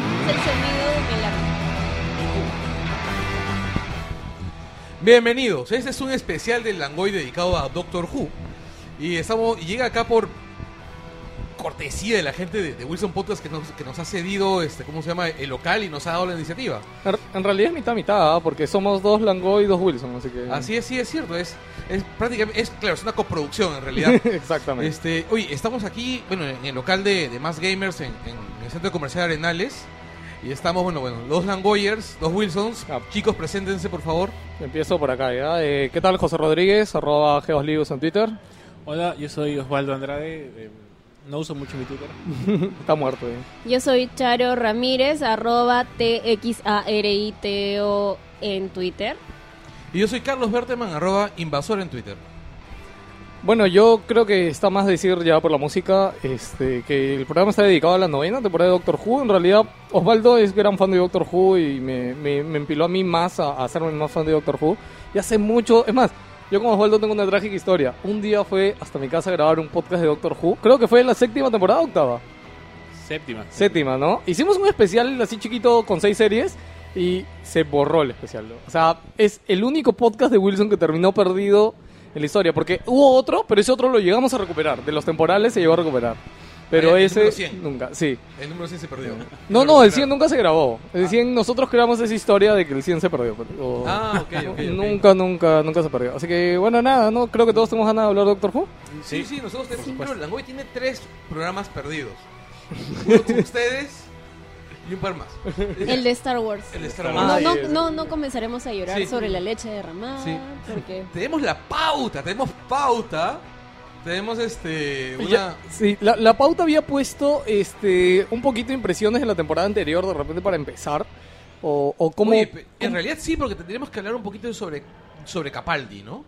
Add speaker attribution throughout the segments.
Speaker 1: sonido en la
Speaker 2: Bienvenidos, este es un especial del Langoy dedicado a Doctor Who. Y estamos y llega acá por cortesía de la gente de, de Wilson Podcast que nos, que nos ha cedido, este, ¿cómo se llama?, el local y nos ha dado la iniciativa.
Speaker 3: En en realidad es mitad mitad, ¿ah? porque somos dos Langoy y dos Wilson, así que.
Speaker 2: Así es, Ah, sí, es cierto, es, es prácticamente, es claro, es una coproducción en realidad.
Speaker 3: Exactamente.
Speaker 2: Este, oye, estamos aquí, bueno, en el local de, de Más Gamers en, en el centro comercial Arenales. Y estamos, bueno, bueno, dos Langoyers, dos Wilsons.
Speaker 3: Ah.
Speaker 2: Chicos, preséntense, por favor.
Speaker 3: Empiezo por acá, ¿ya? Eh, ¿Qué tal, José Rodríguez? Arroba Geoslius en Twitter.
Speaker 4: Hola, yo soy Osvaldo Andrade. eh, no uso mucho mi Twitter.
Speaker 3: Está muerto, ¿eh?
Speaker 1: Yo soy Charo Ramírez, arroba TXARITO en Twitter.
Speaker 2: Y yo soy Carlos Berteman, arroba invasor en Twitter.
Speaker 3: Bueno, yo creo que está más decir ya por la música este, que el programa está dedicado a la novena temporada de Doctor Who. En realidad, Osvaldo es gran fan de Doctor Who y me, me- me empiló a mí más a, a hacerme más fan de Doctor Who. Y hace mucho, es más, yo con Osvaldo tengo una trágica historia. Un día fue hasta mi casa a grabar un podcast de Doctor Who. Creo que fue en la séptima temporada, octava.
Speaker 4: Séptima.
Speaker 3: Séptima, ¿no? Hicimos un especial así chiquito con seis series y se borró el especial. ¿no? O sea, es el único podcast de Wilson que terminó perdido en la historia. Porque hubo otro, pero ese otro lo llegamos a recuperar. De los temporales se llegó a recuperar. Pero
Speaker 2: Ah, el
Speaker 3: ese
Speaker 2: número 100.
Speaker 3: nunca, sí.
Speaker 2: El número 100 se perdió.
Speaker 3: No, no, el 100 nunca se grabó. El 100, nosotros creamos esa historia de que el 100 se perdió. pero- o-
Speaker 2: Ah, ok, ok, ok.
Speaker 3: Nunca, nunca, nunca se perdió. Así que, bueno, nada, no creo que todos tenemos ganas de hablar de Doctor Who.
Speaker 2: Sí, sí, nosotros tenemos.
Speaker 1: supuesto.
Speaker 2: Pero Langoy tiene tres programas perdidos: uno con ustedes y un par más.
Speaker 1: El de Star Wars.
Speaker 2: El de Star
Speaker 1: No,
Speaker 2: Wars.
Speaker 1: no,
Speaker 3: Ay,
Speaker 1: no, no comenzaremos a llorar
Speaker 2: Sí.
Speaker 1: sobre la leche derramada,
Speaker 2: Sí.
Speaker 1: porque
Speaker 2: Tenemos la pauta, tenemos pauta. Tenemos este. Una...
Speaker 3: Pues Ya, sí, la, la pauta había puesto este un poquito de impresiones de la temporada anterior, de repente para empezar. O, o cómo.
Speaker 2: Oye, pe- en realidad sí, porque tendríamos que hablar un poquito sobre, sobre Capaldi, ¿no?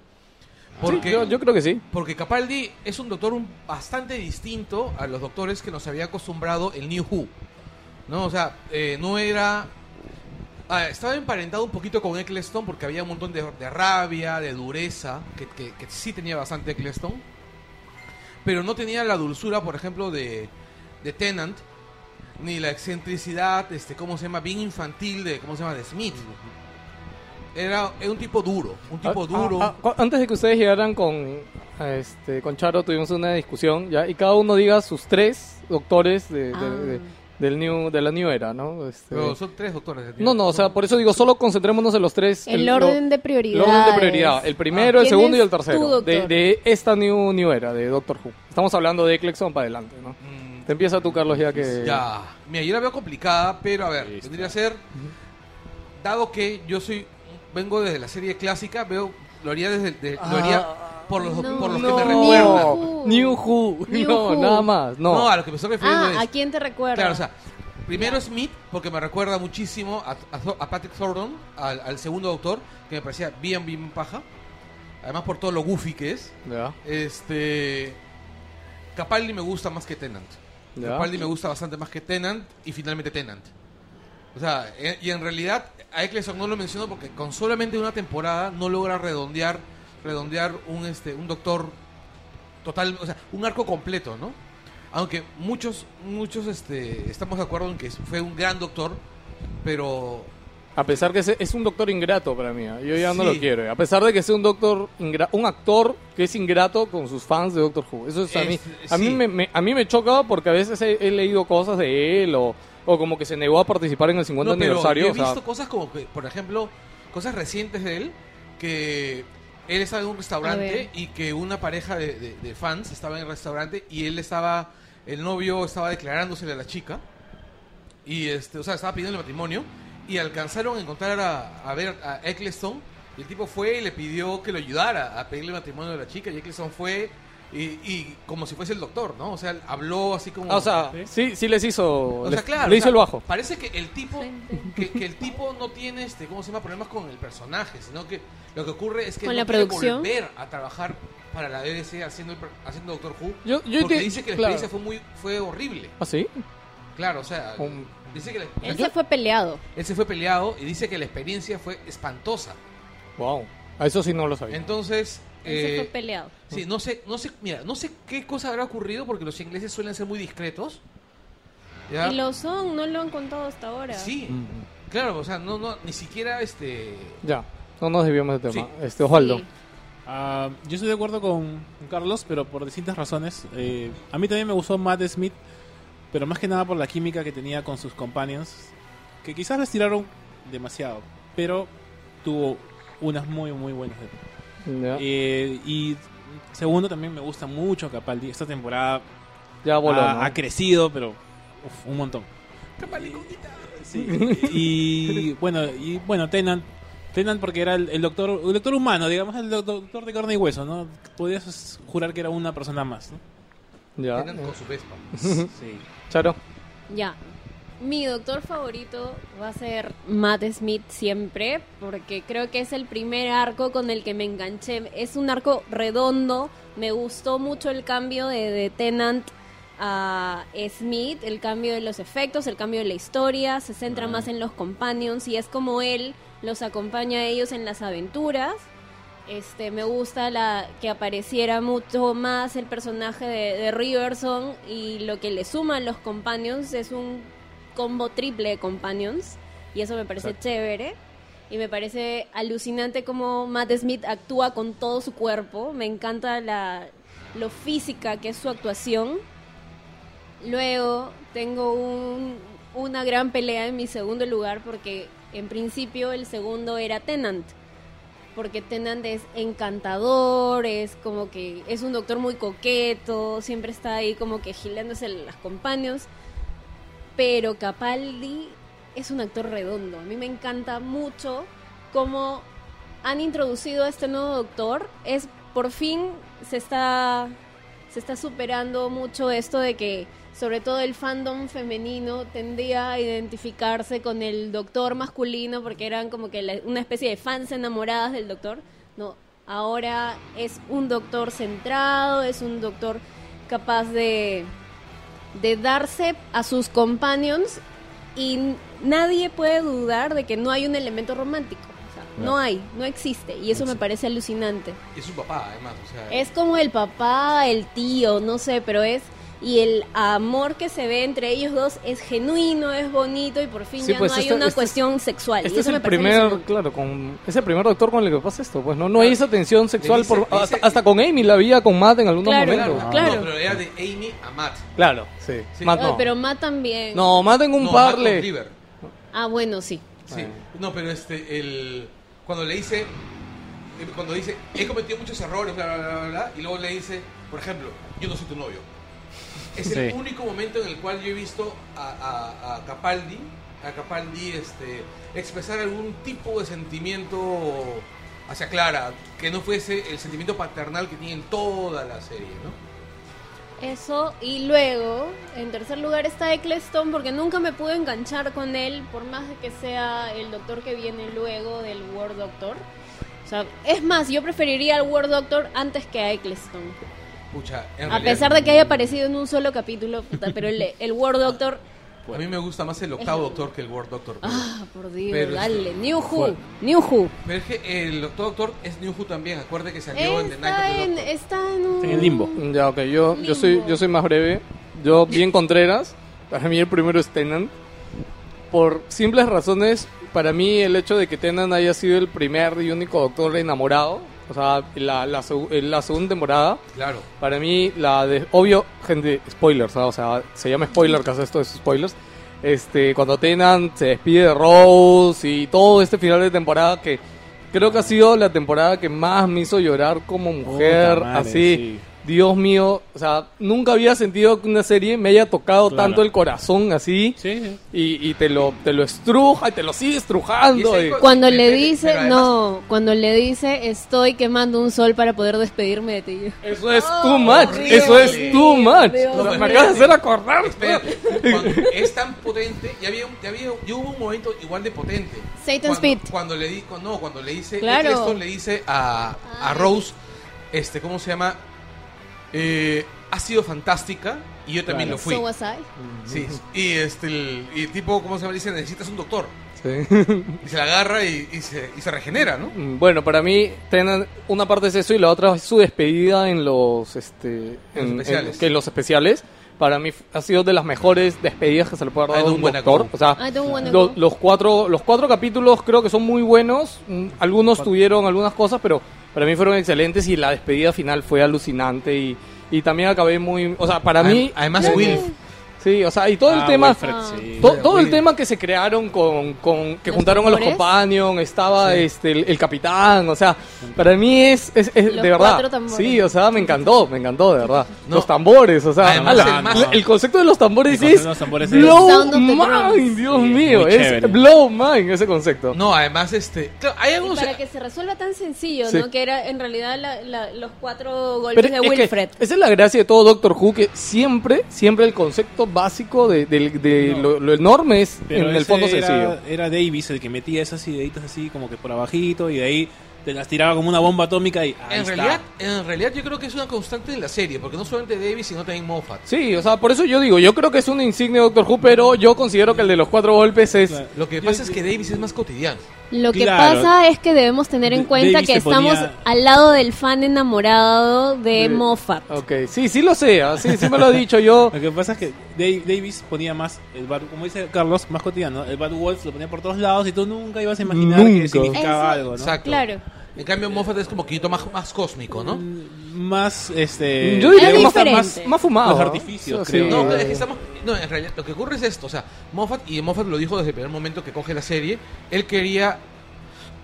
Speaker 2: Porque,
Speaker 3: Sí, yo, yo creo que sí.
Speaker 2: porque Capaldi es un doctor un- bastante distinto a los doctores que nos había acostumbrado el New Who. ¿No? O sea, eh, no era. ah, estaba emparentado un poquito con Eccleston porque había un montón de, de rabia, de dureza, que, que- que sí tenía bastante Eccleston. Pero no tenía la dulzura, por ejemplo, de, de Tennant, ni la excentricidad, este, ¿cómo se llama? Bien infantil de, ¿cómo se llama? De Smith. Era, era un tipo duro, un tipo
Speaker 3: Ah,
Speaker 2: duro.
Speaker 3: ah, ah, cu- antes de que ustedes llegaran con a este con Charo, tuvimos una discusión ya y cada uno diga sus tres doctores de, de-
Speaker 1: Ah.
Speaker 3: de- del new de la new era, ¿no? Este,
Speaker 2: Pero son tres doctores. de
Speaker 3: no, no, o sea, por eso digo, solo concentrémonos en los tres.
Speaker 1: el,
Speaker 3: lo-
Speaker 1: orden de
Speaker 3: el
Speaker 1: prioridad.
Speaker 3: orden de prioridad. El primero, el
Speaker 1: ¿Quién
Speaker 3: segundo y
Speaker 1: es
Speaker 3: el
Speaker 1: tu
Speaker 3: tercero.
Speaker 1: doctor?
Speaker 3: De, de esta new, new era, de Doctor Who. Estamos hablando de Eccleston para adelante, ¿no?
Speaker 2: Mm,
Speaker 3: Te empieza tú, Carlos, ya que...
Speaker 2: Ya. Mira, yo la veo complicada, pero a ver,
Speaker 4: Listo.
Speaker 2: vendría a ser. Dado que yo soy. Vengo desde la serie clásica, veo. Lo haría desde. de- lo haría por los,
Speaker 1: Ah. no.
Speaker 2: por los
Speaker 1: No.
Speaker 2: que me
Speaker 1: recuerda.
Speaker 2: recuerdan.
Speaker 3: No, New Who.
Speaker 1: New
Speaker 3: no,
Speaker 1: Who.
Speaker 3: nada más. No.
Speaker 2: No. a lo que me estoy refiriendo
Speaker 1: Ah,
Speaker 2: es.
Speaker 1: ¿a quién te recuerda?
Speaker 2: Claro, o sea, primero Smith, porque me recuerda muchísimo a, a Thor- a Patrick Thornton, al, al segundo doctor, que me parecía bien, bien paja. Además, por todo lo goofy que es.
Speaker 3: Ya,
Speaker 2: Este. Capaldi me gusta más que Tennant.
Speaker 3: Ya.
Speaker 2: Capaldi me gusta bastante más que Tennant y finalmente Tennant. O sea, e- y en realidad a Eccleston no lo menciono porque con solamente una temporada no logra redondear redondear un este un doctor total, o sea, un arco completo, ¿no? Aunque muchos muchos este estamos de acuerdo en que fue un gran doctor, pero
Speaker 3: A pesar que es, es un doctor ingrato para mí. ¿eh? Yo ya no
Speaker 2: Sí.
Speaker 3: lo quiero. ¿eh? A pesar de que sea un doctor ingra- un actor que es ingrato con sus fans de Doctor Who. Eso es a
Speaker 2: Es-
Speaker 3: mí. A mí
Speaker 2: sí.
Speaker 3: me, me- a mí me choca porque a veces he, he leído cosas de él o, o como que se negó a participar en el 50
Speaker 2: No, pero
Speaker 3: aniversario.
Speaker 2: yo he
Speaker 3: o sea,
Speaker 2: visto cosas como, que, por ejemplo, cosas recientes de él, que él estaba en un
Speaker 1: A ver.
Speaker 2: restaurante y que una pareja de, de- de fans estaba en el restaurante y él estaba, el novio estaba declarándosele a la chica, y este, o sea, estaba pidiendo el matrimonio, y alcanzaron a encontrar a, a ver a Eccleston, y el tipo fue y le pidió que lo ayudara a pedirle matrimonio a la chica, y Eccleston fue... Y, y como si fuese el doctor, ¿no? O sea, habló así como...
Speaker 3: ah, o sea, sí, sí les hizo.
Speaker 2: O
Speaker 3: les-
Speaker 2: sea, claro.
Speaker 3: le
Speaker 2: o
Speaker 3: hizo
Speaker 2: sea,
Speaker 3: el bajo.
Speaker 2: Parece que el tipo
Speaker 1: Gente.
Speaker 2: que, que el tipo no tiene este, ¿cómo se llama? problemas con el personaje, sino que lo que ocurre es que
Speaker 1: Con
Speaker 2: no
Speaker 1: la
Speaker 2: quiere
Speaker 1: producción.
Speaker 2: volver a trabajar para la BBC haciendo el per- haciendo Doctor Who.
Speaker 3: Yo, yo
Speaker 2: porque
Speaker 3: te-
Speaker 2: dice que la
Speaker 3: claro.
Speaker 2: experiencia fue muy fue horrible.
Speaker 3: ¿Ah, sí?
Speaker 2: Claro, o sea,
Speaker 3: Um,
Speaker 2: dice que la-
Speaker 1: Él
Speaker 2: yo-
Speaker 1: se fue peleado.
Speaker 2: él se fue peleado y dice que la experiencia fue espantosa.
Speaker 3: Wow. A eso sí no lo sabía.
Speaker 2: Entonces,
Speaker 1: Él se fue
Speaker 2: eh,
Speaker 1: peleado.
Speaker 2: Sí, no sé, no sé, mira, no sé qué cosa habrá ocurrido porque los ingleses suelen ser muy discretos. ¿ya?
Speaker 1: Y lo son, no lo han contado hasta ahora.
Speaker 2: Sí,
Speaker 3: Mm.
Speaker 2: claro, o sea, no, no, ni siquiera este...
Speaker 3: Ya, no nos desviamos del tema.
Speaker 2: Sí.
Speaker 3: Este, Osvaldo.
Speaker 1: Sí.
Speaker 4: Ah, yo estoy de acuerdo con con Carlos, pero por distintas razones. Eh, a mí también me gustó Matt Smith, pero más que nada por la química que tenía con sus companions, que quizás lo estiraron demasiado, pero tuvo unas muy, muy buenas.
Speaker 3: Ya,
Speaker 4: Eh, y segundo, también me gusta mucho Capaldi. Esta temporada
Speaker 3: ya voló,
Speaker 4: ha,
Speaker 3: ¿no?
Speaker 4: ha crecido, pero uf, un montón. Sí. Y bueno, y bueno, Tenant. Tenant porque era el, el doctor el doctor humano, digamos, el doc- doctor de carne y hueso, ¿no? Podías jurar que era una persona más, ¿no?
Speaker 3: Ya,
Speaker 2: Tengan
Speaker 3: eh.
Speaker 2: con su Vespa.
Speaker 4: Sí.
Speaker 3: Charo.
Speaker 1: Ya. Mi doctor favorito va a ser Matt Smith siempre, porque creo que es el primer arco con el que me enganché. Es un arco redondo, me gustó mucho el cambio de, de Tennant a Smith, el cambio de los efectos, el cambio de la historia, se centra más en los companions y es como él los acompaña a ellos en las aventuras. Este, me gusta la que apareciera mucho más el personaje de, de Riverson y lo que le suman los companions es un combo triple de companions y eso me parece chévere y me parece alucinante cómo Matt Smith actúa con todo su cuerpo, me encanta la lo física que es su actuación. Luego tengo un- una gran pelea en mi segundo lugar porque en principio el segundo era Tenant porque Tenant es encantador, es como que es un doctor muy coqueto, siempre está ahí como que gilándose las companions. Pero Capaldi es un actor redondo. A mí me encanta mucho cómo han introducido a este nuevo doctor. Es por fin se está se está superando mucho esto de que sobre todo el fandom femenino tendía a identificarse con el doctor masculino porque eran como que la- una especie de fans enamoradas del doctor. No, ahora es un doctor centrado, es un doctor capaz de de darse a sus companions y n- nadie puede dudar de que no hay un elemento romántico. O sea, no hay, no existe y eso me parece alucinante.
Speaker 2: Y es su papá, además, o sea...
Speaker 1: Es como el papá, el tío, no sé, pero es... Y el amor que se ve entre ellos dos es genuino, es bonito y por fin
Speaker 3: Sí,
Speaker 1: ya
Speaker 3: pues,
Speaker 1: no hay
Speaker 3: este-
Speaker 1: una
Speaker 3: este es-
Speaker 1: cuestión sexual. y
Speaker 3: Este es
Speaker 1: eso me
Speaker 3: el
Speaker 1: parece
Speaker 3: primer,
Speaker 1: alucinante.
Speaker 3: claro, con, es el primer doctor con el que pasa esto, pues no, no hay esa tensión sexual,
Speaker 2: dice-
Speaker 3: por-
Speaker 2: le dice-
Speaker 3: hasta, hasta con Amy la había con Matt en algunos
Speaker 1: Claro,
Speaker 3: momentos.
Speaker 2: Claro,
Speaker 1: claro.
Speaker 2: No, pero era de Amy a Matt.
Speaker 3: Claro, sí.
Speaker 2: Sí.
Speaker 3: Matt
Speaker 1: Ay,
Speaker 3: no.
Speaker 1: pero Matt también.
Speaker 3: No, Matt en un
Speaker 2: No, Matt
Speaker 3: par
Speaker 2: con
Speaker 3: le-
Speaker 2: River.
Speaker 1: Ah, bueno, sí.
Speaker 2: Sí. No, pero este, el... Cuando le dice... eh, Cuando dice, he cometido muchos errores, bla, bla, bla, bla, bla, y luego le dice, por ejemplo, yo no soy tu novio. Es el
Speaker 4: Sí.
Speaker 2: único momento en el cual yo he visto a, a- a Capaldi, a Capaldi, este, expresar algún tipo de sentimiento hacia Clara, que no fuese el sentimiento paternal que tiene en toda la serie, ¿no?
Speaker 1: Eso, y luego, en tercer lugar está Eccleston, porque nunca me pude enganchar con él, por más que sea el doctor que viene luego del War Doctor. O sea, es más, yo preferiría al War Doctor antes que a Eccleston.
Speaker 2: Pucha, en
Speaker 1: A
Speaker 2: realidad,
Speaker 1: pesar de que haya aparecido en un solo capítulo, puta, pero el, el War Doctor.
Speaker 2: A mí me gusta más el octavo doctor que el World Doctor. pero-
Speaker 1: Ah, por Dios,
Speaker 2: Pero
Speaker 1: dale,
Speaker 2: este-
Speaker 1: New Who,
Speaker 2: Bueno.
Speaker 1: New Who.
Speaker 2: Pero es que el Doctor Doctor es New Who también, acuérdate que salió en The Night of
Speaker 1: Está
Speaker 2: the
Speaker 1: en,
Speaker 2: Doctor.
Speaker 1: está en un.
Speaker 4: En el limbo.
Speaker 3: Ya, ok, yo, yo, soy,
Speaker 1: Limbo.
Speaker 3: yo soy más breve. Yo, bien Contreras, para mí el primero es Tenant. Por simples razones, para mí el hecho de que Tenant haya sido el primer y único doctor enamorado, o sea, la, la, seg- en la segunda temporada,
Speaker 2: Claro.
Speaker 3: para mí la de... Obvio, gente, spoilers, ¿ah? o sea, se llama spoiler, caso esto es spoilers. Este, cuando Tenant se despide de Rose y todo este final de temporada que creo que ha sido la temporada que más me hizo llorar como mujer,
Speaker 4: Puta madre,
Speaker 3: así.
Speaker 4: sí.
Speaker 3: Dios mío, o sea, nunca había sentido que una serie me haya tocado
Speaker 4: Claro.
Speaker 3: tanto el corazón así
Speaker 4: Sí.
Speaker 3: y, y te lo te lo estruja y te lo sigue estrujando.
Speaker 2: Y ese-
Speaker 3: y-
Speaker 1: Cuando le
Speaker 2: Pero
Speaker 1: dice,
Speaker 2: además-
Speaker 1: no, cuando le dice, estoy quemando un sol para poder despedirme de ti.
Speaker 3: Eso es
Speaker 2: Ah,
Speaker 3: too much,
Speaker 2: horrible.
Speaker 3: eso es too much.
Speaker 1: Dios
Speaker 3: O sea,
Speaker 2: mío.
Speaker 3: me acabas de hacer acordar.
Speaker 2: Espérate, cuando es tan potente, ya había, un- ya había ya hubo un momento igual de potente.
Speaker 1: Satan's
Speaker 2: cuando,
Speaker 1: Pit.
Speaker 2: Cuando le di, cuando- no, cuando le dice,
Speaker 1: Claro.
Speaker 2: Eccleston le dice a, a
Speaker 1: Ah.
Speaker 2: Rose, este, ¿cómo se llama? Eh, ha sido fantástica y yo también
Speaker 4: Claro.
Speaker 2: lo fui.
Speaker 1: So was I.
Speaker 2: Sí, y este, el, y tipo, ¿cómo se llama? Le Dice, necesitas un doctor.
Speaker 3: Sí.
Speaker 2: Y se la agarra y, y se, y se regenera, ¿no?
Speaker 3: Mm, Bueno, para mí, Tenant, una parte es eso y la otra es su despedida en los, este,
Speaker 2: En los especiales.
Speaker 3: que en los especiales. para mí ha sido de las mejores despedidas que se le puede
Speaker 2: I
Speaker 3: dar a
Speaker 2: don't
Speaker 3: un
Speaker 2: wanna
Speaker 3: doctor.
Speaker 2: go.
Speaker 3: O sea,
Speaker 1: I don't wanna
Speaker 3: lo-
Speaker 1: go.
Speaker 3: los, cuatro, los cuatro capítulos creo que son muy buenos. Mm, Algunos tuvieron algunas cosas, pero para mí fueron excelentes y la despedida final fue alucinante y, y también acabé muy... O sea, para mí...
Speaker 2: Además, Wilf.
Speaker 3: Sí, o sea, y todo el
Speaker 4: Ah,
Speaker 3: tema...
Speaker 4: Wilfred,
Speaker 1: Ah.
Speaker 4: sí.
Speaker 3: To- todo el
Speaker 2: Will.
Speaker 3: tema que se crearon con, con- que
Speaker 1: ¿Los
Speaker 3: juntaron a
Speaker 1: tambores?
Speaker 3: los companions, estaba este el, el capitán, o sea, para mí es, es- es
Speaker 1: Los
Speaker 3: de
Speaker 1: cuatro
Speaker 3: verdad.
Speaker 1: tambores.
Speaker 3: Sí, o sea, me encantó, me encantó de verdad.
Speaker 2: No.
Speaker 3: Los tambores, o sea,
Speaker 2: Además,
Speaker 3: ala,
Speaker 4: el más-
Speaker 3: la- el concepto de los
Speaker 4: El
Speaker 3: tambores
Speaker 4: concepto
Speaker 3: es
Speaker 4: de los tambores es-
Speaker 3: blow
Speaker 1: Sound of the
Speaker 3: mind,
Speaker 1: drums.
Speaker 3: Dios
Speaker 4: Sí,
Speaker 3: mío,
Speaker 4: muy
Speaker 3: es
Speaker 4: chévere.
Speaker 3: blow mind ese concepto.
Speaker 2: No, además, este. claro, hay
Speaker 1: Y
Speaker 2: algunos.
Speaker 1: para que se resuelva tan sencillo,
Speaker 3: Sí.
Speaker 1: ¿no? Que era en realidad la- la- los cuatro golpes
Speaker 3: Pero
Speaker 1: de
Speaker 3: es que
Speaker 1: Wilfred.
Speaker 3: esa es la gracia de todo Doctor Who, que siempre, siempre el concepto básico de, del- de
Speaker 4: No.
Speaker 3: lo, lo enorme es
Speaker 4: Pero
Speaker 3: en el
Speaker 4: ese
Speaker 3: fondo
Speaker 4: era,
Speaker 3: sencillo.
Speaker 4: Era Davis el que metía esas ideitas así como que por abajito y de ahí te las tiraba como una bomba atómica y ahí
Speaker 2: En
Speaker 4: está.
Speaker 2: realidad, en realidad, yo creo que es una constante en la serie, porque no solamente Davis, sino también Moffat.
Speaker 3: Sí, o sea, por eso yo digo, yo creo que es un insignia de Doctor Who, pero yo considero que el de los cuatro golpes es...
Speaker 4: Claro.
Speaker 2: Lo que
Speaker 4: Yo-
Speaker 2: pasa es que Davis es más cotidiano.
Speaker 1: Lo que
Speaker 4: Claro.
Speaker 1: pasa es que debemos tener en
Speaker 4: D-
Speaker 1: cuenta
Speaker 4: Davis
Speaker 1: que
Speaker 4: se
Speaker 1: estamos
Speaker 4: ponía-
Speaker 1: al lado del fan enamorado de
Speaker 3: Eh,
Speaker 1: Moffat.
Speaker 3: Ok, sí, sí lo sé, ah, sí, sí me lo he dicho yo. eh,
Speaker 4: Lo que pasa es que Dave- Davis ponía más, el Bad- como dice Carlos, más cotidiano, el Bad Wolf lo ponía por todos lados y tú nunca ibas a imaginar
Speaker 3: Nunca.
Speaker 4: que significaba
Speaker 1: Eso-
Speaker 4: algo, ¿no?
Speaker 2: Exacto.
Speaker 1: Claro.
Speaker 2: En cambio, Moffat es como quinto más, más cósmico, ¿no?
Speaker 4: Mm, Más, este...
Speaker 3: yo diría
Speaker 1: Es
Speaker 3: que más,
Speaker 1: diferente.
Speaker 3: más, más fumado.
Speaker 4: Los
Speaker 3: ¿no?
Speaker 4: artificios,
Speaker 3: Sí,
Speaker 4: creo.
Speaker 2: No,
Speaker 3: eh,
Speaker 2: es que estamos- no, en realidad lo que ocurre es esto, o sea, Moffat, y Moffat lo dijo desde el primer momento que coge la serie, él quería,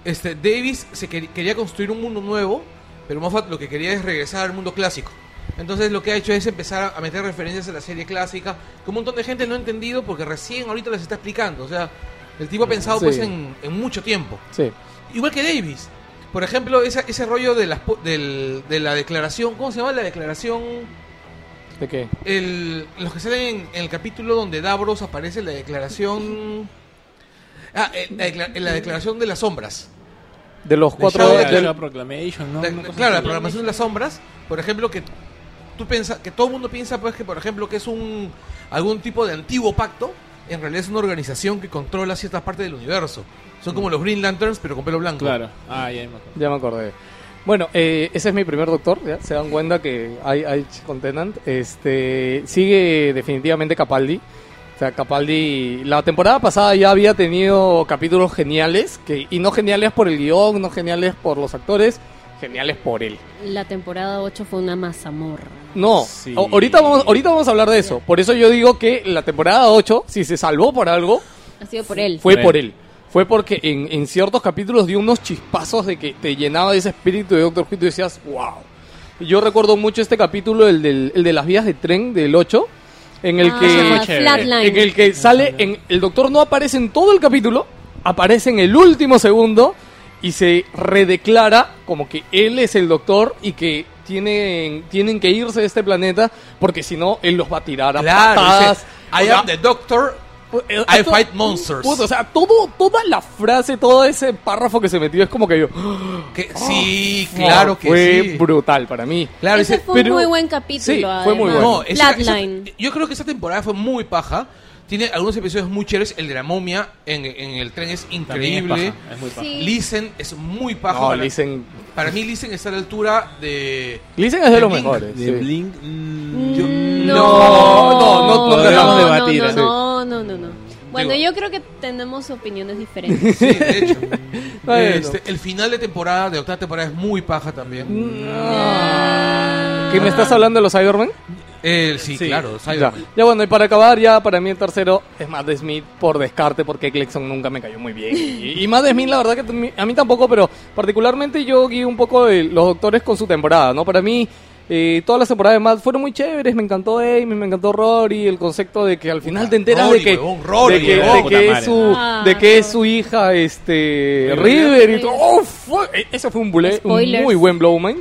Speaker 2: este, Davis se quer- quería construir un mundo nuevo, pero Moffat lo que quería es regresar al mundo clásico. Entonces lo que ha hecho es empezar a, a meter referencias a la serie clásica, que un montón de gente no ha entendido porque recién ahorita les está explicando, o sea, el tipo ha pensado
Speaker 3: Sí.
Speaker 2: pues en, en mucho tiempo.
Speaker 3: sí.
Speaker 2: Igual que Davis. Por ejemplo, esa- ese rollo de, las, po- del- de la declaración, ¿cómo se llama? La declaración
Speaker 3: ¿De qué?
Speaker 2: el, los que salen en, el capítulo donde Davros aparece la declaración. Ah, eh, la, decla- la declaración de las sombras.
Speaker 3: De los cuatro...
Speaker 2: Shadow
Speaker 4: Claro,
Speaker 2: de-
Speaker 3: del-
Speaker 4: la Proclamation, ¿no?
Speaker 2: La-
Speaker 4: Una cosa
Speaker 2: claro, la
Speaker 4: así.
Speaker 2: programación de las sombras. Por ejemplo, que tú piensas, que todo el mundo piensa, pues, que por ejemplo, que es un algún tipo de antiguo pacto. En realidad es una organización que controla ciertas partes del universo. Son como los Green Lanterns, pero con pelo blanco.
Speaker 4: Mm. Claro. Ah, ya me acuerdo.
Speaker 3: Ya me acordé. Bueno, eh, ese es mi primer doctor, ¿ya? se dan cuenta que hay, hay con Tennant. Este, sigue definitivamente Capaldi. O sea, Capaldi, la temporada pasada ya había tenido capítulos geniales, que, y no geniales por el guión, no geniales por los actores, geniales por él.
Speaker 1: La temporada 8 fue una mazamorra.
Speaker 3: No,
Speaker 4: Sí.
Speaker 3: a- ahorita, vamos, ahorita vamos a hablar de eso. Por eso yo digo que la temporada 8, si se salvó por algo,
Speaker 1: Ha sido por él.
Speaker 3: fue
Speaker 4: Por
Speaker 3: por él. Fue porque en, en ciertos capítulos dio unos chispazos de que te llenaba de ese espíritu de Doctor Who y tú decías, wow. Yo recuerdo mucho este capítulo, el, del- el de las vías de tren del 8, en el
Speaker 1: Ah,
Speaker 4: fue
Speaker 3: que,
Speaker 4: chévere.
Speaker 1: Flatline.
Speaker 3: en el que sale, en, el Doctor no aparece en todo el capítulo, aparece en el último segundo y se redeclara como que él es el Doctor y que tienen, tienen que irse de este planeta porque si no, él los va a tirar a
Speaker 2: Claro,
Speaker 3: patadas.
Speaker 2: dice,
Speaker 3: O
Speaker 2: I
Speaker 3: sea,
Speaker 2: am the doctor.
Speaker 3: eh,
Speaker 2: I
Speaker 3: esto-
Speaker 2: fight monsters.
Speaker 3: Puta, o sea, todo, toda la frase, todo ese párrafo que se metió es como que yo. "Oh,
Speaker 2: Que,
Speaker 4: Oh.
Speaker 2: sí, claro que
Speaker 3: fue
Speaker 2: sí.
Speaker 3: brutal para mí.
Speaker 2: Claro,
Speaker 1: Ese
Speaker 2: dice,
Speaker 1: fue
Speaker 3: pero-
Speaker 1: un muy buen capítulo.
Speaker 3: Sí, fue muy
Speaker 1: además.
Speaker 3: bueno.
Speaker 2: No, esa-
Speaker 1: Flatline.
Speaker 2: esa- yo creo que esta temporada fue muy paja. Tiene algunos episodios muy chéveres. El de la momia en, en el tren es
Speaker 4: También es
Speaker 2: increíble.
Speaker 4: paja, es muy paja.
Speaker 1: Sí.
Speaker 2: Listen es muy paja.
Speaker 3: No,
Speaker 2: para,
Speaker 3: Listen,
Speaker 2: para mí Listen está a la altura de...
Speaker 3: Listen es de los
Speaker 2: Blink,
Speaker 3: mejores.
Speaker 4: De
Speaker 3: sí.
Speaker 4: Blink... mm, yo-
Speaker 1: No,
Speaker 3: no, no, no
Speaker 4: podríamos
Speaker 1: no,
Speaker 4: debatir,
Speaker 1: no,
Speaker 4: sí.
Speaker 1: no, no, no, no. Bueno,
Speaker 2: Digo-
Speaker 1: yo creo que tenemos opiniones diferentes.
Speaker 2: Sí, de hecho.
Speaker 3: Bueno.
Speaker 2: Este, el final de temporada, de octava temporada, es muy paja también.
Speaker 3: Mm. No. Ah. ¿Qué me estás hablando de los Cybermen?
Speaker 2: El, sí,
Speaker 4: Sí.
Speaker 2: claro.
Speaker 3: Ya.
Speaker 2: Cyberman.
Speaker 3: ya bueno, y para acabar, ya para mí el tercero es Matt Smith por descarte, porque Clexon nunca me cayó muy bien. Y, y Matt Smith, la verdad que tam- a mí tampoco, pero particularmente yo guío un poco de los doctores con su temporada, ¿no? Para mí, eh, todas las temporadas de Matt fueron muy chéveres, me encantó Amy, me encantó Rory, el concepto de que al final te enteras
Speaker 2: Rory,
Speaker 3: de que,
Speaker 2: huevón, Rory,
Speaker 3: de que, de
Speaker 4: huevón.
Speaker 3: que
Speaker 4: Puta
Speaker 3: es
Speaker 4: madre.
Speaker 3: su,
Speaker 1: Ah,
Speaker 3: de que es
Speaker 1: no.
Speaker 3: su hija, este,
Speaker 4: River.
Speaker 3: River y todo.
Speaker 1: River.
Speaker 3: ¡Oh, fuck! Eh, Ese fue un, bule- un
Speaker 1: Spoilers.
Speaker 3: muy buen Blowman.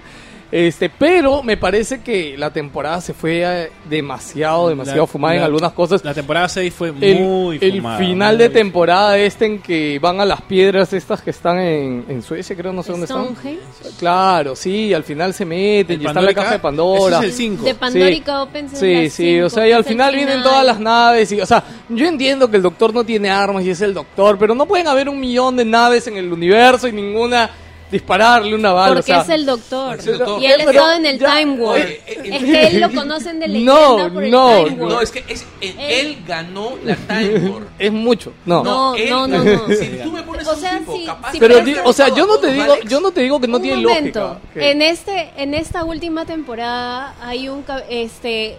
Speaker 3: Este, pero me parece que la temporada se fue eh, demasiado, demasiado
Speaker 4: la-
Speaker 3: fumada en
Speaker 4: la-
Speaker 3: algunas cosas.
Speaker 4: La temporada 6 fue
Speaker 3: el,
Speaker 4: muy
Speaker 3: el
Speaker 4: fumada,
Speaker 3: final
Speaker 4: muy
Speaker 3: de temporada este en que van a las piedras estas que están en, en Suecia, creo, no sé dónde están.
Speaker 1: Ah, Stonehenge.
Speaker 3: Claro, sí, al final se meten
Speaker 4: El
Speaker 3: y está la
Speaker 4: Pandorica,
Speaker 3: caja de Pandora.
Speaker 4: ese es el cinco.
Speaker 1: De Pandorica Open es
Speaker 3: Sí,
Speaker 1: la
Speaker 3: sí,
Speaker 1: cinco,
Speaker 3: o sea, y
Speaker 1: que
Speaker 3: al
Speaker 1: es el
Speaker 3: final vienen todas las naves y, o sea, yo entiendo que el doctor no tiene armas y es el doctor, pero no pueden haber un millón de naves en el universo y ninguna dispararle una bala.
Speaker 1: Porque
Speaker 3: o sea,
Speaker 1: es el doctor.
Speaker 2: es el doctor.
Speaker 1: Y él
Speaker 3: Eh,
Speaker 1: ha
Speaker 3: pero
Speaker 1: estado en el
Speaker 3: ya-
Speaker 1: Time War.
Speaker 2: eh, eh,
Speaker 1: es que él lo conocen de leyenda
Speaker 3: No,
Speaker 1: por el
Speaker 3: no,
Speaker 1: Time War.
Speaker 2: No, es que es, eh,
Speaker 1: Él-
Speaker 2: él ganó la Time War.
Speaker 3: Es mucho. No.
Speaker 1: No,
Speaker 2: él
Speaker 1: no, no,
Speaker 2: ganó.
Speaker 1: no.
Speaker 2: Si tú me pones
Speaker 1: O
Speaker 2: a
Speaker 1: sea,
Speaker 2: un tipo
Speaker 1: sí,
Speaker 2: capaz
Speaker 1: sí,
Speaker 2: de
Speaker 3: Pero,
Speaker 1: pero-
Speaker 3: di-
Speaker 2: hacer
Speaker 3: o sea,
Speaker 2: todo
Speaker 3: yo no
Speaker 2: con
Speaker 3: te digo,
Speaker 2: Alex,
Speaker 3: yo no te digo que no
Speaker 1: Un
Speaker 3: tiene
Speaker 1: momento.
Speaker 3: lógica. que-
Speaker 1: En este, en esta última temporada hay un ca- este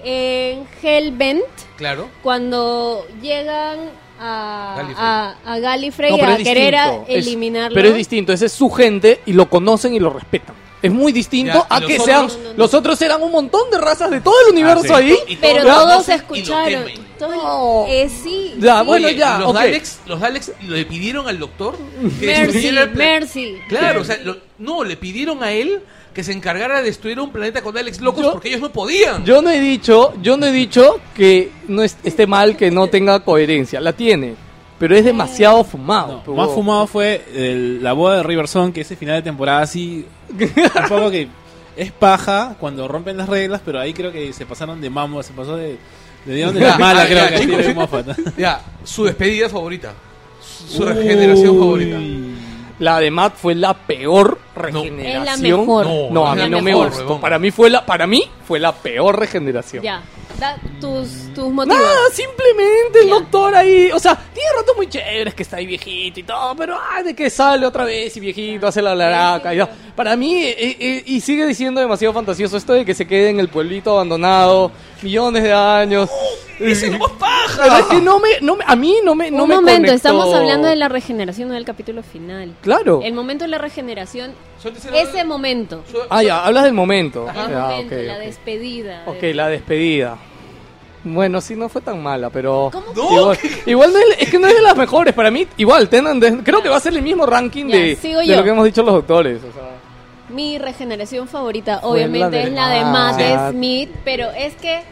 Speaker 1: en Hellbent
Speaker 2: Claro.
Speaker 1: cuando llegan a
Speaker 2: Gallifrey.
Speaker 1: a, a Gallifrey
Speaker 3: No, pero
Speaker 1: a
Speaker 3: es
Speaker 1: querer a
Speaker 3: distinto. Es-
Speaker 1: eliminarlo.
Speaker 3: pero es distinto, ese es su gente y lo conocen y lo respetan. Es muy distinto
Speaker 2: Ya,
Speaker 3: a
Speaker 2: y
Speaker 3: que
Speaker 2: los
Speaker 3: sean.
Speaker 2: otros-
Speaker 1: No, no, no.
Speaker 3: Los otros eran un montón de razas de todo el universo
Speaker 4: Ah, sí.
Speaker 3: ahí.
Speaker 2: Y todos
Speaker 1: Pero
Speaker 2: lo
Speaker 1: todos
Speaker 2: conocen y lo
Speaker 1: escucharon.
Speaker 2: temen.
Speaker 1: Todos-
Speaker 3: No.
Speaker 1: eh, sí.
Speaker 3: Ya,
Speaker 1: sí.
Speaker 3: bueno,
Speaker 2: Oye,
Speaker 3: ya,
Speaker 2: los
Speaker 3: ok.
Speaker 2: Daleks, los Daleks le pidieron al doctor que
Speaker 1: Mercy,
Speaker 2: destruyera el pla-
Speaker 1: Mercy.
Speaker 2: Claro, o sea, lo- no, le pidieron a él que se encargara de destruir un planeta con Daleks locos
Speaker 3: Yo-
Speaker 2: porque ellos no podían.
Speaker 3: Yo no he dicho, yo no he dicho que no es- esté mal que no tenga coherencia. La tiene. Pero es demasiado fumado.
Speaker 4: No,
Speaker 3: pero-
Speaker 4: más fumado fue el- la boda de Riverson, que ese final de temporada así. un poco que es paja cuando rompen las reglas, pero ahí creo que se pasaron de mambo, se pasó de. Le dieron de la
Speaker 2: Ya,
Speaker 4: mala,
Speaker 2: ya,
Speaker 4: creo
Speaker 2: ya,
Speaker 4: que así
Speaker 2: chicos.
Speaker 4: de Moffat.
Speaker 2: Ya, su despedida favorita. Su regeneración
Speaker 4: Uy.
Speaker 2: favorita.
Speaker 3: La de Matt fue la peor
Speaker 2: No.
Speaker 3: regeneración.
Speaker 1: Es la mejor.
Speaker 3: No,
Speaker 2: No,
Speaker 3: a
Speaker 2: es
Speaker 3: mí
Speaker 2: la
Speaker 3: no me
Speaker 2: mejor,
Speaker 3: gustó.
Speaker 2: huevón.
Speaker 3: Para mí fue la, para mí fue la peor regeneración.
Speaker 1: Ya. Da tus tus motivos.
Speaker 3: Nada, simplemente el
Speaker 1: Ya.
Speaker 3: doctor ahí, o sea, tiene ratos muy chéveres que está ahí viejito y todo, pero ah, de que sale otra vez y viejito hace la laraca. y ya. Para mí, eh, eh, y sigue siendo demasiado fantasioso esto de que se quede en el pueblito abandonado millones de años.
Speaker 1: Uh,
Speaker 2: ¡Ese es lo más paja!
Speaker 3: Pero es que no me, no me- a mí no me, no
Speaker 1: un
Speaker 3: me
Speaker 1: momento,
Speaker 3: conectó.
Speaker 1: estamos hablando de la regeneración no del capítulo final.
Speaker 3: Claro.
Speaker 1: El momento de la regeneración,
Speaker 2: Son terceros-
Speaker 1: ese momento.
Speaker 2: son-
Speaker 3: Ah, ya, hablas del momento.
Speaker 1: El
Speaker 3: Ya,
Speaker 1: momento,
Speaker 3: ok,
Speaker 1: la
Speaker 3: ok.
Speaker 1: despedida.
Speaker 3: Ok,
Speaker 1: de-
Speaker 3: la despedida. Bueno, sí, no fue tan mala, pero...
Speaker 1: ¿Cómo
Speaker 2: No.
Speaker 3: Igual, igual no es, es que no es de las mejores. Para mí, igual, Tenan, de- creo que va a ser el mismo ranking
Speaker 1: Ya,
Speaker 3: de,
Speaker 1: sigo
Speaker 3: de
Speaker 1: yo.
Speaker 3: lo que hemos dicho los doctores. o sea.
Speaker 1: Mi regeneración favorita,
Speaker 3: Fue
Speaker 1: obviamente,
Speaker 3: la de
Speaker 1: es la de
Speaker 3: Matt.
Speaker 1: Matt
Speaker 3: Sí.
Speaker 1: Smith, pero es que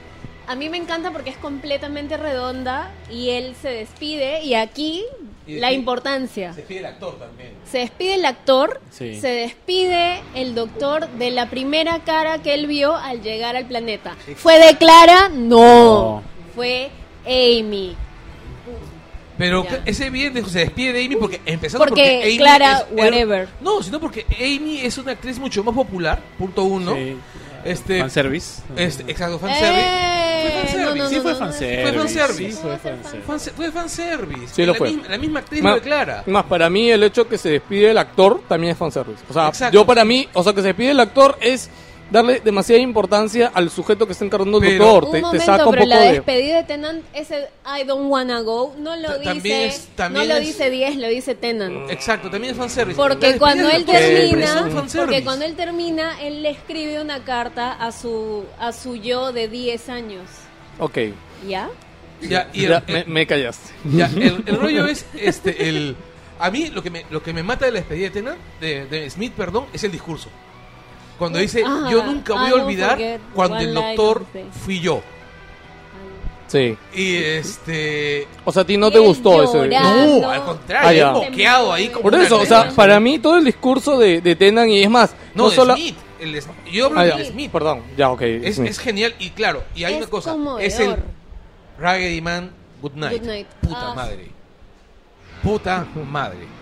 Speaker 1: a mí me encanta porque es completamente redonda y él se despide y aquí
Speaker 2: Y-
Speaker 1: la
Speaker 2: y-
Speaker 1: importancia.
Speaker 2: Se despide el actor también.
Speaker 1: Se despide el actor,
Speaker 4: Sí.
Speaker 1: se despide el doctor de la primera cara que él vio al llegar al planeta. ¿Fue de Clara? No.
Speaker 4: No.
Speaker 1: Fue Amy.
Speaker 2: Pero
Speaker 1: Ya.
Speaker 2: que- ese bien se despide de Amy porque empezando
Speaker 1: Porque
Speaker 2: porque, Amy
Speaker 1: Clara,
Speaker 2: era-
Speaker 1: whatever.
Speaker 2: no, sino porque Amy es una actriz mucho más popular, punto uno.
Speaker 4: Sí.
Speaker 2: Este,
Speaker 4: Fanservice.
Speaker 2: este, exacto, fanservice. Fue
Speaker 1: Eh,
Speaker 2: fanservice.
Speaker 1: no, no, no,
Speaker 4: Sí, fue
Speaker 1: no, no.
Speaker 4: fanservice.
Speaker 2: Fue fanservice.
Speaker 4: Sí, fue fanservice.
Speaker 2: Fanse- fue fanservice.
Speaker 3: Sí, lo
Speaker 2: la,
Speaker 3: fue.
Speaker 2: Misma, la misma actriz
Speaker 3: Ma-
Speaker 2: lo declara.
Speaker 3: Más, para mí, el hecho que se despide el actor también es fanservice. O sea,
Speaker 2: Exacto.
Speaker 3: yo para mí, o sea, que se despide el actor es darle demasiada importancia al sujeto que está encarnando el
Speaker 2: Pero-
Speaker 3: doctor.
Speaker 1: Un
Speaker 3: Te, te
Speaker 1: momento,
Speaker 3: saca un
Speaker 1: pero
Speaker 3: poco
Speaker 1: la
Speaker 3: de...
Speaker 1: despedida de Tenant, ese I don't wanna go, no lo
Speaker 2: Ta-
Speaker 1: dice,
Speaker 2: también es- también
Speaker 1: no lo
Speaker 2: es-
Speaker 1: dice 10, lo dice Tenant.
Speaker 2: Exacto, también es fanservice. La
Speaker 1: Porque
Speaker 2: despide
Speaker 1: cuando
Speaker 2: del
Speaker 1: él
Speaker 2: actor, siempre
Speaker 1: termina,
Speaker 2: es un fanservice.
Speaker 1: porque cuando él termina, él le escribe una carta a su a su yo de 10 años,
Speaker 3: Ok,
Speaker 1: ¿ya?
Speaker 2: Ya, y el-
Speaker 3: ya,
Speaker 2: el-
Speaker 3: me, me callaste.
Speaker 2: Ya, el, el rollo es este el a mí lo que me lo que me mata de la despedida de Tennant, de, de Smith, perdón, es el discurso. Cuando dice,
Speaker 1: Ah,
Speaker 2: "Yo nunca voy
Speaker 1: I
Speaker 2: a
Speaker 1: don't
Speaker 2: olvidar
Speaker 1: forget
Speaker 2: cuando
Speaker 1: one
Speaker 2: el
Speaker 1: line
Speaker 2: doctor
Speaker 1: of the-
Speaker 2: fui yo."
Speaker 3: Sí.
Speaker 2: Y este
Speaker 3: O sea, a ti no te
Speaker 1: Él
Speaker 3: gustó ese...
Speaker 1: llorando.
Speaker 2: No, al
Speaker 3: Ah,
Speaker 2: contrario,
Speaker 3: ya.
Speaker 2: es boqueado ahí como
Speaker 3: Por
Speaker 2: una
Speaker 3: eso, o
Speaker 2: letra.
Speaker 3: sea, para mí todo el discurso de, de Tenan y es más,
Speaker 2: no,
Speaker 3: no,
Speaker 2: de
Speaker 3: solo...
Speaker 2: Smith, el de- yo hablo
Speaker 3: Ah,
Speaker 2: del
Speaker 3: ya,
Speaker 2: Smith,
Speaker 3: Perdón, ya, ok.
Speaker 2: Es,
Speaker 3: Smith.
Speaker 2: es genial y claro, y hay
Speaker 1: Es
Speaker 2: una cosa,
Speaker 1: conmovedor.
Speaker 2: es el Raggedy Man Good Night.
Speaker 1: Good night.
Speaker 2: Puta
Speaker 1: Ah.
Speaker 2: madre. Puta madre.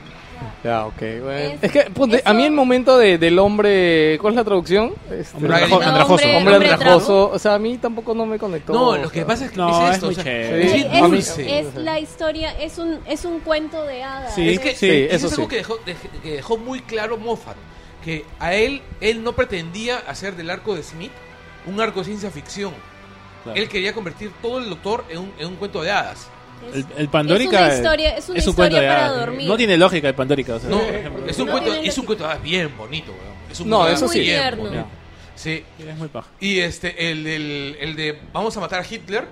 Speaker 3: Ya, ok. bueno.
Speaker 1: Es-
Speaker 3: Es que ponte,
Speaker 1: eso-
Speaker 3: a mí el momento de, del hombre... ¿Cuál es la traducción? Este,
Speaker 4: Hombre
Speaker 2: Raggedy Man.
Speaker 4: andrajoso.
Speaker 1: Hombre-
Speaker 3: Hombre
Speaker 1: hombre
Speaker 3: andrajoso. O sea, a mí tampoco no me conectó.
Speaker 2: No, lo
Speaker 3: o sea.
Speaker 2: que pasa es que
Speaker 4: No,
Speaker 2: es
Speaker 4: es
Speaker 2: esto,
Speaker 4: muy
Speaker 2: o sea,
Speaker 4: chévere.
Speaker 1: Es,
Speaker 3: Sí,
Speaker 2: Smith
Speaker 1: es-
Speaker 3: a mí
Speaker 2: dice-
Speaker 3: sí.
Speaker 1: es la historia, es un es un cuento de hadas.
Speaker 4: Sí,
Speaker 2: Es que,
Speaker 4: sí,
Speaker 2: eso,
Speaker 3: eso
Speaker 2: es algo
Speaker 3: sí.
Speaker 2: que dejó, dej- que dejó muy claro Moffat. Que a él, él no pretendía hacer del arco de Smith un arco de ciencia ficción.
Speaker 4: Claro.
Speaker 2: Él quería convertir todo el doctor en un, en un cuento de hadas.
Speaker 1: Es-
Speaker 4: El, el Pandórica
Speaker 1: Es una historia- es una
Speaker 4: un
Speaker 1: historia
Speaker 4: cuento de
Speaker 1: para
Speaker 4: hadas.
Speaker 1: dormir.
Speaker 4: No tiene lógica el Pandórica. O sea,
Speaker 2: No,
Speaker 4: por ejemplo.
Speaker 2: es un,
Speaker 1: No
Speaker 2: cuento,
Speaker 1: tiene
Speaker 2: es un
Speaker 1: lógica.
Speaker 2: cuento de hadas bien bonito, weón. Es un
Speaker 3: No,
Speaker 2: cuento de
Speaker 3: eso
Speaker 2: hadas
Speaker 3: sí.
Speaker 2: bien
Speaker 1: Muy tierno.
Speaker 2: bonito. Sí.
Speaker 4: Es muy paja.
Speaker 2: Y este, el, del- el de vamos a matar a Hitler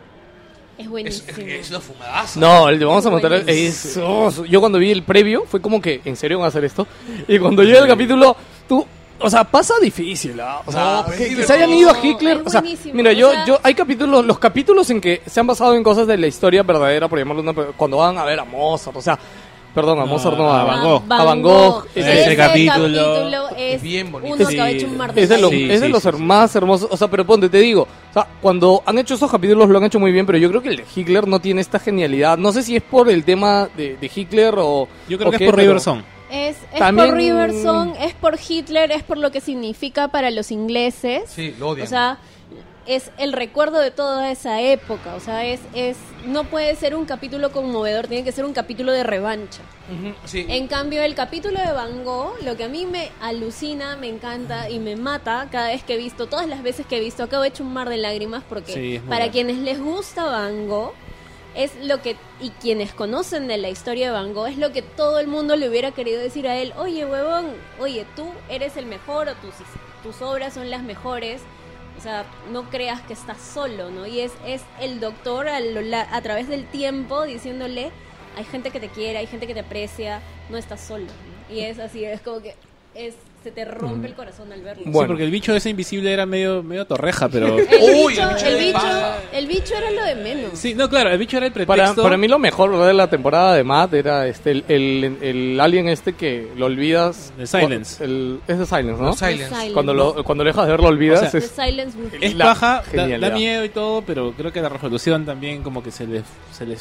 Speaker 1: Es
Speaker 2: es,
Speaker 1: buenísimo.
Speaker 2: es una fumadaza.
Speaker 3: No, el de vamos a montar
Speaker 1: Buenísimo.
Speaker 3: es- oh, yo cuando vi el previo fue como que, ¿en serio van a hacer esto? Y cuando llega el capítulo, tú... O sea, pasa difícil, ¿ah? O sea,
Speaker 2: No, pero
Speaker 3: que,
Speaker 2: es
Speaker 3: que se
Speaker 2: divertido.
Speaker 3: hayan ido a
Speaker 1: No,
Speaker 3: Hitler.
Speaker 1: es
Speaker 3: O sea,
Speaker 1: buenísimo,
Speaker 3: mira,
Speaker 1: o
Speaker 3: yo,
Speaker 1: sea-
Speaker 3: yo, hay capítulos, los capítulos en que se han basado en cosas de la historia verdadera, por llamarlo una, cuando van a ver a Mozart, o sea, perdón, a
Speaker 4: No,
Speaker 3: Mozart no,
Speaker 4: a
Speaker 3: a
Speaker 4: Van
Speaker 1: Ah,
Speaker 4: Gogh.
Speaker 3: A Van Gogh.
Speaker 1: Ese,
Speaker 4: Ese
Speaker 1: capítulo,
Speaker 4: capítulo
Speaker 1: es
Speaker 2: bien bonito.
Speaker 1: uno
Speaker 4: Sí,
Speaker 1: que ha hecho un martillo.
Speaker 3: Es de, los-
Speaker 4: Sí,
Speaker 3: es de
Speaker 4: sí,
Speaker 3: los
Speaker 4: sí,
Speaker 3: her- más hermosos. O sea, pero ponte, te digo. O sea, cuando han hecho esos capítulos lo han hecho muy bien, pero yo creo que el de Hitler no tiene esta genialidad. No sé si es por el tema de, de Hitler o.
Speaker 4: Yo creo
Speaker 3: o
Speaker 4: que
Speaker 3: qué,
Speaker 4: es por
Speaker 3: pero-
Speaker 4: Riverson.
Speaker 1: Es, es
Speaker 3: También-
Speaker 1: por Riverson, es por Hitler, es por lo que significa para los ingleses.
Speaker 2: Sí, lo odian.
Speaker 1: O sea, es el recuerdo de toda esa época. O sea, es, es no puede ser un capítulo conmovedor, tiene que ser un capítulo de revancha.
Speaker 2: Ujú, sí.
Speaker 1: En cambio, el capítulo de Van Gogh, lo que a mí me alucina, me encanta y me mata cada vez que he visto, todas las veces que he visto, acabo hecho un mar de lágrimas porque
Speaker 4: Sí, es muy
Speaker 1: para
Speaker 4: bueno.
Speaker 1: quienes les gusta Van Gogh, es lo que, y quienes conocen de la historia de Van Gogh, es lo que todo el mundo le hubiera querido decir a él, oye huevón, oye tú eres el mejor o tus, tus obras son las mejores. O sea, no creas que estás solo, ¿no? Y es, es el doctor a, lo la- a través del tiempo diciéndole, hay gente que te quiere, hay gente que te aprecia, no estás solo. ¿no? Y es así, es como que es, se te rompe el corazón al verlo.
Speaker 3: Bueno.
Speaker 4: Sí, porque el bicho ese invisible era medio, medio torreja, pero...
Speaker 1: El,
Speaker 2: Uy,
Speaker 1: bicho,
Speaker 2: el bicho
Speaker 1: el,
Speaker 2: de
Speaker 1: bicho,
Speaker 2: paja.
Speaker 1: el bicho era lo de menos.
Speaker 4: Sí, no, claro, el bicho era el
Speaker 3: Para,
Speaker 4: pretexto.
Speaker 3: para mí lo mejor ¿verdad? de la temporada de Matt era este el, el, el alien este que lo olvidas.
Speaker 4: El Silence.
Speaker 3: El- es de Silence, ¿no?
Speaker 2: No, Silence.
Speaker 1: Silence.
Speaker 3: Cuando lo, cuando lo dejas de ver lo olvidas.
Speaker 4: O sea,
Speaker 1: The
Speaker 3: es-
Speaker 1: Silence Wood.
Speaker 4: Es
Speaker 3: La
Speaker 4: paja, da- da,
Speaker 3: genialidad.
Speaker 4: miedo y todo, pero creo que la resolución también como que se les, se les,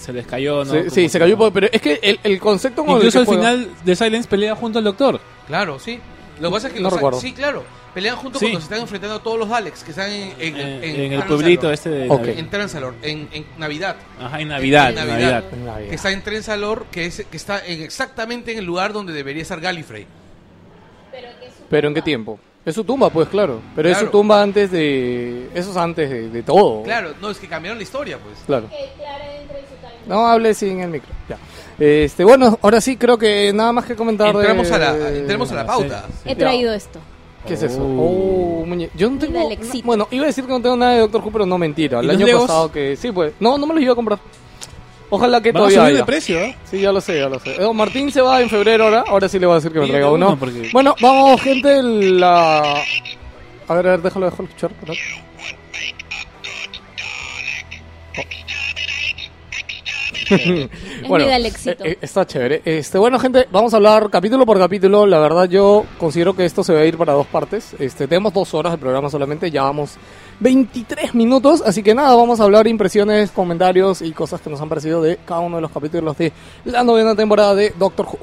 Speaker 4: se les cayó, ¿no?
Speaker 3: se-
Speaker 4: Como
Speaker 3: sí, se
Speaker 4: que-
Speaker 3: cayó un poco, pero es que el, el concepto con el que
Speaker 4: Incluso al
Speaker 3: juega-
Speaker 4: final de Silence pelea junto al doctor.
Speaker 2: Claro, sí. Lo que pasa es que
Speaker 3: No
Speaker 2: los-
Speaker 3: recuerdo.
Speaker 2: Sí, claro. Pelean juntos
Speaker 4: Sí.
Speaker 2: cuando se están enfrentando a todos los Daleks que están en, en-
Speaker 4: eh,
Speaker 2: en-
Speaker 4: En, en el
Speaker 2: Transalor.
Speaker 4: pueblito este de
Speaker 3: Ok.
Speaker 4: Navidad.
Speaker 2: En Transalor, en, en Navidad.
Speaker 4: Ajá, en Navidad,
Speaker 2: En
Speaker 4: en
Speaker 2: Navidad.
Speaker 4: Navidad.
Speaker 3: Navidad.
Speaker 2: Que está en Transalor, que, es, que está en exactamente en el lugar donde debería estar Gallifrey.
Speaker 3: Pero en qué tiempo? Es su tumba, pues claro. Pero es su
Speaker 2: Claro.
Speaker 3: tumba antes de. Eso es antes de, de todo.
Speaker 2: Claro, no, es que cambiaron la historia, pues.
Speaker 3: Claro. No hable sin el micro. Ya. Este, bueno, ahora sí creo que nada más que comentar. de-
Speaker 2: Entramos a la, entremos a la pauta.
Speaker 4: Sí, sí.
Speaker 1: He traído esto.
Speaker 3: ¿Qué es eso?
Speaker 4: Oh.
Speaker 3: Oh, muñe- Yo no tengo.
Speaker 1: Dalexito.
Speaker 3: bueno, iba a decir que no tengo nada de Doctor Who, pero no mentira.
Speaker 4: ¿Y
Speaker 3: El
Speaker 4: los
Speaker 3: año
Speaker 4: Legos?
Speaker 3: pasado que. Sí, pues. No, no me los iba a comprar. Ojalá que
Speaker 4: Van a
Speaker 3: todavía.
Speaker 4: subir de
Speaker 3: haya.
Speaker 4: precio, ¿eh?
Speaker 3: Sí, ya lo sé, ya lo sé. Eh, Martín se va en febrero ahora. Ahora sí le voy a decir que me
Speaker 4: Pídete
Speaker 3: traiga
Speaker 4: uno,
Speaker 3: uno.
Speaker 4: porque-
Speaker 3: Bueno, vamos, gente. La... A ver, a ver, déjalo, déjalo escuchar. ¿verdad?
Speaker 1: Es mi Dalexito.
Speaker 3: eh, eh, está chévere. Este, bueno, gente, vamos a hablar capítulo por capítulo. La verdad, yo considero que esto se va a ir para dos partes. Este, tenemos dos horas de programa solamente, ya vamos 23 minutos. Así que nada, vamos a hablar impresiones, comentarios y cosas que nos han parecido de cada uno de los capítulos de la novena temporada de Doctor Who.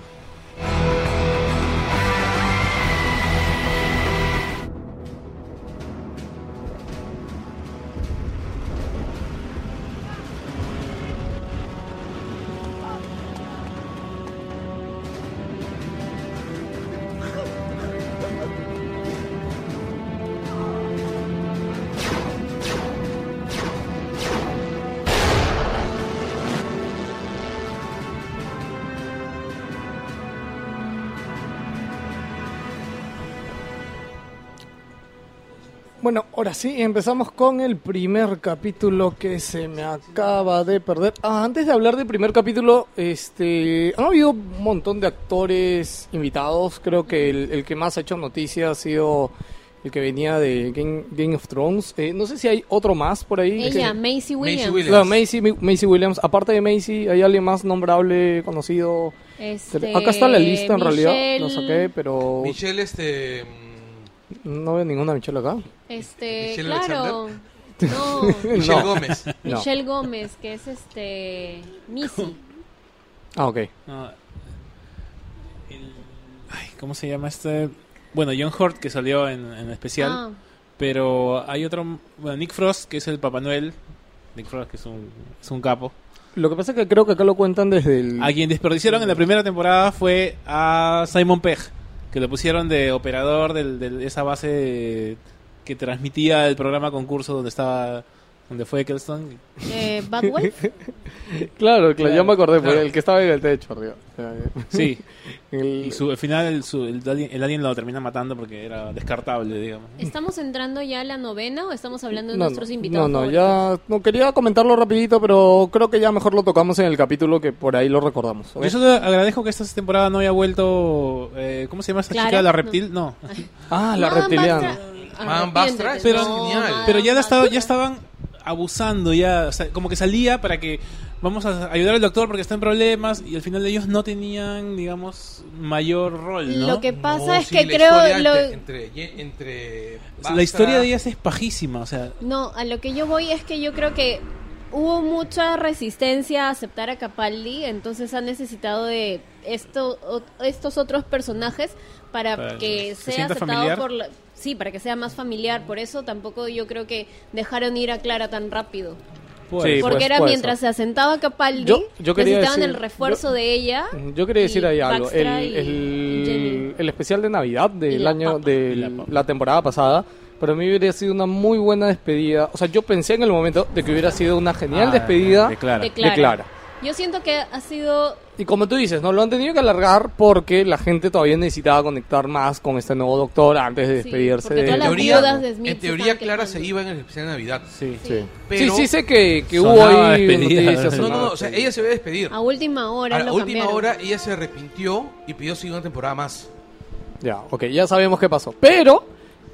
Speaker 3: Bueno, ahora sí, empezamos con el primer capítulo que se me acaba de perder. Ah, antes de hablar del primer capítulo, este, han habido un montón de actores invitados. Creo que el, el que más ha hecho noticia ha sido el que venía de Game, Game of Thrones. Eh, no sé si hay otro más por ahí.
Speaker 1: Ella,
Speaker 3: Que-
Speaker 1: Macy Williams.
Speaker 2: Williams.
Speaker 3: Claro, Macy, Macy Williams. Aparte de Macy, ¿hay alguien más nombrable, conocido?
Speaker 1: Este,
Speaker 3: Acá está la lista, en realidad. No
Speaker 1: Michelle-
Speaker 3: saqué, pero
Speaker 2: Michelle, este. mm,
Speaker 3: no veo ninguna Michelle acá.
Speaker 1: Este,
Speaker 2: Michelle
Speaker 1: claro. No,
Speaker 2: Michelle
Speaker 3: No.
Speaker 2: Gómez.
Speaker 3: No.
Speaker 1: Michelle Gómez, que es este. Missy.
Speaker 3: Ah, ok.
Speaker 4: No. El- Ay, ¿Cómo se llama este? Bueno, John Hurt, que salió en, en especial.
Speaker 1: Ah,
Speaker 4: Pero hay otro... Bueno, Nick Frost, que es el Papá Noel. Nick Frost, que es un, es un capo.
Speaker 3: Lo que pasa es que creo que acá lo cuentan desde el...
Speaker 4: A quien desperdiciaron en la primera temporada fue a Simon Pegg, que lo pusieron de operador del- del- de esa base de- que transmitía el programa concurso donde estaba donde fue Eccleston.
Speaker 1: eh, Bad Wolf.
Speaker 3: Claro, claro, yo me acordé,
Speaker 4: claro.
Speaker 3: por el que estaba en el techo arriba. O sea,
Speaker 4: Sí,
Speaker 3: el-
Speaker 4: y su- al final el, su- el alien, el alien lo termina matando porque era descartable, digamos.
Speaker 1: ¿Estamos entrando ya a la novena o estamos hablando de
Speaker 3: no,
Speaker 1: nuestros
Speaker 3: no,
Speaker 1: invitados?
Speaker 3: No, no,
Speaker 1: favoritos?
Speaker 3: ya... No, quería comentarlo rapidito, pero creo que ya mejor lo tocamos en el capítulo que por ahí lo recordamos. ¿ok?
Speaker 4: Yo solo agradezco que esta temporada no haya vuelto... eh, ¿Cómo se llama esta
Speaker 1: Clara,
Speaker 4: chica? ¿La
Speaker 1: no.
Speaker 4: reptil? No.
Speaker 3: Ah, la
Speaker 1: Madame
Speaker 3: reptiliana.
Speaker 1: Bastra-
Speaker 2: Madame
Speaker 1: arrepiéntete,
Speaker 2: Bastra es
Speaker 1: Ah, no,
Speaker 2: genial.
Speaker 1: Madame
Speaker 4: Pero ya, la estaba- ya
Speaker 1: Bastra.
Speaker 4: estaban abusando, ya o sea, como que salía para que vamos a ayudar al doctor porque está en problemas y al final ellos no tenían, digamos, mayor rol, ¿no?
Speaker 1: Lo que pasa
Speaker 2: No,
Speaker 1: es
Speaker 2: sí,
Speaker 1: que
Speaker 2: la
Speaker 1: creo.
Speaker 2: historia
Speaker 1: lo-
Speaker 2: Entre, entre, entre
Speaker 4: la historia de
Speaker 2: Bastra-
Speaker 4: ellas es pajísima, o sea,
Speaker 1: No, a lo que yo voy es que yo creo que hubo mucha resistencia a aceptar a Capaldi, entonces han necesitado de esto, o- estos otros personajes para, que
Speaker 4: Para que se
Speaker 1: sea
Speaker 4: sienta
Speaker 1: aceptado
Speaker 4: familiar.
Speaker 1: por la- sí, para que sea más familiar, por eso tampoco yo creo que dejaron ir a Clara tan rápido.
Speaker 3: Sí,
Speaker 1: Porque
Speaker 3: pues,
Speaker 1: era
Speaker 3: puede
Speaker 1: mientras se asentaba Capaldi,
Speaker 3: Yo- yo quería
Speaker 1: necesitaban
Speaker 3: decir-
Speaker 1: el refuerzo
Speaker 3: yo-
Speaker 1: de ella.
Speaker 3: Mm, Yo quería decir
Speaker 1: y
Speaker 3: ahí algo. El,
Speaker 1: Dijkstra y- y Jenny.
Speaker 3: el, el especial de Navidad del
Speaker 1: la
Speaker 3: año
Speaker 1: papa.
Speaker 3: de
Speaker 4: Y la
Speaker 3: la,
Speaker 4: papa.
Speaker 3: temporada pasada, para mí hubiera sido una muy buena despedida. O sea, yo pensé en el momento de que hubiera sido una genial
Speaker 4: Ah,
Speaker 3: despedida.
Speaker 4: de Clara.
Speaker 1: de Clara.
Speaker 3: de Clara.
Speaker 1: Yo siento que ha sido
Speaker 3: Y como tú dices, no lo han tenido que alargar porque la gente todavía necesitaba conectar más con este nuevo doctor antes de
Speaker 1: Sí,
Speaker 3: despedirse.
Speaker 1: porque
Speaker 3: de-
Speaker 1: todas
Speaker 2: En
Speaker 1: las
Speaker 2: teoría,
Speaker 1: viudas de Smith
Speaker 2: en
Speaker 1: se
Speaker 2: teoría
Speaker 1: estaban
Speaker 2: Clara
Speaker 1: quejando.
Speaker 2: se iba en el especial de Navidad.
Speaker 4: Sí.
Speaker 1: Sí.
Speaker 3: Sí.
Speaker 2: Pero-
Speaker 3: sí, sí sé que, que hubo
Speaker 4: Sonaba
Speaker 3: ahí
Speaker 4: despedida.
Speaker 3: noticias.
Speaker 2: No, no, no,
Speaker 3: sonaba
Speaker 2: o sea,
Speaker 3: despedida.
Speaker 2: ella se había despedido.
Speaker 1: a última hora.
Speaker 2: A la
Speaker 1: lo
Speaker 2: última
Speaker 1: cambiaron.
Speaker 2: hora ella se arrepintió y pidió seguir una temporada más.
Speaker 3: Ya, ok, ya sabemos qué pasó. Pero,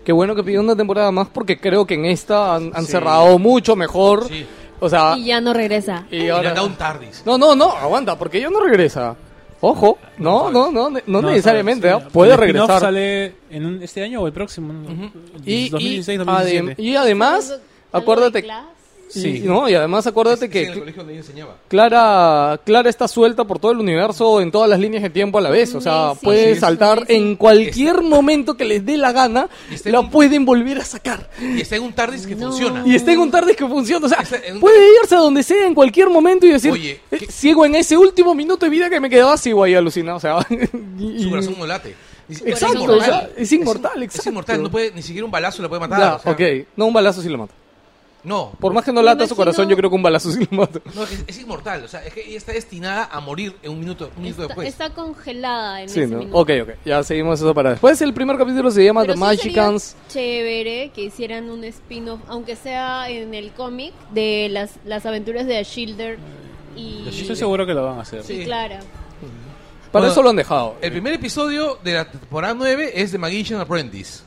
Speaker 3: qué bueno que pidieron una temporada más porque creo que en esta han, han
Speaker 4: Sí.
Speaker 3: cerrado mucho mejor.
Speaker 2: Sí.
Speaker 3: O
Speaker 2: ah.
Speaker 3: sea,
Speaker 1: Y ya no regresa.
Speaker 3: y
Speaker 2: Y
Speaker 3: ahora-
Speaker 2: le han dado un tardis.
Speaker 3: No, no, no, aguanta, porque ella no regresa. Ojo, no, no, no, no,
Speaker 4: No,
Speaker 3: necesariamente,
Speaker 4: sabe,
Speaker 3: ¿ah?
Speaker 4: sí.
Speaker 3: puede
Speaker 4: El spin-off
Speaker 3: regresar.
Speaker 4: sale en un- este año o el próximo. ¿no?
Speaker 3: Y, y
Speaker 4: 2016,
Speaker 3: adem-
Speaker 4: 2017.
Speaker 3: y además,
Speaker 1: Algo de
Speaker 3: acuérdate,
Speaker 1: Class.
Speaker 3: y,
Speaker 4: Sí.
Speaker 3: no, y además acuérdate
Speaker 2: Es- es
Speaker 3: que
Speaker 2: en el colegio donde ella enseñaba.
Speaker 3: Clara, Clara está suelta por todo el universo en todas las líneas de tiempo a la vez. O sea,
Speaker 1: Amazing,
Speaker 3: puede
Speaker 1: sí.
Speaker 3: saltar
Speaker 1: amazing.
Speaker 3: en cualquier momento que les dé la gana,
Speaker 2: Está
Speaker 3: la
Speaker 2: en-
Speaker 3: pueden volver a sacar.
Speaker 2: Y está en un tardis que
Speaker 1: No.
Speaker 2: funciona.
Speaker 3: Y está en un tardis que funciona. O sea,
Speaker 2: Está en un-
Speaker 3: puede irse a donde sea en cualquier momento y decir,
Speaker 2: Oye,
Speaker 3: "Eh,
Speaker 2: ¿qué-
Speaker 3: ciego en ese último minuto de vida que me quedaba ciego ahí alucinado. O sea, y-
Speaker 2: Su corazón no late. Es, es
Speaker 3: Exacto,
Speaker 2: inmortal.
Speaker 1: o sea,
Speaker 3: es inmortal,
Speaker 2: Es,
Speaker 3: exacto.
Speaker 2: inmortal, no puede, ni siquiera un balazo la puede
Speaker 3: Ya,
Speaker 2: matar. o sea,
Speaker 3: ok. No, un balazo sí lo mata.
Speaker 2: No,
Speaker 3: Por más que no
Speaker 1: Me
Speaker 3: lata su
Speaker 1: imagino-
Speaker 3: corazón, yo creo que un balazo sí lo mata.
Speaker 2: no es, que es inmortal. O sea, es que ella está destinada a morir en un minuto, un minuto
Speaker 1: Está,
Speaker 2: después.
Speaker 1: está congelada en
Speaker 3: Sí,
Speaker 1: ese
Speaker 3: ¿no?
Speaker 1: minuto.
Speaker 3: Ok, ok. Ya seguimos eso para después. El primer capítulo se llama
Speaker 1: Pero
Speaker 3: The
Speaker 1: sí
Speaker 3: Magicans.
Speaker 1: sería chévere que hicieran un spin-off, aunque sea en el cómic, de las, las aventuras de Shilder y,
Speaker 4: Yo estoy seguro que lo van a hacer.
Speaker 1: y
Speaker 2: Sí.
Speaker 1: Clara.
Speaker 3: Para
Speaker 2: Bueno,
Speaker 3: eso lo han dejado.
Speaker 2: El primer episodio de la temporada 9 es de Magician Apprentice.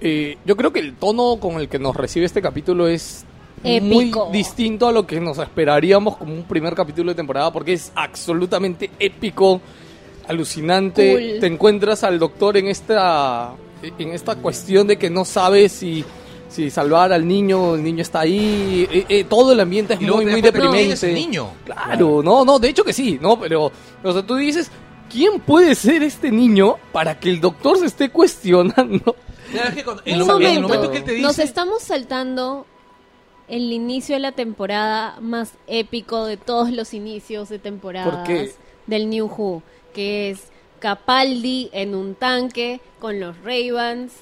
Speaker 3: Eh, yo creo que el tono con el que nos recibe este capítulo es
Speaker 1: Épico.
Speaker 3: muy distinto a lo que nos esperaríamos como un primer capítulo de temporada, porque es absolutamente épico, alucinante.
Speaker 1: Cool.
Speaker 3: Te encuentras al doctor en esta, en esta cuestión de que no sabes si, si salvar al niño, el niño está ahí, eh, eh, todo el ambiente es
Speaker 2: Y luego
Speaker 3: muy,
Speaker 2: te
Speaker 3: muy
Speaker 2: das cuenta quién
Speaker 3: deprimente.
Speaker 2: es el niño.
Speaker 3: Claro, no, no, de hecho que sí, no, pero, o sea, tú dices, ¿quién puede ser este niño para que el doctor se esté cuestionando?
Speaker 2: La verdad es que cuando-
Speaker 1: Un
Speaker 2: en, lo- en
Speaker 1: momento,
Speaker 2: el momento que él te dice,
Speaker 1: nos estamos saltando el inicio de la temporada más épico de todos los inicios de
Speaker 3: ¿Por
Speaker 1: temporadas
Speaker 3: qué?
Speaker 1: del New Who, que es Capaldi en un tanque con los Ravens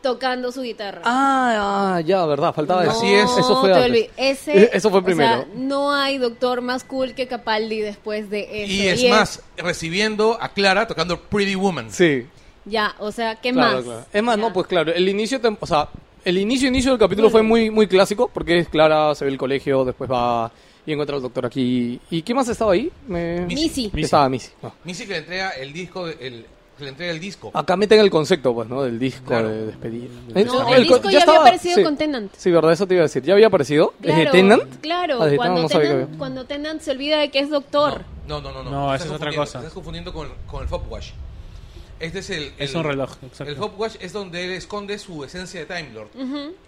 Speaker 1: tocando su guitarra.
Speaker 3: Ah, ah, ya, verdad, faltaba
Speaker 1: No,
Speaker 3: eso.
Speaker 2: Así es.
Speaker 3: Eso fue
Speaker 1: te
Speaker 3: antes.
Speaker 1: olvi- ese-
Speaker 3: Eh, eso fue
Speaker 1: o sea,
Speaker 3: primero.
Speaker 1: no hay doctor más cool que Capaldi después de eso.
Speaker 2: y es más, recibiendo a Clara tocando Pretty Woman.
Speaker 3: Sí,
Speaker 1: Ya, o sea, ¿qué
Speaker 3: claro,
Speaker 1: más?
Speaker 3: claro. Es más,
Speaker 1: Ya.
Speaker 3: no, pues claro, el inicio, tem- o sea, el inicio, inicio del capítulo fue muy, muy clásico, porque es Clara, se ve el colegio, después va y encuentra al doctor aquí. ¿Y qué más estaba ahí? Me...
Speaker 2: Missy.
Speaker 1: Missy.
Speaker 4: Missy.
Speaker 3: Estaba Missy. no.
Speaker 2: Missy que le entrega el disco, de- el, que le entrega el disco.
Speaker 3: Acá meten el concepto, pues, ¿no? Del disco
Speaker 2: Claro.
Speaker 3: de despedida.
Speaker 1: No,
Speaker 3: Eh,
Speaker 1: el
Speaker 3: co-
Speaker 1: disco ya había aparecido con Tennant.
Speaker 3: Sí, verdad, eso te iba a decir. Ya había aparecido.
Speaker 1: Claro,
Speaker 3: Desde Tenant.
Speaker 1: claro,
Speaker 3: Ah, desde
Speaker 1: cuando,
Speaker 3: Tennant no sabía que
Speaker 1: Tennant,
Speaker 3: había.
Speaker 1: cuando Tennant se olvida de que es doctor.
Speaker 2: No, no, no, no. Estás
Speaker 4: No, esa es otra
Speaker 2: confundiendo,
Speaker 4: cosa.
Speaker 2: Estás confundiendo con, con el Hopwash. Este es el,
Speaker 4: Es
Speaker 2: el-
Speaker 4: un reloj, exacto.
Speaker 2: El Hopwash es donde él esconde su esencia de Time Lord.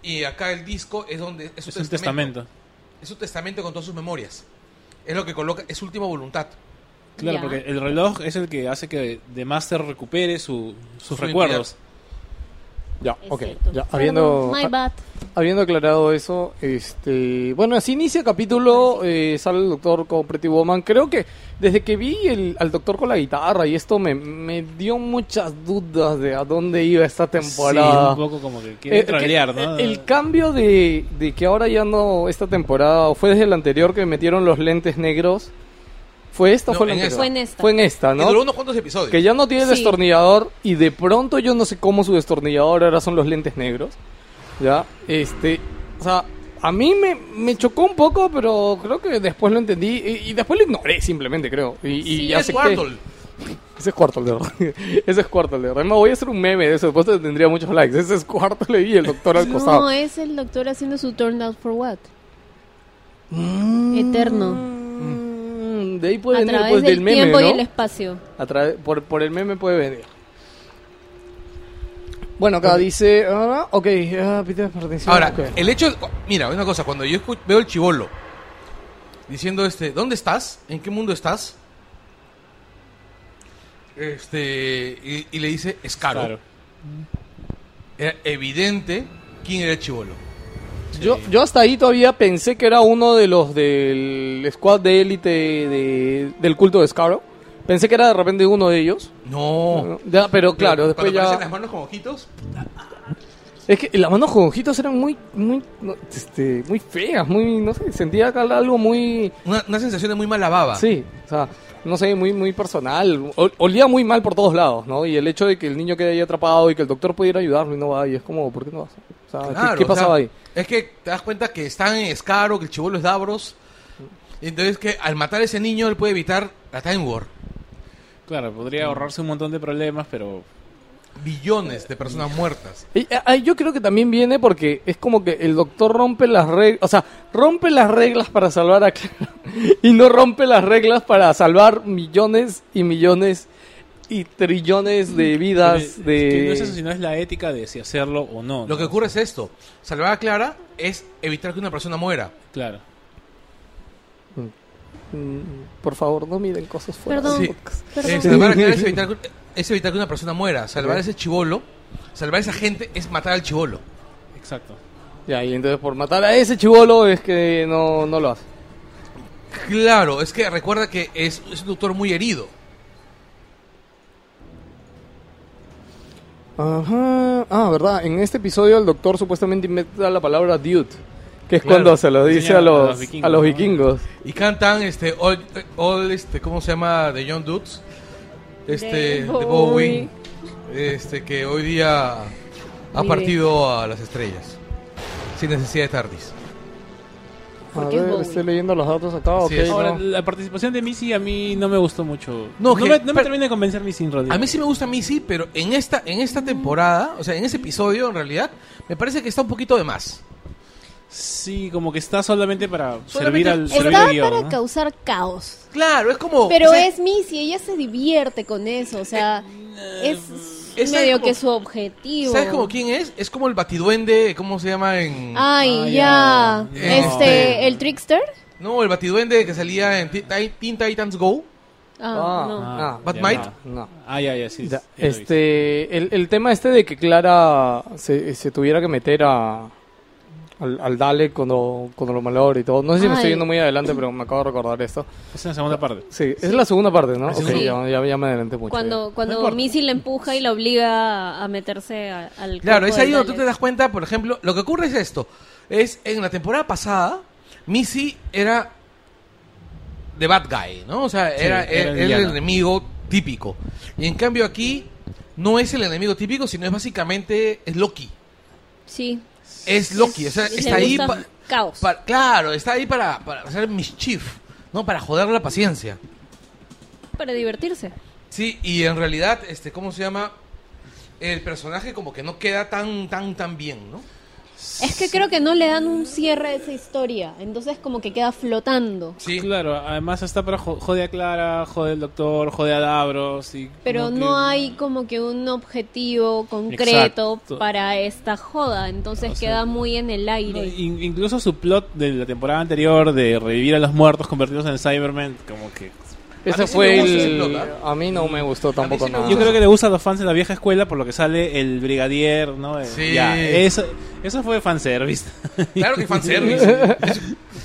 Speaker 2: Y acá el disco es donde es su
Speaker 4: Es un testamento.
Speaker 2: Es su testamento con todas sus memorias. Es lo que coloca, es su última voluntad.
Speaker 4: Claro,
Speaker 1: Ya.
Speaker 4: porque el reloj es el que hace que The Master recupere su-
Speaker 2: Su
Speaker 4: sus recuerdos.
Speaker 3: Ya,
Speaker 1: Es
Speaker 3: ok.
Speaker 1: cierto.
Speaker 3: Ya,
Speaker 1: Perdón,
Speaker 3: habiendo,
Speaker 1: my bad.
Speaker 3: Habiendo aclarado eso, este, bueno, así inicia el capítulo, eh, sale el doctor con Pretty Woman. Creo que desde que vi el, al doctor con la guitarra y esto me, me dio muchas dudas de a dónde iba esta
Speaker 4: Sí,
Speaker 3: temporada.
Speaker 4: un poco como que
Speaker 3: Eh,
Speaker 4: quiere
Speaker 3: que-
Speaker 4: trolear,
Speaker 3: eh,
Speaker 4: ¿no?
Speaker 3: El cambio de, de que ahora ya no, esta temporada, o fue desde la anterior que metieron los lentes negros, ¿fue esta o
Speaker 2: No,
Speaker 3: fue la
Speaker 2: en
Speaker 3: anterior?
Speaker 2: esta. Fue
Speaker 1: en esta.
Speaker 3: Fue en esta,
Speaker 2: Que duró
Speaker 3: ¿no?
Speaker 2: unos cuantos episodios.
Speaker 3: Que ya no tiene
Speaker 1: Sí.
Speaker 3: destornillador y de pronto yo no sé cómo su destornillador ahora son los lentes negros. Ya, este, o sea, a mí me, me chocó un poco, pero creo que después lo entendí y, y después lo ignoré simplemente, creo. Y, y
Speaker 1: Sí,
Speaker 3: ya
Speaker 2: es
Speaker 3: sé
Speaker 2: Squirtle.
Speaker 3: Que, ese es Squirtle, de verdad. Ese es Squirtle, de verdad. Me voy a hacer un meme de eso, después tendría muchos likes. Ese es Squirtle y el doctor al costado.
Speaker 1: No, eh, es el doctor haciendo su turn out for what? Eterno.
Speaker 3: Mm, De ahí puede
Speaker 1: A
Speaker 3: venir
Speaker 1: través
Speaker 3: pues,
Speaker 1: del,
Speaker 3: del meme,
Speaker 1: tiempo y
Speaker 3: ¿no?
Speaker 1: el espacio.
Speaker 3: A través- por, por el meme puede venir. Bueno, acá dice. ah, ok, ah, Peter perteneció.
Speaker 2: Ahora, eh,
Speaker 3: ok.
Speaker 2: el hecho. Mira, una cosa, cuando yo escu- veo el chivolo diciendo, este, ¿dónde estás? ¿En qué mundo estás? Este. Y, y le dice, es caro.
Speaker 4: Claro.
Speaker 2: Era evidente quién era el chivolo.
Speaker 3: Yo, yo hasta ahí todavía pensé que era uno de los del squad de élite de- del culto de Scarrow. Pensé que era de repente uno de ellos.
Speaker 2: No.
Speaker 3: Ya, pero claro, después
Speaker 2: Oh. Cuando aparecen
Speaker 3: ya.
Speaker 2: las manos con ojitos.
Speaker 3: Es que las manos con ojitos eran muy, muy, no, este, muy feas, muy, no sé, sentía acá algo muy,
Speaker 2: Una, una sensación de muy mala
Speaker 4: Ah.
Speaker 2: baba.
Speaker 3: sí, o sea, no sé, muy, muy personal. Ol- olía muy mal por todos lados, ¿no? Y el hecho de que el niño quede ahí atrapado y que el doctor pudiera ayudarlo y no va, y es como, ¿por qué no vas? O sea, ¿qué-
Speaker 2: Claro,
Speaker 3: ¿qué,
Speaker 2: o sea,
Speaker 3: pasaba ahí?
Speaker 2: Es que te das cuenta que están en Escaro, que el chivolo es Davros. Entonces que al matar a ese niño él puede evitar la Time War.
Speaker 4: Claro, podría ahorrarse un montón de problemas, pero
Speaker 2: Billones de personas muertas.
Speaker 3: Y, ah, ah, yo creo que también viene porque es como que el doctor rompe las reglas, o sea, rompe las reglas para salvar a Clara y no rompe las reglas para salvar millones y millones y trillones de vidas
Speaker 4: Pero Mm. es que
Speaker 3: de...
Speaker 4: no es eso, sino es la ética de si hacerlo o no.
Speaker 2: Lo que
Speaker 4: ¿no?
Speaker 2: ocurre es esto. Salvar a Clara es evitar que una persona muera.
Speaker 4: Claro.
Speaker 3: Mm, Por favor, no miren cosas fuera.
Speaker 1: Perdón.
Speaker 3: de
Speaker 2: Sí.
Speaker 3: podcast.
Speaker 1: Perdón.
Speaker 2: Eh, salvar a Clara es evitar, que- es evitar que una persona muera. Salvar a ese chivolo, salvar a esa gente es matar al chivolo.
Speaker 4: Exacto.
Speaker 3: Ya, y entonces por matar a ese chivolo es que no, no lo hace.
Speaker 2: Claro, es que recuerda que es, es un doctor muy herido.
Speaker 3: Ajá. Ah, verdad. En este episodio el doctor supuestamente inventa la palabra dude, que es
Speaker 4: Claro,
Speaker 3: cuando se lo
Speaker 4: enseña
Speaker 3: dice a
Speaker 4: a los
Speaker 3: los,
Speaker 4: vikingos,
Speaker 3: a los
Speaker 4: ¿no?
Speaker 3: vikingos.
Speaker 2: Y cantan este all, all este cómo se llama de John Dudes este de
Speaker 1: David
Speaker 2: Bowie este que hoy día ha
Speaker 1: Vive.
Speaker 2: partido a las estrellas sin necesidad de TARDIS.
Speaker 3: A
Speaker 1: ¿Por qué es
Speaker 3: ver,
Speaker 1: Bowie?
Speaker 3: estoy leyendo los datos acá, ok.
Speaker 2: Así es.
Speaker 3: no.
Speaker 4: Ahora, la participación de Missy a mí no me gustó mucho.
Speaker 2: No,
Speaker 4: No,
Speaker 2: que-
Speaker 4: me, no me
Speaker 2: pero-
Speaker 4: termina de convencer Missy en realidad.
Speaker 2: A mí sí me gusta Missy, pero en esta en esta temporada, o sea, en ese episodio en realidad me parece que está un poquito de más.
Speaker 4: Sí, como que está solamente para servir
Speaker 2: Solamente
Speaker 4: al servir
Speaker 1: Estaba
Speaker 4: al guión,
Speaker 1: para
Speaker 4: ¿no?
Speaker 1: causar caos.
Speaker 2: Claro, es
Speaker 3: Oh,
Speaker 2: como
Speaker 1: Pero
Speaker 2: o sea,
Speaker 1: es Missy, ella se divierte con eso, o sea, es
Speaker 2: Eh, es
Speaker 1: medio
Speaker 2: como-
Speaker 1: que su objetivo.
Speaker 2: ¿Sabes como quién es? Es como el batiduende, ¿cómo se llama en
Speaker 1: Ay,
Speaker 4: Ah,
Speaker 1: ya.
Speaker 4: ya.
Speaker 2: Este-
Speaker 1: Este, el trickster.
Speaker 2: No, el batiduende que salía en Teen Teen Titans Go.
Speaker 1: Ah,
Speaker 3: Ah.
Speaker 1: no.
Speaker 4: Ah,
Speaker 2: But
Speaker 4: ya,
Speaker 2: Might.
Speaker 4: ya.
Speaker 3: No.
Speaker 4: Ah, ya, ya, sí.
Speaker 3: Ya,
Speaker 4: sí, lo he visto.
Speaker 3: este, el, el tema este de que Clara se, se tuviera que meter a, al, al Dalek cuando, cuando lo malogre y todo. No sé si me estoy
Speaker 1: Ay.
Speaker 3: yendo muy adelante, pero me acabo de recordar esto.
Speaker 4: Es en la segunda parte.
Speaker 3: Sí, es la segunda parte, ¿no?
Speaker 4: La
Speaker 3: Ok,
Speaker 4: segunda.
Speaker 3: ya, ya- ya me adelanté mucho.
Speaker 1: Cuando,
Speaker 4: No
Speaker 1: cuando
Speaker 4: importa.
Speaker 1: Missy le empuja y la obliga a meterse a- al
Speaker 2: Claro,
Speaker 1: cuerpo
Speaker 2: es ahí
Speaker 1: del
Speaker 2: donde tú
Speaker 1: Dalek.
Speaker 2: te das cuenta, por ejemplo, lo que ocurre es esto. Es en la temporada pasada, Missy era the bad guy, ¿no? O sea, era,
Speaker 4: era el
Speaker 2: era el,
Speaker 4: villano.
Speaker 2: enemigo típico. Y en cambio aquí no es el enemigo típico, sino es básicamente es Loki.
Speaker 1: Sí.
Speaker 2: Es Loki, o sea,
Speaker 1: Le
Speaker 2: está ahí
Speaker 1: gusta
Speaker 2: pa-
Speaker 1: caos.
Speaker 2: pa- claro, está ahí para, para hacer mischief, ¿no? Para joder la paciencia.
Speaker 1: Para divertirse.
Speaker 2: Sí, y en realidad, este, ¿cómo se llama? El personaje como que no queda tan, tan, tan bien, ¿no?
Speaker 1: Es que creo que no le dan un cierre a esa historia, entonces como que queda flotando.
Speaker 2: Sí.
Speaker 4: Claro, además está para jo- jode a Clara, jode al doctor, jode a Davros. Y
Speaker 1: Pero
Speaker 4: como
Speaker 1: no
Speaker 4: que-
Speaker 1: hay como que un objetivo concreto
Speaker 4: Exacto.
Speaker 1: para esta joda, entonces
Speaker 4: O sea,
Speaker 1: queda muy en el
Speaker 4: No,
Speaker 1: aire.
Speaker 4: in- incluso su plot de la temporada anterior de revivir a los muertos convertidos en Cybermen, como que...
Speaker 2: A mí
Speaker 3: Ese
Speaker 2: sí
Speaker 3: fue
Speaker 2: me gusta
Speaker 3: el...
Speaker 2: ese plot,
Speaker 3: A mí no me gustó tampoco
Speaker 2: sí me
Speaker 3: nada.
Speaker 4: Yo creo que le gusta a los fans de la vieja escuela por lo que sale el brigadier, ¿no? El-
Speaker 2: Sí.
Speaker 4: Ya, eso, eso fue fanservice.
Speaker 2: Claro que fanservice.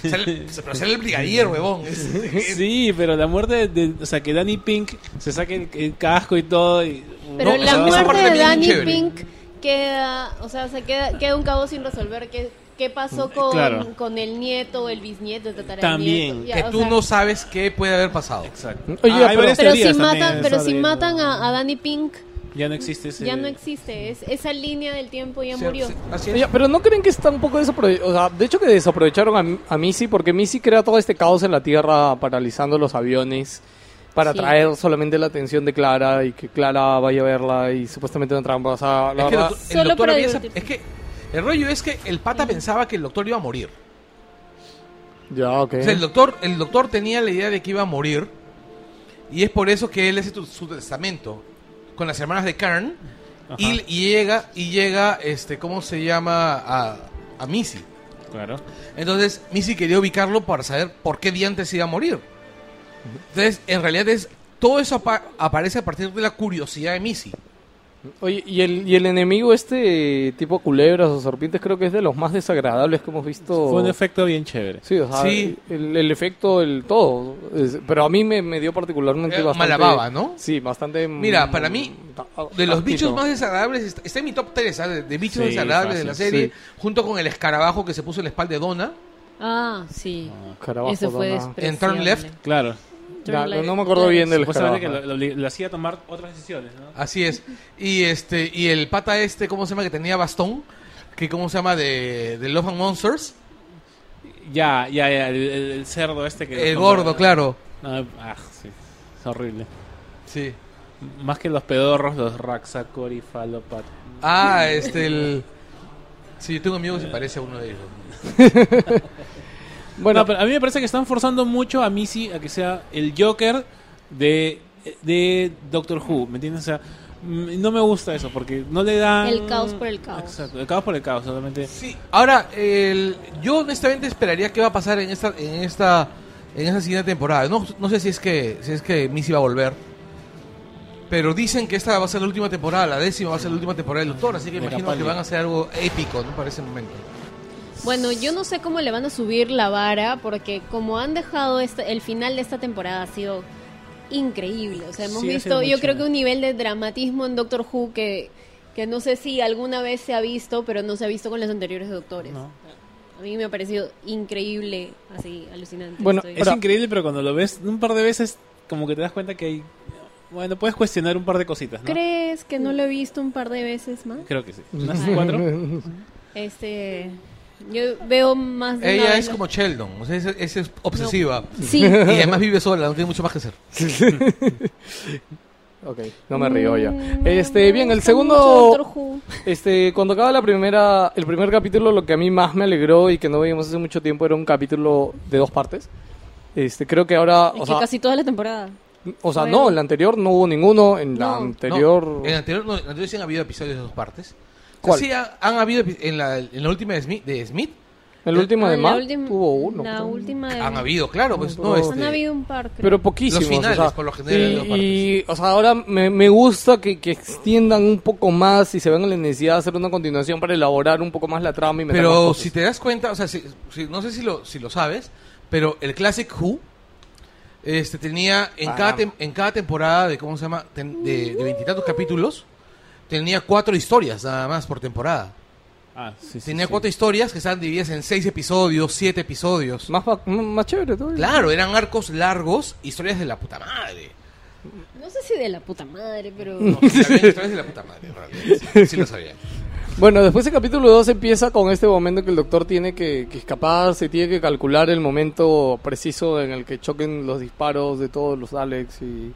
Speaker 2: Sale- pero sale el brigadier, huevón. Es- es-
Speaker 4: sí, pero la muerte de, de- O sea, que Danny Pink se saque el, el casco y todo. y-
Speaker 1: Pero
Speaker 2: No,
Speaker 1: la
Speaker 2: esa- esa parte
Speaker 1: muerte
Speaker 2: a
Speaker 1: de
Speaker 2: mí es
Speaker 1: Danny
Speaker 2: chévere.
Speaker 1: Pink queda, o sea, se queda, queda un cabo sin resolver qué, qué pasó con,
Speaker 4: Claro.
Speaker 1: con el nieto, el bisnieto, el tataranieto.
Speaker 4: También,
Speaker 1: ya,
Speaker 2: que
Speaker 1: o
Speaker 2: tú
Speaker 1: sea,
Speaker 2: no sabes qué puede haber pasado.
Speaker 4: Exacto.
Speaker 3: Oye,
Speaker 4: Ah, hay
Speaker 3: pero-
Speaker 4: varias
Speaker 1: Pero si
Speaker 4: teorías también,
Speaker 1: matan, pero
Speaker 4: eso
Speaker 1: si
Speaker 4: de-
Speaker 1: matan a, a Danny Pink,
Speaker 4: Ya no existe ese...
Speaker 1: ya no existe. Es, esa línea del tiempo ya
Speaker 2: Sí,
Speaker 1: murió.
Speaker 2: sí, así es.
Speaker 3: Oye, pero no creen que está un poco desaprovechado. O sea, de hecho que desaprovecharon a, a Missy porque Missy crea todo este caos en la Tierra paralizando los aviones para
Speaker 1: Sí.
Speaker 3: atraer solamente la atención de Clara y que Clara vaya a verla y supuestamente una trampa. O sea, la
Speaker 2: Es que el
Speaker 3: verdad...
Speaker 2: doctor- el
Speaker 1: Solo
Speaker 2: doctor
Speaker 1: para
Speaker 2: había esa-
Speaker 1: divertirse.
Speaker 2: es que el rollo es que el pata pensaba que el doctor iba a morir.
Speaker 3: Ya, ok.
Speaker 2: O sea, el doctor, el doctor tenía la idea de que iba a morir. Y es por eso que él hace tu- su testamento con las hermanas de Karen. Y, y llega, y llega, este, ¿cómo se llama? A, a Missy.
Speaker 4: Claro.
Speaker 2: Entonces, Missy quería ubicarlo para saber por qué diantes iba a morir. Entonces, en realidad es. Todo eso apa- aparece a partir de la curiosidad de Missy.
Speaker 3: Oye, y el, y el enemigo este tipo culebras o serpientes creo que es de los más desagradables que hemos visto.
Speaker 4: Fue un efecto bien chévere.
Speaker 3: Sí, o sea,
Speaker 2: Sí.
Speaker 3: El, el efecto, el todo. Es- pero a mí me, me dio particularmente
Speaker 2: Eh,
Speaker 3: bastante...
Speaker 2: Malababa, ¿no?
Speaker 3: Sí, bastante... mm,
Speaker 2: Mira, para mí,
Speaker 3: ta-
Speaker 2: De los
Speaker 3: tactito.
Speaker 2: bichos más desagradables, está, está en mi top 3 de, de bichos
Speaker 4: Ah, Sí,
Speaker 2: desagradables de
Speaker 4: fácil,
Speaker 2: la serie,
Speaker 3: sí.
Speaker 2: junto con el escarabajo que se puso en la espalda de Donna.
Speaker 1: Ah, sí.
Speaker 3: Carabajo,
Speaker 1: Eso fue
Speaker 3: dona.
Speaker 2: En Turn Left.
Speaker 1: despreciable.
Speaker 4: Claro.
Speaker 3: Ya,
Speaker 1: Turn
Speaker 3: no, no
Speaker 1: left.
Speaker 3: me acuerdo bien del
Speaker 4: Supuestamente que
Speaker 3: escarabajo.
Speaker 4: lo, lo obli- lo hacía tomar otras decisiones, ¿no?
Speaker 2: Así es. Y este y el pata este, ¿cómo se llama? Que tenía bastón, que ¿cómo se llama? De, de Love and Monsters.
Speaker 4: Ya, ya, ya. El, el- el cerdo este que.
Speaker 2: El gordo, claro.
Speaker 4: No, ah, sí. Es horrible.
Speaker 2: Sí.
Speaker 4: Más que los pedorros, los Raxacori, Falopat.
Speaker 2: Ah, este, el... Sí, yo tengo un amigo que se parece a uno de ellos.
Speaker 3: Bueno,
Speaker 4: No, pero a mí me parece que están forzando mucho a Missy a que sea el Joker de, de Doctor Who, ¿me entiendes? O sea, mm, no me gusta eso porque no le dan...
Speaker 1: El caos por el caos.
Speaker 4: Exacto, el caos por el caos, solamente...
Speaker 2: Sí, ahora, el, yo honestamente esperaría qué va a pasar en esta, en esta, en esta siguiente temporada. No, no sé si es que, si es que Missy va a volver. Pero dicen que esta va a ser la última temporada, la décima va a ser la última temporada del doctor, así que
Speaker 4: De
Speaker 2: imagino que
Speaker 4: Capaldi.
Speaker 2: van a hacer algo épico, ¿no? Para ese momento.
Speaker 1: Bueno, yo no sé cómo le van a subir la vara, porque como han dejado este- el final de esta temporada ha sido increíble. O sea, hemos
Speaker 4: Sí, ha sido
Speaker 1: visto,
Speaker 4: muy
Speaker 1: yo
Speaker 4: chévere.
Speaker 1: creo que un nivel de dramatismo en Doctor Who que, que no sé si alguna vez se ha visto, pero no se ha visto con los anteriores doctores.
Speaker 4: No.
Speaker 1: A mí me ha parecido increíble, así, alucinante.
Speaker 3: Bueno,
Speaker 1: Estoy-
Speaker 4: Es
Speaker 3: Ahora-
Speaker 4: increíble, pero cuando lo ves un par de veces, como que te das cuenta que hay... Bueno, puedes cuestionar un par de cositas, ¿no?
Speaker 1: ¿Crees que no lo he visto un par de veces más?
Speaker 4: Creo que sí. ¿Unas cuatro?
Speaker 1: Este, yo veo más de una
Speaker 2: Ella
Speaker 1: vez
Speaker 2: es
Speaker 1: los-
Speaker 2: como Sheldon, o sea, es, es- es obsesiva.
Speaker 1: Sí.
Speaker 2: Y además vive sola, no tiene mucho más que hacer.
Speaker 3: ok, no me río ya.
Speaker 1: Mm,
Speaker 3: Este,
Speaker 1: me
Speaker 3: bien, el
Speaker 1: gusta mucho Doctor
Speaker 3: segundo...
Speaker 1: Who.
Speaker 3: Este, cuando acaba la primera, el primer capítulo, lo que a mí más me alegró y que no veíamos hace mucho tiempo era un capítulo de dos partes. Este, creo que ahora,
Speaker 1: Es
Speaker 3: o
Speaker 1: que
Speaker 3: sea,
Speaker 1: casi toda la temporada.
Speaker 3: o sea,
Speaker 1: fue-
Speaker 3: no, en la anterior no hubo ninguno, en la
Speaker 1: No.
Speaker 3: anterior,
Speaker 2: No, en el anterior, no, en el anterior sí han habido episodios de dos partes.
Speaker 3: ¿Cuál?
Speaker 2: Sí, han, han habido epi- en la, en la última de Smith, de Smith
Speaker 3: el último
Speaker 1: Ah,
Speaker 3: de
Speaker 1: la
Speaker 3: Matt
Speaker 1: última-
Speaker 3: tuvo uno.
Speaker 1: La
Speaker 3: creo.
Speaker 1: última de-
Speaker 2: han habido, claro, pues
Speaker 3: no,
Speaker 2: no este,
Speaker 1: Han habido un par, creo.
Speaker 3: Pero poquísimos.
Speaker 2: Los finales,
Speaker 3: o sea,
Speaker 2: por lo general,
Speaker 3: y-
Speaker 2: en dos partes.
Speaker 3: Y, o sea, ahora me, me gusta que, que extiendan un poco más y se vean la necesidad de hacer una continuación para elaborar un poco más la trama y meter más
Speaker 2: Pero
Speaker 3: cosas.
Speaker 2: si te das cuenta, o sea, si- si- no sé si lo, si lo sabes, pero el Classic Who este, tenía en,
Speaker 3: Ah.
Speaker 2: cada tem- en cada temporada de, ¿cómo se llama? Ten- de de veintitantos capítulos, tenía cuatro historias nada más por temporada.
Speaker 4: Ah, sí, sí.
Speaker 2: Tenía
Speaker 4: sí.
Speaker 2: cuatro historias que estaban divididas en seis episodios, siete episodios.
Speaker 3: Más, pa- más chévere todavía.
Speaker 2: Claro, eran arcos largos, historias de la puta madre.
Speaker 1: No sé si de la puta madre, pero...
Speaker 2: No, sí, habían historias de la puta madre, en realidad. Sí, sí lo sabía. Ah,
Speaker 3: Bueno, después el capítulo 2 empieza con este momento que el doctor tiene que, que escapar, se tiene que calcular el momento preciso en el que choquen los disparos de todos los Alex y,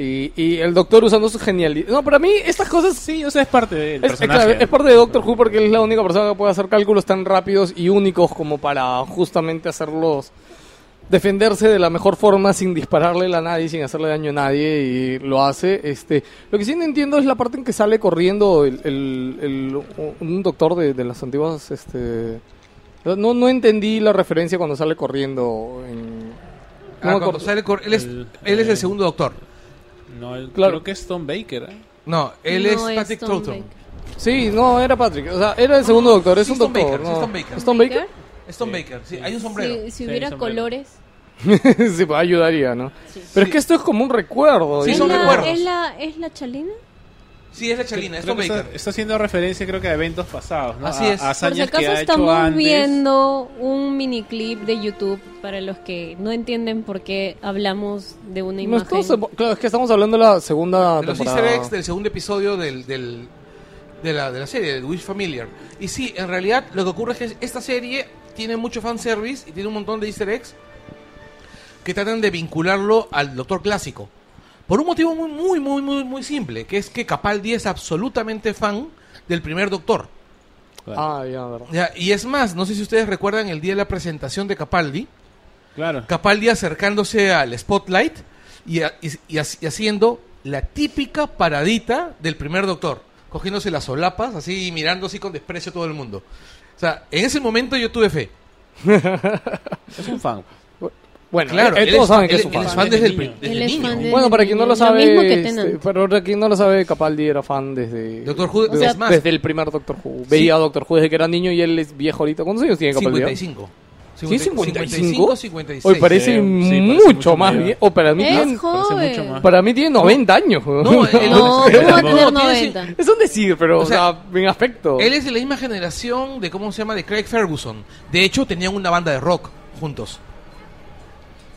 Speaker 3: y, y el doctor usando su genialidad. No, para mí estas cosas
Speaker 4: Sí, o sea, es parte del
Speaker 3: Es, es
Speaker 4: personaje.
Speaker 3: claro, es parte de Doctor Who porque él es la única persona que puede hacer cálculos tan rápidos y únicos como para justamente hacerlos defenderse de la mejor forma sin dispararle a nadie, sin hacerle daño a nadie y lo hace. Este, lo que sí no entiendo es la parte en que sale corriendo el, el- el- un doctor de, de las antiguas. Este, no, no entendí la referencia cuando sale corriendo. en-
Speaker 2: Ah,
Speaker 3: no me
Speaker 2: cuando
Speaker 3: acuerdo.
Speaker 2: sale cor- él, es,
Speaker 4: El-
Speaker 2: él es el
Speaker 4: eh,
Speaker 2: segundo doctor.
Speaker 4: No, el-
Speaker 3: Claro.
Speaker 4: creo que es Tom Baker, ¿eh?
Speaker 2: No, él
Speaker 1: No
Speaker 2: es
Speaker 1: es
Speaker 2: Patrick
Speaker 1: Tom
Speaker 2: Troughton.
Speaker 1: Baker.
Speaker 3: Sí, no, era Patrick. O sea, era el segundo doctor, es
Speaker 2: sí,
Speaker 3: un
Speaker 2: Stone
Speaker 3: doctor.
Speaker 2: Baker, sí,
Speaker 3: no.
Speaker 2: Stone Baker.
Speaker 3: ¿Stone Baker?
Speaker 2: Stone
Speaker 4: Sí.
Speaker 2: Baker, sí, hay un sombrero.
Speaker 1: Si, si
Speaker 4: Sí,
Speaker 1: hubiera
Speaker 4: sombrero.
Speaker 1: colores...
Speaker 3: sí, pues, ayudaría, ¿no? Pero es que esto es como un recuerdo.
Speaker 2: Sí,
Speaker 3: ¿eh?
Speaker 1: ¿Es
Speaker 2: son
Speaker 1: la-
Speaker 2: recuerdos.
Speaker 1: ¿Es la, es la chalina?
Speaker 2: Sí, es la chalina, es
Speaker 4: Creo
Speaker 2: Tom
Speaker 4: que está,
Speaker 2: Baker.
Speaker 4: está haciendo referencia, creo que a eventos pasados, ¿no?
Speaker 2: Así
Speaker 4: A-
Speaker 2: es.
Speaker 4: A,
Speaker 1: Por si
Speaker 4: hazañas que
Speaker 1: acaso
Speaker 4: ha hecho
Speaker 1: estamos
Speaker 4: antes.
Speaker 1: viendo un miniclip de YouTube para los que no entienden por qué hablamos de una
Speaker 3: No,
Speaker 1: imagen.
Speaker 3: estamos- claro, es que estamos hablando de la segunda
Speaker 2: De los
Speaker 3: temporada.
Speaker 2: easter eggs del segundo episodio del, del- de, la, de la serie, de Wish Familiar. Y sí, en realidad lo que ocurre es que esta serie tiene mucho fanservice y tiene un montón de easter eggs que tratan de vincularlo al Doctor Clásico. Por un motivo muy, muy, muy, muy, muy simple, que es que Capaldi es absolutamente fan del primer Doctor.
Speaker 4: Claro.
Speaker 3: Ah, ya, verdad.
Speaker 2: Ya, y es más, no sé si ustedes recuerdan el día de la presentación de Capaldi,
Speaker 4: claro.
Speaker 2: Capaldi acercándose al spotlight y, ha- y- y ha- y haciendo la típica paradita del primer doctor. cogiéndose las solapas, así mirando así con desprecio a todo el mundo. O sea, en ese momento yo tuve fe.
Speaker 4: Es un fan.
Speaker 3: Bueno,
Speaker 2: Claro,
Speaker 3: eh,
Speaker 2: él
Speaker 3: todos
Speaker 2: es-
Speaker 3: saben que
Speaker 2: él-
Speaker 3: es su
Speaker 2: él
Speaker 3: fan.
Speaker 2: es fan
Speaker 4: Desde
Speaker 2: desde el
Speaker 4: niño.
Speaker 2: pri- desde
Speaker 1: Él es
Speaker 2: niño.
Speaker 1: fan de-
Speaker 3: Bueno, para quien no lo
Speaker 1: Lo
Speaker 3: sabe,
Speaker 1: mismo que
Speaker 3: este,
Speaker 1: Tennant.
Speaker 3: pero para quien no lo sabe, Capaldi era fan desde
Speaker 2: Doctor Who,
Speaker 3: desde,
Speaker 2: es más.
Speaker 3: desde el primer Doctor Who. Veía a Doctor Who desde que era niño y él es viejo ahorita. ¿Cuántos años tiene Capaldi?
Speaker 2: 55.
Speaker 3: ¿Sí,
Speaker 2: 55,
Speaker 3: 55?
Speaker 2: 56.
Speaker 3: Hoy parece
Speaker 4: Sí, sí, parece
Speaker 3: mucho,
Speaker 4: mucho
Speaker 3: más
Speaker 4: mayor.
Speaker 3: bien. O para mí, tiene,
Speaker 1: Es
Speaker 4: parece mucho
Speaker 1: joven.
Speaker 4: más.
Speaker 3: para mí tiene 90 años.
Speaker 2: No, él-
Speaker 1: No,
Speaker 2: él-
Speaker 1: ¿cómo va a
Speaker 2: no,
Speaker 1: tener
Speaker 2: tiene cin-
Speaker 1: 90?
Speaker 3: Es un decir, pero
Speaker 2: O
Speaker 3: o
Speaker 2: sea,
Speaker 3: sea, en aspecto.
Speaker 2: Él es de la misma generación de, ¿cómo se llama? De Craig Ferguson. De hecho, tenían una banda de rock juntos.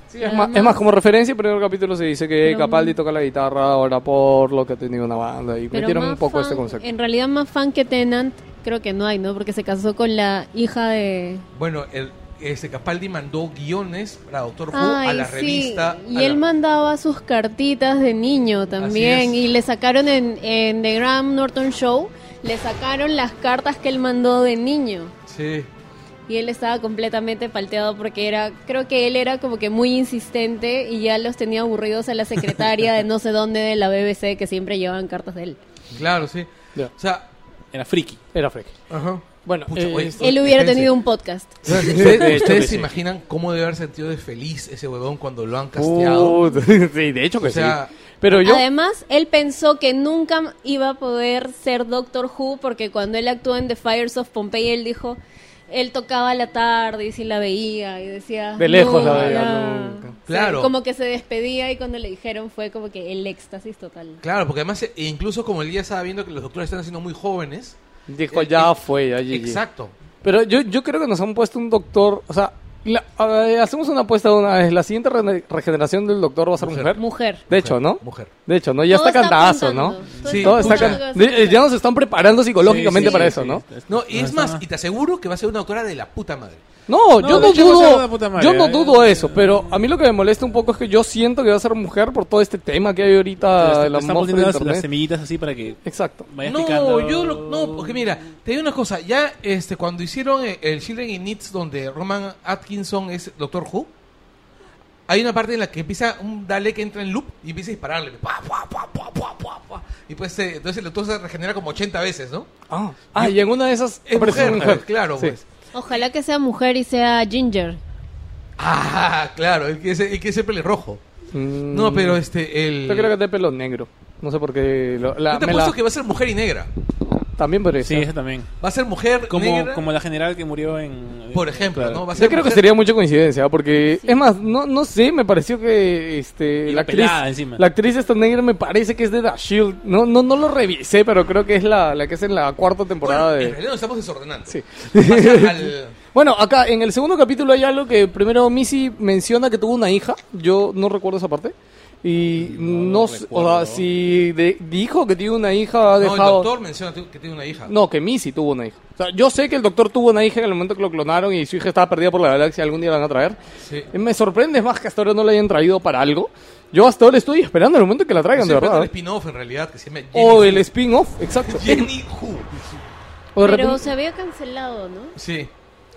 Speaker 3: Sí, es, más, es más como referencia, pero en el capítulo se dice que
Speaker 1: Pero- mm.
Speaker 3: Capaldi toca la guitarra, ahora por lo que ha tenido una banda y
Speaker 1: Pero
Speaker 3: metieron
Speaker 1: más
Speaker 3: un poco
Speaker 1: fan-
Speaker 3: este concepto.
Speaker 1: En realidad más fan que Tennant creo que no hay, ¿no? Porque se casó con la hija de...
Speaker 2: Bueno, el, este Capaldi mandó guiones para Doctor Who a la
Speaker 1: sí.
Speaker 2: revista. a
Speaker 1: Y
Speaker 2: la-
Speaker 1: él mandaba sus cartitas de niño también.
Speaker 2: es.
Speaker 1: Y le sacaron en, en The Graham Norton Show, le sacaron las cartas que él mandó de niño.
Speaker 2: Sí.
Speaker 1: Y él estaba completamente palteado porque era, creo que él era como que muy insistente y ya los tenía aburridos a la secretaria de no sé dónde de la BBC que siempre llevaban cartas de él.
Speaker 2: Claro, sí.
Speaker 3: Ya.
Speaker 2: O sea,
Speaker 4: Era friki.
Speaker 3: Era freak.
Speaker 2: ajá.
Speaker 3: Bueno,
Speaker 2: Pucha,
Speaker 3: eh,
Speaker 2: oye,
Speaker 3: es-
Speaker 1: Él hubiera
Speaker 2: espérense.
Speaker 1: tenido un podcast.
Speaker 2: ¿Ustedes,
Speaker 3: De hecho
Speaker 2: ustedes
Speaker 3: que
Speaker 2: se
Speaker 3: sí.
Speaker 2: imaginan cómo debe haber sentido de feliz ese huevón cuando lo han casteado?
Speaker 3: Puta, sí, de hecho que
Speaker 2: O sea,
Speaker 3: sí. Pero yo.
Speaker 1: Además, él pensó que nunca iba a poder ser Doctor Who porque cuando él actuó en The Fires of Pompeii, él dijo, él tocaba la tarde y si la veía y decía...
Speaker 3: De lejos
Speaker 1: "No,
Speaker 3: la veía,
Speaker 1: ya".
Speaker 3: nunca.
Speaker 1: O sea,
Speaker 2: Claro.
Speaker 1: como que se despedía y cuando le dijeron fue como que el éxtasis total.
Speaker 2: Claro, porque además, e incluso como el día estaba viendo que los doctores están siendo muy jóvenes.
Speaker 3: Dijo,
Speaker 2: eh,
Speaker 3: ya
Speaker 2: eh,
Speaker 3: fue, ya GG.
Speaker 2: Exacto.
Speaker 3: Pero yo, yo creo que nos han puesto un doctor. O sea, la- eh, hacemos una apuesta de una vez. La siguiente re- regeneración del doctor va a ser
Speaker 2: Mujer.
Speaker 3: mujer.
Speaker 1: Mujer.
Speaker 3: De hecho, ¿no?
Speaker 2: Mujer.
Speaker 3: De hecho, ¿no? Ya
Speaker 1: Todo
Speaker 3: está
Speaker 1: está
Speaker 3: cantadazo, ¿no?
Speaker 1: apuntando. Todo
Speaker 2: Sí,
Speaker 3: Todo está
Speaker 2: pucha.
Speaker 3: can- de- Ya nos están preparando psicológicamente
Speaker 4: Sí, sí,
Speaker 3: para
Speaker 4: sí,
Speaker 3: eso,
Speaker 4: sí.
Speaker 3: ¿no?
Speaker 2: No, y es
Speaker 4: está
Speaker 2: más, y te aseguro que va a ser una doctora de la puta madre.
Speaker 3: No,
Speaker 4: No,
Speaker 3: yo
Speaker 4: de
Speaker 3: no
Speaker 4: hecho, va a ser una puta
Speaker 3: dudo,
Speaker 4: madre,
Speaker 3: yo no
Speaker 4: ¿eh?
Speaker 3: dudo eso, pero a mí lo que me molesta un poco es que yo siento que va a ser mujer por todo este tema que hay
Speaker 4: Te-
Speaker 3: ahorita
Speaker 4: te
Speaker 3: en la
Speaker 4: están
Speaker 3: atmósfera
Speaker 4: poniendo
Speaker 3: de
Speaker 4: las, las
Speaker 3: internet.
Speaker 4: semillitas así para que
Speaker 3: Exacto.
Speaker 4: vayas
Speaker 2: no,
Speaker 4: picando.
Speaker 2: yo lo- no, porque mira, te digo una cosa, ya este cuando hicieron el, el Children in Needs donde Roman Atkinson es Doctor Who, hay una parte en la que empieza un Dalek que entra en loop y empieza a dispararle. Pa, pa, pa, pa, pa, pa, pa. y pues eh, entonces el doctor se regenera como 80 veces, ¿no?
Speaker 3: Ah, ah, y en una de esas
Speaker 2: Es
Speaker 3: aparece
Speaker 2: mujer,
Speaker 3: una
Speaker 2: claro,
Speaker 3: Sí.
Speaker 2: pues.
Speaker 1: Ojalá que sea mujer y sea Ginger.
Speaker 2: Ah, claro, el que es el que es el pelirrojo.
Speaker 3: Mm,
Speaker 2: No, pero este el
Speaker 3: Yo creo que es de pelo negro. No sé por qué. lo- la-
Speaker 2: Yo te
Speaker 3: me
Speaker 2: apuesto
Speaker 3: la-
Speaker 2: que va a ser mujer y negra.
Speaker 3: También podría
Speaker 4: Sí,
Speaker 3: ser.
Speaker 4: esa también.
Speaker 2: Va a ser mujer
Speaker 4: Como,
Speaker 2: negra,
Speaker 4: como la general que murió en...
Speaker 2: por ejemplo,
Speaker 4: claro.
Speaker 2: ¿no? Va a
Speaker 3: Yo
Speaker 2: ser
Speaker 3: creo que
Speaker 2: mujer-
Speaker 3: sería mucha coincidencia, ¿ah? porque es más, no, no sé, me pareció que este,
Speaker 4: Iba
Speaker 3: la actriz,
Speaker 4: pelada encima.
Speaker 3: la actriz esta negra me parece que es de The Shield. No, no, no lo revisé, pero creo que es la, la que es en la cuarta temporada
Speaker 2: Bueno, en
Speaker 3: de.
Speaker 2: realidad nos estamos desordenando.
Speaker 3: Sí.
Speaker 2: Pasa al-
Speaker 3: Bueno, acá en el segundo capítulo hay algo que primero Missy menciona que tuvo una hija. Yo no recuerdo esa parte. Y no,
Speaker 4: No
Speaker 3: sé, o
Speaker 4: recuerdo.
Speaker 3: sea, si de- dijo que tiene una hija, ha
Speaker 2: No, el
Speaker 3: dejado.
Speaker 2: doctor menciona tu- que tiene una hija.
Speaker 3: No, que Missy tuvo una hija. O sea, yo sé que el doctor tuvo una hija en el momento que lo clonaron y su hija estaba perdida por la galaxia, algún día la van a traer.
Speaker 2: Sí.
Speaker 3: Eh, Me sorprende más que hasta ahora no la hayan traído para algo. Yo hasta ahora estoy esperando el momento que la traigan,
Speaker 2: Sí,
Speaker 3: de
Speaker 2: pero
Speaker 3: verdad. ¿eh?
Speaker 2: el spin-off en realidad que se llama Jenny
Speaker 3: O
Speaker 2: Who.
Speaker 3: el spin-off, exacto.
Speaker 2: Jenny Who.
Speaker 3: O
Speaker 1: Pero
Speaker 3: de repente-
Speaker 1: se había cancelado, ¿no?
Speaker 2: Sí.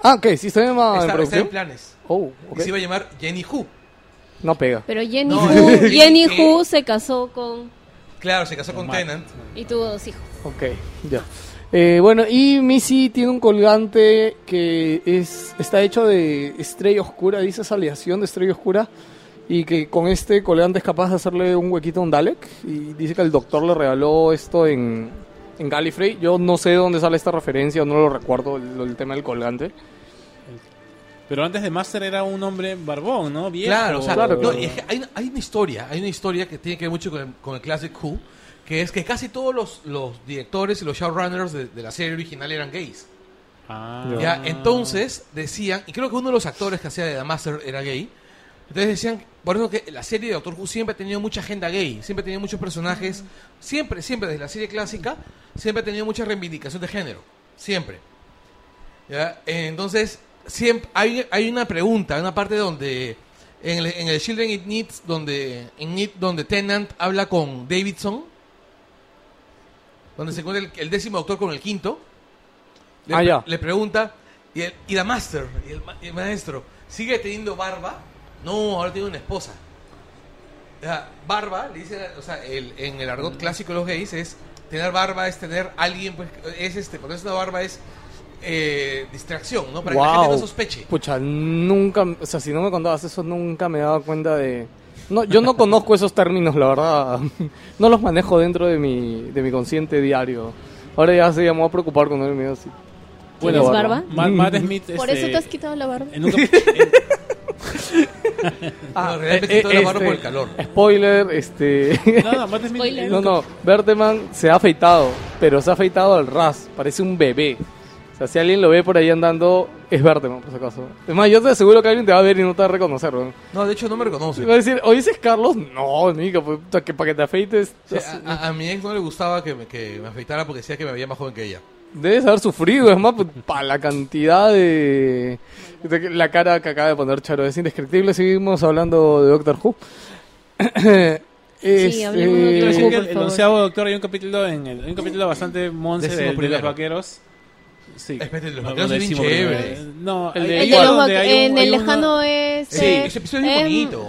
Speaker 3: Ah, ¿qué? ¿Sí se llama en
Speaker 2: está, está
Speaker 3: producción?
Speaker 2: en planes.
Speaker 3: Oh,
Speaker 2: Y
Speaker 3: ok.
Speaker 2: se iba a llamar Jenny Who.
Speaker 3: No pega.
Speaker 1: Pero Jenny
Speaker 2: No,
Speaker 1: Hu,
Speaker 2: es que-
Speaker 1: Jenny
Speaker 2: que-
Speaker 1: Hu se casó con...
Speaker 2: Claro, se casó con
Speaker 4: Normal.
Speaker 2: Tennant.
Speaker 1: Y tuvo dos hijos.
Speaker 3: Ok, ya. Eh, bueno, y Missy tiene un colgante que es está hecho de estrella oscura, dice esa aleación de estrella oscura, y que con este colgante es capaz de hacerle un huequito a un Dalek, y dice que el doctor le regaló esto en, en Gallifrey. Yo no sé de dónde sale esta referencia, no lo recuerdo, el, el tema del colgante.
Speaker 4: Pero antes de Master era un hombre barbón, ¿no? Viejo.
Speaker 2: Claro, o sea,
Speaker 3: Claro,
Speaker 2: no,
Speaker 3: claro.
Speaker 2: y es que hay, una- hay una historia, hay una historia que tiene que ver mucho con el, con el Classic Who, que es que casi todos los, los directores y los showrunners de, de la serie original eran gays.
Speaker 4: Ah.
Speaker 2: Ya, entonces decían, y creo que uno de los actores que hacía de The Master era gay, entonces decían, por eso que la serie de Doctor Who siempre ha tenido mucha agenda gay, siempre ha tenido muchos personajes, siempre, siempre, desde la serie clásica, siempre ha tenido mucha reivindicación de género, siempre. ¿Ya? Entonces, siempre, hay, hay una pregunta, una parte donde, en el, en el Children It Needs, donde, en It, donde Tennant habla con Davidson, donde se encuentra el, el décimo doctor con el quinto, le,
Speaker 3: Ah,
Speaker 2: pre-
Speaker 3: ya.
Speaker 2: le pregunta, y, el, y la master, y el, ma- y el maestro, ¿sigue teniendo barba? No, ahora tiene una esposa. O sea, barba, le dice, o sea, el- en el argot clásico de los gays es, tener barba es tener alguien, pues, es este, cuando es una barba es eh, distracción, ¿no? Para que la gente no sospeche.
Speaker 3: Pucha, nunca, o sea, si no me contabas eso, nunca me daba cuenta de... No, yo no conozco esos términos, la verdad. No los manejo dentro de mi, de mi consciente diario. Ahora ya se llamó a preocupar cuando él me dio así.
Speaker 1: ¿Tienes
Speaker 3: Tiene
Speaker 1: barba?
Speaker 4: Ma- Matt Smith.
Speaker 1: Por
Speaker 4: este,
Speaker 1: eso te has quitado la barba.
Speaker 4: en un cap- en-
Speaker 2: No, Ah, realmente
Speaker 3: Eh,
Speaker 2: quitó la
Speaker 3: eh,
Speaker 2: barba
Speaker 3: este,
Speaker 2: por el calor.
Speaker 3: Spoiler, este...
Speaker 4: no, no, Matt Smith.
Speaker 1: Spoiler.
Speaker 4: en
Speaker 3: no,
Speaker 4: un
Speaker 3: no, Berteman se ha afeitado, pero se ha afeitado al ras, parece un bebé. O sea, si alguien lo ve por ahí andando, es Berteman, por si acaso. Es más, yo te aseguro que alguien te va a ver y no te va a reconocer, weón.
Speaker 2: No, de hecho no me
Speaker 3: Te
Speaker 2: reconoce.
Speaker 3: va a decir, ¿o dices Carlos? No, mica, pues, puta, que para que te afeites.
Speaker 2: O sea, a, a- a mi ex no le gustaba que me, que me afeitara porque decía que me veía más joven que ella.
Speaker 3: Debes haber sufrido, es más, para la cantidad de... de que- La cara que acaba de poner Charo es indescriptible. Seguimos hablando de Doctor Who. Este,
Speaker 1: hablemos de
Speaker 4: Quiero
Speaker 1: Doctor
Speaker 4: decir
Speaker 1: Who.
Speaker 4: que
Speaker 1: por
Speaker 4: el
Speaker 1: favor.
Speaker 4: onceavo doctor hay un capítulo en el, hay un capítulo bastante monce
Speaker 2: Décimo
Speaker 4: de, de los
Speaker 2: primero.
Speaker 4: vaqueros. Sí.
Speaker 2: Espérate, los
Speaker 4: No,
Speaker 2: vaqueros
Speaker 4: no,
Speaker 2: son bien
Speaker 4: décimo primero.
Speaker 2: chéveres.
Speaker 4: Eh, No,
Speaker 3: El
Speaker 4: hay-
Speaker 3: de
Speaker 4: hay
Speaker 1: El de
Speaker 4: uno
Speaker 1: los
Speaker 4: donde
Speaker 1: vac-
Speaker 4: hay un-
Speaker 1: en el
Speaker 4: hay uno-
Speaker 1: lejano oeste.
Speaker 2: Sí, Eh, ese episodio es
Speaker 1: em,
Speaker 2: muy bonito.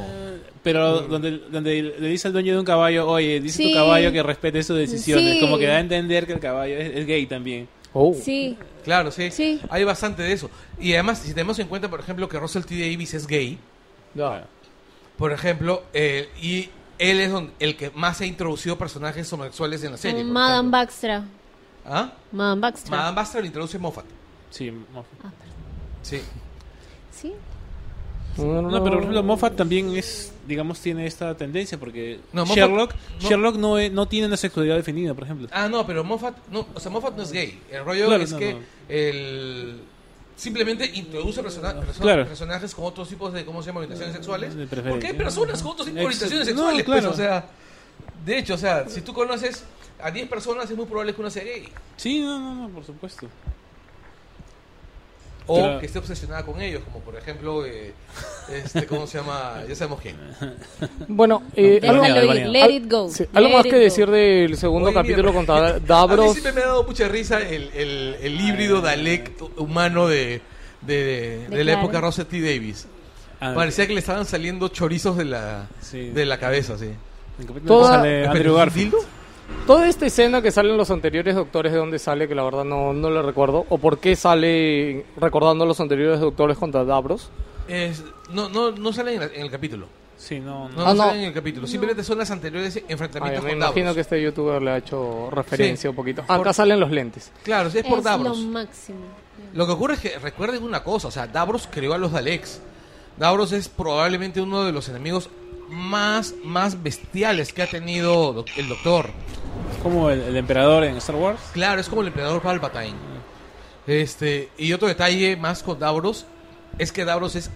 Speaker 4: Pero donde, donde le dice al dueño de un caballo, oye, dice
Speaker 1: Sí.
Speaker 4: tu caballo que respete sus decisiones.
Speaker 1: Sí.
Speaker 4: Como que da a entender que el caballo es, es gay también.
Speaker 3: oh.
Speaker 1: Sí,
Speaker 2: Claro, sí.
Speaker 1: Sí.
Speaker 2: Hay bastante de eso. Y además, si tenemos en cuenta, por ejemplo, que Russell T. Davis es gay,
Speaker 3: Ya.
Speaker 2: por ejemplo, eh, y él es don- el que más ha introducido personajes homosexuales en la serie.
Speaker 1: con
Speaker 2: por
Speaker 1: Madame
Speaker 2: ejemplo.
Speaker 1: Baxtra.
Speaker 2: ¿Ah?
Speaker 1: Madame Baxtra.
Speaker 2: Madame Baxter lo introduce Moffat.
Speaker 4: Sí, Moffat.
Speaker 2: Sí.
Speaker 1: Sí.
Speaker 4: No, pero por ejemplo, Moffat también es, digamos, tiene esta tendencia porque
Speaker 2: No, Moffat-
Speaker 4: Sherlock,
Speaker 2: no-
Speaker 4: Sherlock no, es- no tiene una sexualidad definida, por ejemplo.
Speaker 2: Ah, no, pero Moffat no, o sea, Moffat no es gay. El rollo
Speaker 4: Claro,
Speaker 2: es
Speaker 4: no,
Speaker 2: que
Speaker 4: no.
Speaker 2: el simplemente introduce persona- persona-
Speaker 4: Claro.
Speaker 2: personajes con otros tipos de cómo se llama orientaciones sexuales.
Speaker 4: De preferencia.
Speaker 2: Porque hay personas con otros tipos de
Speaker 4: Ex-
Speaker 2: orientaciones
Speaker 4: no,
Speaker 2: sexuales, pues,
Speaker 4: claro.
Speaker 2: o sea, de hecho, o sea, si tú conoces a 10 personas es muy probable que una sea gay
Speaker 4: Sí, no, no, no, por supuesto.
Speaker 2: o
Speaker 4: Claro.
Speaker 2: que esté obsesionada con ellos, como por ejemplo eh, este cómo se llama, ya sabemos quién.
Speaker 3: Bueno, eh,
Speaker 4: Algo-
Speaker 1: Déjalo
Speaker 4: Algo-
Speaker 1: ir. Let it go.
Speaker 3: Sí, algo
Speaker 1: Let
Speaker 3: más
Speaker 1: it
Speaker 3: que
Speaker 1: go.
Speaker 3: decir del segundo
Speaker 2: Oye, mira,
Speaker 3: capítulo con Ta-
Speaker 2: A mí
Speaker 3: Davros.
Speaker 2: siempre me ha dado mucha risa el, el, el híbrido Dalek humano de, de,
Speaker 1: De
Speaker 2: de- de la
Speaker 1: Clara.
Speaker 2: época Russell T. Davis.
Speaker 4: Ah,
Speaker 2: Parecía que le estaban saliendo chorizos de la,
Speaker 4: Sí.
Speaker 2: de la cabeza, sí.
Speaker 4: en capítulo
Speaker 3: toda-
Speaker 4: sale Andrew
Speaker 2: Pero,
Speaker 4: Garfield.
Speaker 2: ¿dildo?
Speaker 3: Toda esta escena que sale en los anteriores Doctores, de dónde sale, que la verdad no, no la recuerdo. O por qué sale recordando a los anteriores Doctores contra Davros.
Speaker 2: Es- no, no, no sale en, la- en el capítulo.
Speaker 4: Sí, no, no.
Speaker 2: No,
Speaker 3: Ah,
Speaker 2: no
Speaker 3: no.
Speaker 2: sale en el capítulo. Simplemente son las anteriores
Speaker 3: Ay,
Speaker 2: enfrentamientos
Speaker 3: me
Speaker 2: con
Speaker 3: imagino
Speaker 2: Davros.
Speaker 3: que este youtuber le ha hecho referencia
Speaker 2: Sí.
Speaker 3: un poquito.
Speaker 2: Por-
Speaker 3: Acá salen los lentes.
Speaker 2: Claro, sí, es por
Speaker 1: es
Speaker 2: Davros.
Speaker 1: lo máximo.
Speaker 2: Lo que ocurre es que recuerden una cosa, o sea, Davros creó a los Daleks. Davros es probablemente uno de los enemigos más, más bestiales que ha tenido doc- el Doctor.
Speaker 4: Como el, el emperador en Star Wars.
Speaker 2: Claro, es como el emperador Palpatine. Este, y otro detalle más con Davros es que Davros es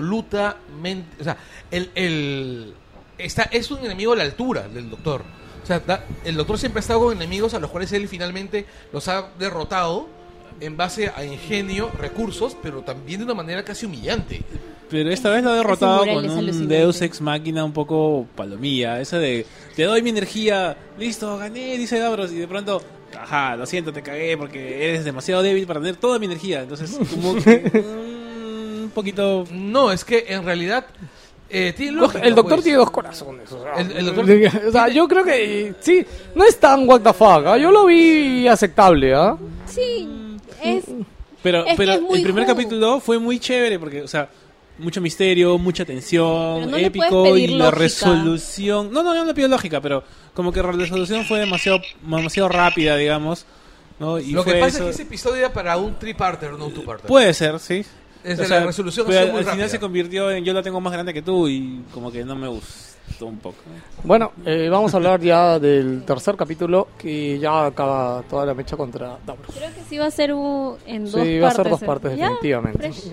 Speaker 2: absolutamente, o sea, el, el- está es un enemigo a la altura del Doctor. O sea, da- el Doctor siempre ha estado con enemigos a los cuales él finalmente los ha derrotado en base a ingenio, recursos, pero también de una manera casi humillante.
Speaker 4: Pero esta vez lo ha derrotado
Speaker 1: Ese mural
Speaker 4: con
Speaker 1: es
Speaker 4: un
Speaker 1: alucinante.
Speaker 4: Deus Ex Máquina un poco palomilla. Esa de, te doy mi energía, listo, gané, dice Davros. Y de pronto, ajá, lo siento, te cagué porque eres demasiado débil para tener toda mi energía. Entonces, como que, mm, un poquito...
Speaker 2: No, es que en realidad eh, tiene lógica,
Speaker 3: el Doctor
Speaker 2: pues.
Speaker 3: tiene dos corazones. O sea,
Speaker 2: El- el Doctor-
Speaker 3: o sea, yo creo que eh, sí, no es tan what the fuck. ¿ah? Yo lo vi aceptable, ¿ah?
Speaker 1: Sí, es
Speaker 3: Mm.
Speaker 4: Pero,
Speaker 1: Es que
Speaker 4: pero
Speaker 1: es muy
Speaker 4: el primer
Speaker 1: Who.
Speaker 4: capítulo fue muy chévere porque, o sea, mucho misterio, mucha
Speaker 1: Pero
Speaker 4: tensión,
Speaker 1: no le
Speaker 4: épico
Speaker 1: puedes
Speaker 4: y
Speaker 1: pedir
Speaker 4: la
Speaker 1: lógica.
Speaker 4: resolución. No, no, yo no le pido lógica, pero como que la resolución fue demasiado, demasiado rápida, digamos. ¿no? Y
Speaker 2: Lo que
Speaker 4: fue
Speaker 2: pasa
Speaker 4: eso- Pues,
Speaker 2: es que ese episodio era para un triparter, no un two-parter.
Speaker 4: Puede ser, sí.
Speaker 2: Es de la resolución ha
Speaker 4: pero
Speaker 2: sido
Speaker 4: al
Speaker 2: muy
Speaker 4: final
Speaker 2: rápida.
Speaker 4: se convirtió en yo la tengo más grande que tú y como que no me gustó un poco.
Speaker 3: Bueno, eh, vamos a hablar ya del tercer capítulo que ya acaba toda la mecha contra Davros.
Speaker 1: Creo que sí va a ser un- en dos
Speaker 3: Sí,
Speaker 1: partes. ¿eh?
Speaker 3: va a ser dos partes,
Speaker 1: Ya,
Speaker 3: definitivamente.
Speaker 1: fresh.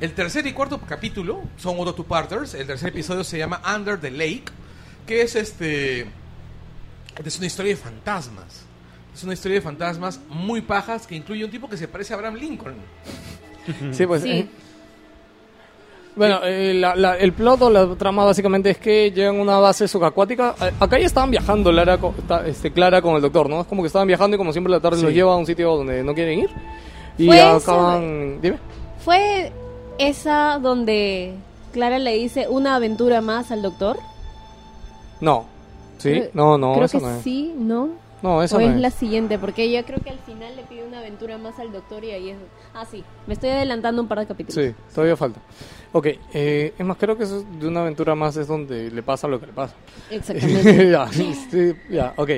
Speaker 2: El tercer y cuarto capítulo son otro two parters. El tercer episodio se llama Under the Lake, que es este. Es una historia de fantasmas. Es una historia de fantasmas muy pajas que incluye un tipo que se parece a Abraham Lincoln.
Speaker 3: Sí, pues.
Speaker 1: Sí.
Speaker 3: eh, Bueno, eh, la- la- el plot o la trama básicamente es que llegan a una base subacuática. A- Acá ya estaban viajando Lara con, ta- este, Clara con el doctor, ¿no? Es como que estaban viajando y como siempre la tarde
Speaker 4: Sí.
Speaker 3: los lleva a un sitio donde no quieren ir. Y
Speaker 1: Fue eso,
Speaker 3: acaban... Dime.
Speaker 1: ¿Fue esa donde Clara le dice una aventura más al doctor?
Speaker 3: No. ¿Sí?
Speaker 1: Creo-
Speaker 3: No, no,
Speaker 1: Creo
Speaker 3: eso
Speaker 1: que
Speaker 3: no es.
Speaker 1: sí, ¿no?
Speaker 3: No, eso
Speaker 1: o
Speaker 3: no
Speaker 1: es
Speaker 3: es.
Speaker 1: la siguiente, porque ella creo que al final le pide una aventura más al doctor y ahí es... Ah, sí, me estoy adelantando un par de capítulos.
Speaker 3: Sí, todavía falta. Ok, eh, es más, creo que eso es de una aventura más es donde le pasa lo que le pasa.
Speaker 1: Exactamente.
Speaker 3: ya, sí, ya, ok.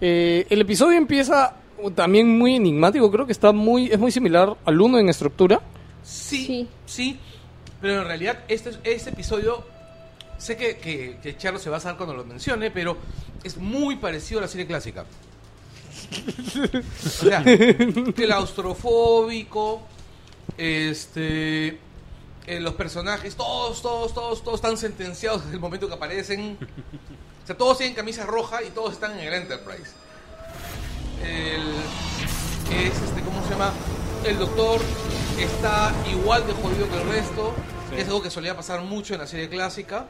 Speaker 3: Eh, el episodio empieza uh, también muy enigmático, creo que está muy, es muy similar al uno en estructura.
Speaker 2: Sí, sí.
Speaker 1: Sí.
Speaker 2: pero en realidad este, este episodio, sé que, que, que Charlo se va a saber cuando lo mencione, pero es muy parecido a la serie clásica. O sea, claustrofóbico, este... eh, los personajes, todos, todos, todos, todos están sentenciados desde el momento que aparecen. O sea, todos tienen camisa roja y todos están en el Enterprise. El es este, ¿cómo se llama? El doctor está igual de jodido que el resto. Es algo que solía pasar mucho en la serie clásica.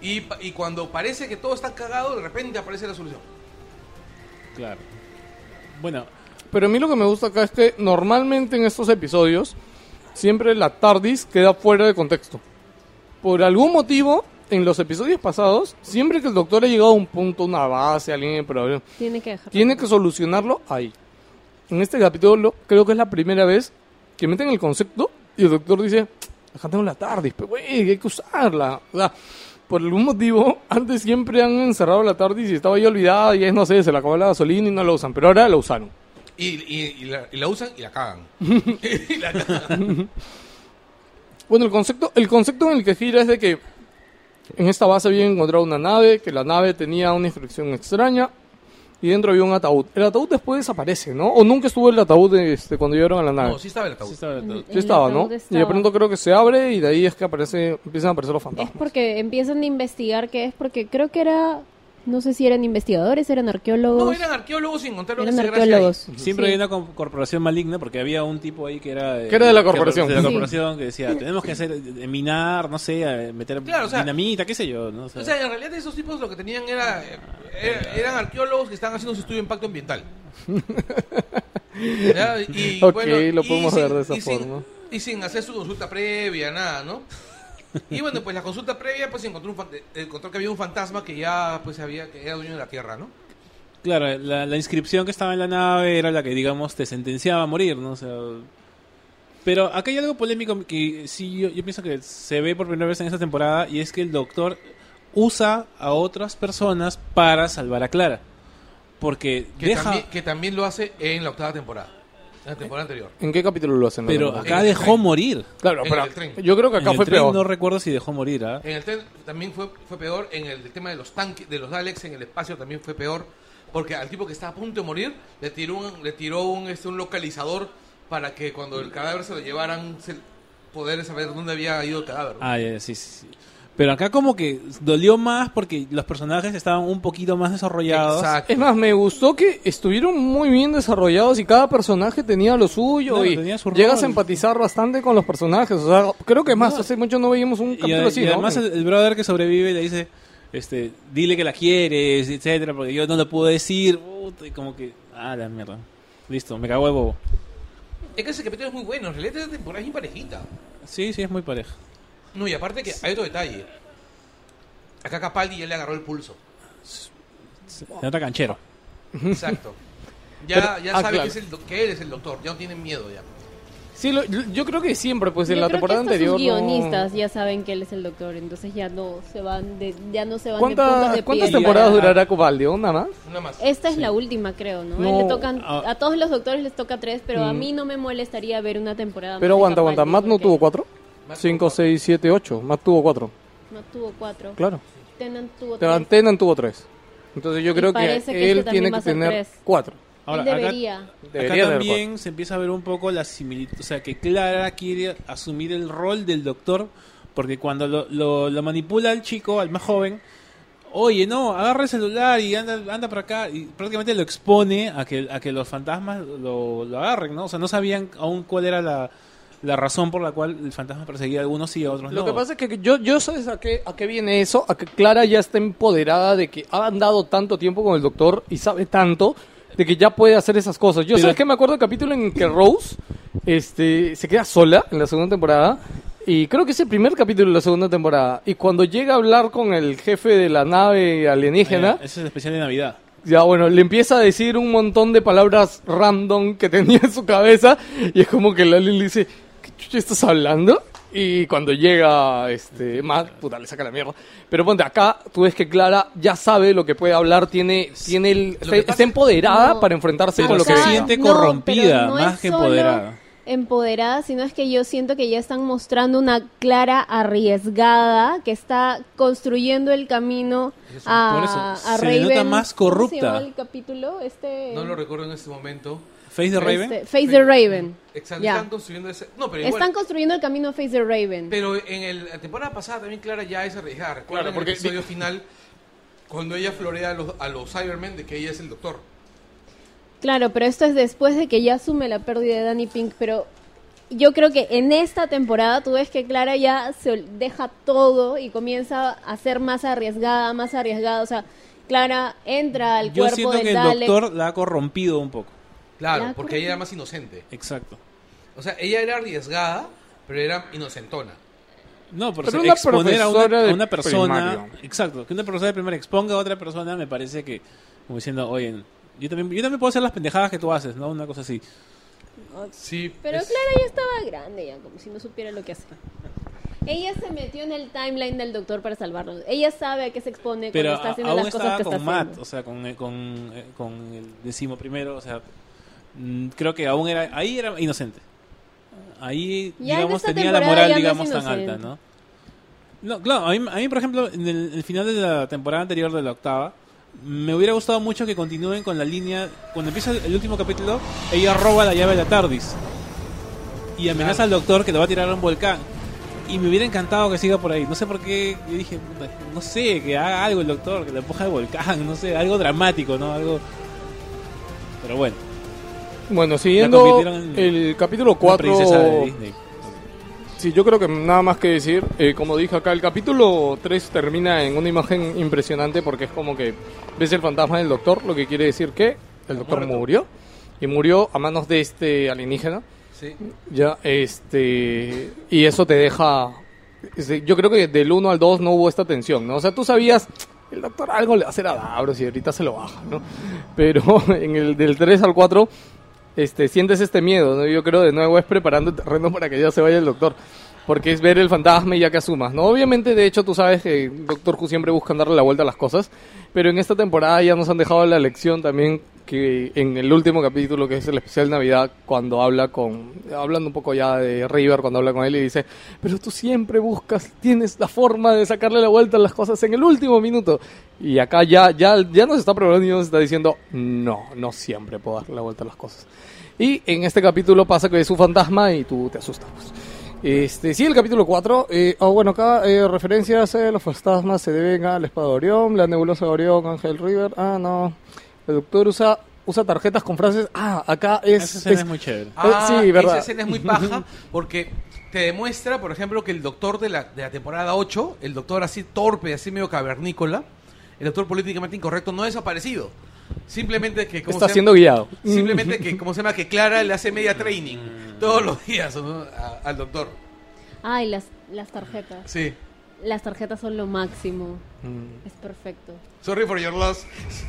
Speaker 2: Y, pa- y cuando parece que todo está cagado, de repente aparece la solución.
Speaker 4: Claro. Bueno,
Speaker 3: Pero a mí lo que me gusta acá es que normalmente en estos episodios siempre la TARDIS queda fuera de contexto. Por algún motivo, en los episodios pasados, siempre que el doctor ha llegado a un punto, una base, a alguien de problema,
Speaker 1: Tiene que dejarlo.
Speaker 3: tiene que solucionarlo ahí. En este capítulo creo que es la primera vez que meten el concepto y el doctor dice, acá tengo la TARDIS, pero güey, hay que usarla. O sea, por algún motivo, antes siempre han encerrado la TARDIS y estaba ahí olvidada y es, no sé, se la acabó la gasolina y no la usan, pero ahora la usaron.
Speaker 2: Y, y- y la, y la usan y la cagan. Y la cagan.
Speaker 3: Bueno, el concepto, el concepto en el que gira es de que en esta base habían encontrado una nave, que la nave tenía una instrucción extraña y dentro había un ataúd. El ataúd después desaparece, ¿no? O nunca estuvo el ataúd este, cuando llegaron a la nave.
Speaker 2: No, sí estaba el
Speaker 4: sí
Speaker 2: ataúd.
Speaker 4: estaba todo.
Speaker 3: Sí
Speaker 1: El
Speaker 3: estaba, ¿no?
Speaker 1: ataúd
Speaker 3: Y de
Speaker 1: estaba.
Speaker 3: pronto creo que se abre y de ahí es que aparece, empiezan a aparecer los
Speaker 1: Es
Speaker 3: fantasmas.
Speaker 1: porque empiezan a investigar qué es, porque creo que era... No sé si eran investigadores, eran arqueólogos.
Speaker 2: No, eran arqueólogos y encontraron
Speaker 1: eran
Speaker 2: esa gracia ahí.
Speaker 1: arqueólogos.
Speaker 4: Siempre
Speaker 1: Sí.
Speaker 4: hay una co- corporación maligna porque había un tipo ahí que era... eh,
Speaker 3: Que era de la corporación.
Speaker 4: De la
Speaker 1: Sí.
Speaker 4: corporación que decía, tenemos que hacer, eh, minar, no sé, eh, meter
Speaker 2: Claro, o sea-
Speaker 4: dinamita, qué sé yo. ¿no? O sea,
Speaker 2: O sea, en realidad esos tipos lo que tenían era, eh, era- eran arqueólogos que estaban haciendo su estudio de impacto ambiental. Ya, y,
Speaker 3: Ok,
Speaker 2: bueno,
Speaker 3: lo
Speaker 2: y
Speaker 3: podemos
Speaker 2: sin-
Speaker 3: ver de esa
Speaker 2: y sin-
Speaker 3: forma.
Speaker 2: y sin hacer su consulta previa, nada, ¿no? Y bueno, pues la consulta previa, pues encontró, un fan- eh, encontró que había un fantasma que ya pues había, que era dueño de la tierra, ¿no?
Speaker 4: Claro, la, la inscripción que estaba en la nave era la que, digamos, te sentenciaba a morir, ¿no? O sea, pero acá hay algo polémico que sí, yo, yo pienso que se ve por primera vez en esta temporada y es que el doctor usa a otras personas para salvar a Clara. Porque
Speaker 2: Que,
Speaker 4: deja...
Speaker 2: también, que también lo hace en la octava temporada, en la temporada anterior.
Speaker 3: ¿En qué capítulo lo hacen? No
Speaker 4: Pero
Speaker 3: recuerdo.
Speaker 4: acá
Speaker 2: En el
Speaker 4: dejó
Speaker 2: tren.
Speaker 4: morir.
Speaker 3: Claro,
Speaker 2: en el
Speaker 3: pero
Speaker 2: del tren.
Speaker 3: yo creo que acá
Speaker 4: En el
Speaker 3: fue
Speaker 4: tren
Speaker 3: peor.
Speaker 4: No recuerdo si dejó morir, ¿ah?
Speaker 2: En el tren también fue, fue peor, en el tema de los tanques, de los Daleks en el espacio también fue peor, porque al tipo que estaba a punto de morir le tiró un, le tiró un, este, un localizador para que cuando el cadáver se lo llevaran se, poder saber dónde había ido el cadáver. ¿no?
Speaker 4: Ah, ya, sí, sí, sí. Pero acá como que dolió más porque los personajes estaban un poquito más desarrollados.
Speaker 2: Exacto.
Speaker 3: Es más, me gustó que estuvieron muy bien desarrollados y cada personaje tenía lo suyo
Speaker 4: Claro,
Speaker 3: y
Speaker 4: tenía su
Speaker 3: llegas
Speaker 4: rol.
Speaker 3: a empatizar bastante con los personajes. O sea, creo que es más,
Speaker 4: No.
Speaker 3: hace mucho no veíamos un
Speaker 4: Y,
Speaker 3: capítulo
Speaker 4: a-
Speaker 3: así,
Speaker 4: y
Speaker 3: ¿no?
Speaker 4: además el, el brother que sobrevive le dice, este, dile que la quieres, etcétera, porque yo no lo pude decir. Puta, y como que, ah, la mierda. Listo, me cago de bobo.
Speaker 2: Es que ese capítulo es muy bueno, en realidad esta temporada es imparejita.
Speaker 4: Sí, sí, es muy pareja.
Speaker 2: No, y aparte que hay otro detalle. Acá Capaldi ya le agarró el pulso.
Speaker 4: Se se nota canchero.
Speaker 2: Exacto. Ya,
Speaker 3: Pero-
Speaker 2: ya
Speaker 3: ah,
Speaker 2: sabe
Speaker 3: claro.
Speaker 2: que, es el do- que él es el doctor, ya no tienen miedo ya.
Speaker 3: Sí, lo- yo creo que siempre, pues en
Speaker 1: Yo
Speaker 3: la
Speaker 1: creo que
Speaker 3: temporada
Speaker 1: hasta sus
Speaker 3: anterior. no-
Speaker 1: guionistas ya saben que él es el doctor, entonces ya no se van de, ya no se van de puntas
Speaker 3: ¿Cuántas,
Speaker 1: de
Speaker 3: ¿cuántas
Speaker 1: piedra.
Speaker 3: temporadas
Speaker 2: Ah,
Speaker 4: Ya.
Speaker 3: durará Cobaldi? ¿Una más?
Speaker 2: Nada más.
Speaker 1: Esta es la última, creo, ¿no?
Speaker 3: No,
Speaker 1: Le tocan,
Speaker 4: ah.
Speaker 1: a todos los doctores les toca tres, pero a
Speaker 3: Mm.
Speaker 1: mí no me molestaría ver una temporada.
Speaker 3: Pero
Speaker 1: más de
Speaker 3: aguanta, aguanta.
Speaker 1: Capaldi,
Speaker 3: ¿Matt no
Speaker 1: porque
Speaker 3: tuvo cuatro?
Speaker 2: Matt
Speaker 3: Cinco,
Speaker 2: tuvo cuatro.
Speaker 3: seis, siete, ocho. Matt tuvo cuatro.
Speaker 1: No tuvo cuatro.
Speaker 3: Claro.
Speaker 1: Tennant tuvo
Speaker 3: Pero
Speaker 1: tres.
Speaker 3: Tenan tuvo tres. Entonces yo
Speaker 1: Y
Speaker 3: creo que
Speaker 1: parece que este
Speaker 3: él
Speaker 1: también
Speaker 3: tiene
Speaker 1: va a
Speaker 3: que
Speaker 1: ser
Speaker 3: tener
Speaker 1: tres.
Speaker 3: cuatro.
Speaker 4: Ahora,
Speaker 1: Él
Speaker 4: acá-
Speaker 1: debería.
Speaker 3: Debería
Speaker 4: Acá
Speaker 3: ser
Speaker 4: también se empieza a ver un poco la similitud, o sea, que Clara quiere asumir el rol del doctor, porque cuando lo, lo- lo manipula al chico, al más joven, oye, no, agarra el celular y anda, anda para acá, y prácticamente lo expone a que, a que los fantasmas lo, lo agarren, ¿no? O sea, no sabían aún cuál era la, la razón por la cual el fantasma perseguía a algunos y a otros
Speaker 3: Lo
Speaker 4: Pues no.
Speaker 3: que pasa es que yo, yo sabes a qué, a qué viene eso, a que Clara ya está empoderada de que ha andado tanto tiempo con el doctor y sabe tanto de que ya puede hacer esas cosas. Yo
Speaker 4: Pero-
Speaker 3: sabes que me acuerdo del capítulo en que Rose este, se queda sola en la segunda temporada y creo que es el primer capítulo de la segunda temporada y cuando llega a hablar con el jefe de la nave alienígena,
Speaker 4: Eh, ese es el especial de Navidad.
Speaker 3: ya bueno, le empieza a decir un montón de palabras random que tenía en su cabeza y es como que Lali le dice, ¿qué chucha estás hablando? Y cuando llega este Matt, puta, le saca la mierda. Pero ponte acá, tú ves que Clara ya sabe lo que puede hablar, tiene, tiene el,
Speaker 2: Lo
Speaker 3: está,
Speaker 2: que pasa-
Speaker 3: está empoderada
Speaker 1: No.
Speaker 3: para enfrentarse
Speaker 1: Ah,
Speaker 3: con
Speaker 1: o
Speaker 3: lo que
Speaker 1: sea,
Speaker 3: venga.
Speaker 4: siente
Speaker 1: no,
Speaker 4: corrompida,
Speaker 1: pero no
Speaker 4: más
Speaker 1: es
Speaker 4: que
Speaker 1: solo
Speaker 4: empoderada.
Speaker 1: Empoderada, sino es que yo siento que ya están mostrando una clara arriesgada que está construyendo el camino
Speaker 4: por
Speaker 1: a,
Speaker 4: eso,
Speaker 1: a
Speaker 4: se le
Speaker 1: Raven.
Speaker 4: nota más corrupta.
Speaker 1: ¿Cómo se llama el capítulo? Este,
Speaker 2: No lo recuerdo en este momento.
Speaker 4: Face de Raven.
Speaker 1: este, Face the Raven.
Speaker 2: Exacto,
Speaker 1: Ya.
Speaker 2: están construyendo ese. No, pero igual.
Speaker 1: Están construyendo el camino a Face the Raven.
Speaker 2: Pero en el- la temporada pasada también Clara ya es arriesgada. Recuerda
Speaker 3: Claro,
Speaker 2: en
Speaker 3: porque-
Speaker 2: el episodio final cuando ella florea a los, a los Cybermen de que ella es el doctor.
Speaker 1: Claro, pero esto es después de que ya asume la pérdida de Danny Pink, pero yo creo que en esta temporada tú ves que Clara ya se ol- deja todo y comienza a ser más arriesgada, más arriesgada, o sea, Clara entra al
Speaker 4: Yo
Speaker 1: cuerpo
Speaker 4: siento
Speaker 1: del
Speaker 4: que el
Speaker 1: Dalek.
Speaker 4: doctor la ha corrompido un poco.
Speaker 2: Claro,
Speaker 1: Ya,
Speaker 2: porque
Speaker 1: correcto.
Speaker 2: ella era más inocente.
Speaker 4: Exacto.
Speaker 2: O sea, ella era arriesgada, pero era inocentona.
Speaker 4: No, pero,
Speaker 3: Pero
Speaker 4: se-
Speaker 3: una
Speaker 4: exponer a
Speaker 3: profesora
Speaker 4: una,
Speaker 3: de
Speaker 4: a una persona.
Speaker 3: primario.
Speaker 4: Exacto, que una profesora de primaria exponga a otra persona me parece que, como diciendo, oye, yo también, yo también puedo hacer las pendejadas que tú haces, ¿no? Una cosa así.
Speaker 1: Eh,
Speaker 2: Sí.
Speaker 1: Pero
Speaker 2: es-
Speaker 1: Clara ya estaba grande, ya como si no supiera lo que hacía. Ella se metió en el timeline del doctor para salvarnos. Ella sabe a qué se expone
Speaker 4: Pero
Speaker 1: cuando está
Speaker 4: a-
Speaker 1: haciendo
Speaker 4: aún
Speaker 1: las cosas
Speaker 4: estaba
Speaker 1: que
Speaker 4: con
Speaker 1: está
Speaker 4: Matt,
Speaker 1: haciendo.
Speaker 4: o sea, con, eh, con, eh, con el décimo primero, o sea, mm, creo que aún era, ahí era inocente. Ahí,
Speaker 1: Ya en
Speaker 4: digamos,
Speaker 1: esta
Speaker 4: tenía la
Speaker 1: temporada ya
Speaker 4: moral,
Speaker 1: no es
Speaker 4: digamos, tan
Speaker 1: inocente.
Speaker 4: alta, ¿no? No, claro, a mí, a mí, por ejemplo, en el, el final de la temporada anterior de la octava, me hubiera gustado mucho que continúen con la línea. Cuando empieza el último capítulo, ella roba la llave de la TARDIS y amenaza al doctor que lo va a tirar a un volcán. Y me hubiera encantado que siga por ahí. No sé por qué. Yo dije, "Puta, no sé, que haga algo el doctor, que lo empuja al volcán, no sé, algo dramático, ¿no? Algo. Pero bueno,
Speaker 3: Bueno,
Speaker 4: La
Speaker 3: siguiendo
Speaker 4: convirtieron en
Speaker 3: el capítulo
Speaker 4: una princesa de
Speaker 3: 4
Speaker 4: Disney.
Speaker 3: Sí, yo creo que nada más que decir, eh, como dije acá, el capítulo 3 termina en una imagen impresionante porque es como que ves el fantasma del doctor, lo que quiere decir que el doctor murió y murió a manos de este alienígena.
Speaker 2: sí.
Speaker 3: Ya, este. Y eso te deja. sí, Yo creo que del 1 al 2 no hubo esta tensión, ¿no? O sea, tú sabías. El doctor algo le va a hacer a Davros y ahorita se lo baja, ¿no? Pero en el del 3 al 4. Este, sientes este miedo, ¿no? Yo creo de nuevo es preparando el terreno para que ya se vaya el doctor. Porque es ver el fantasma y ya que asumas, ¿no? Obviamente, de hecho, tú sabes que Doctor Who siempre buscan darle la vuelta a las cosas. Pero en esta temporada ya nos han dejado la lección también que en el último capítulo, que es el especial Navidad, cuando habla con... Hablando un poco ya de River, cuando habla con él y dice, pero tú siempre buscas, tienes la forma de sacarle la vuelta a las cosas en el último minuto. Y acá ya, ya, ya nos está probando y nos está diciendo, no, no siempre puedo darle la vuelta a las cosas. Y en este capítulo pasa que es un fantasma y tú te asustas. pues. Este, sí, el capítulo 4. Eh, ah, bueno, acá eh, referencias a los fantasmas se deben a la espada de Orión, la nebulosa de Orión, Ángel River. Ah, no. El doctor usa, usa tarjetas con frases. Ah, acá es.
Speaker 4: Esa escena es,
Speaker 3: es-
Speaker 4: muy chévere.
Speaker 2: Ah,
Speaker 3: sí, verdad.
Speaker 2: Esa escena es muy paja porque te demuestra, por ejemplo, que el doctor de la, de la temporada 8, el doctor así torpe, así medio cavernícola, el doctor políticamente incorrecto, no ha desaparecido. Simplemente que... ¿cómo
Speaker 3: está
Speaker 2: se llama?
Speaker 3: siendo guiado.
Speaker 2: Simplemente que, ¿cómo se llama? Que Clara le hace media training todos los días ¿no? A- al doctor.
Speaker 1: Ay, las, las tarjetas.
Speaker 2: Sí.
Speaker 1: Las tarjetas son lo máximo.
Speaker 3: Mm.
Speaker 1: Es perfecto.
Speaker 2: Sorry for your loss.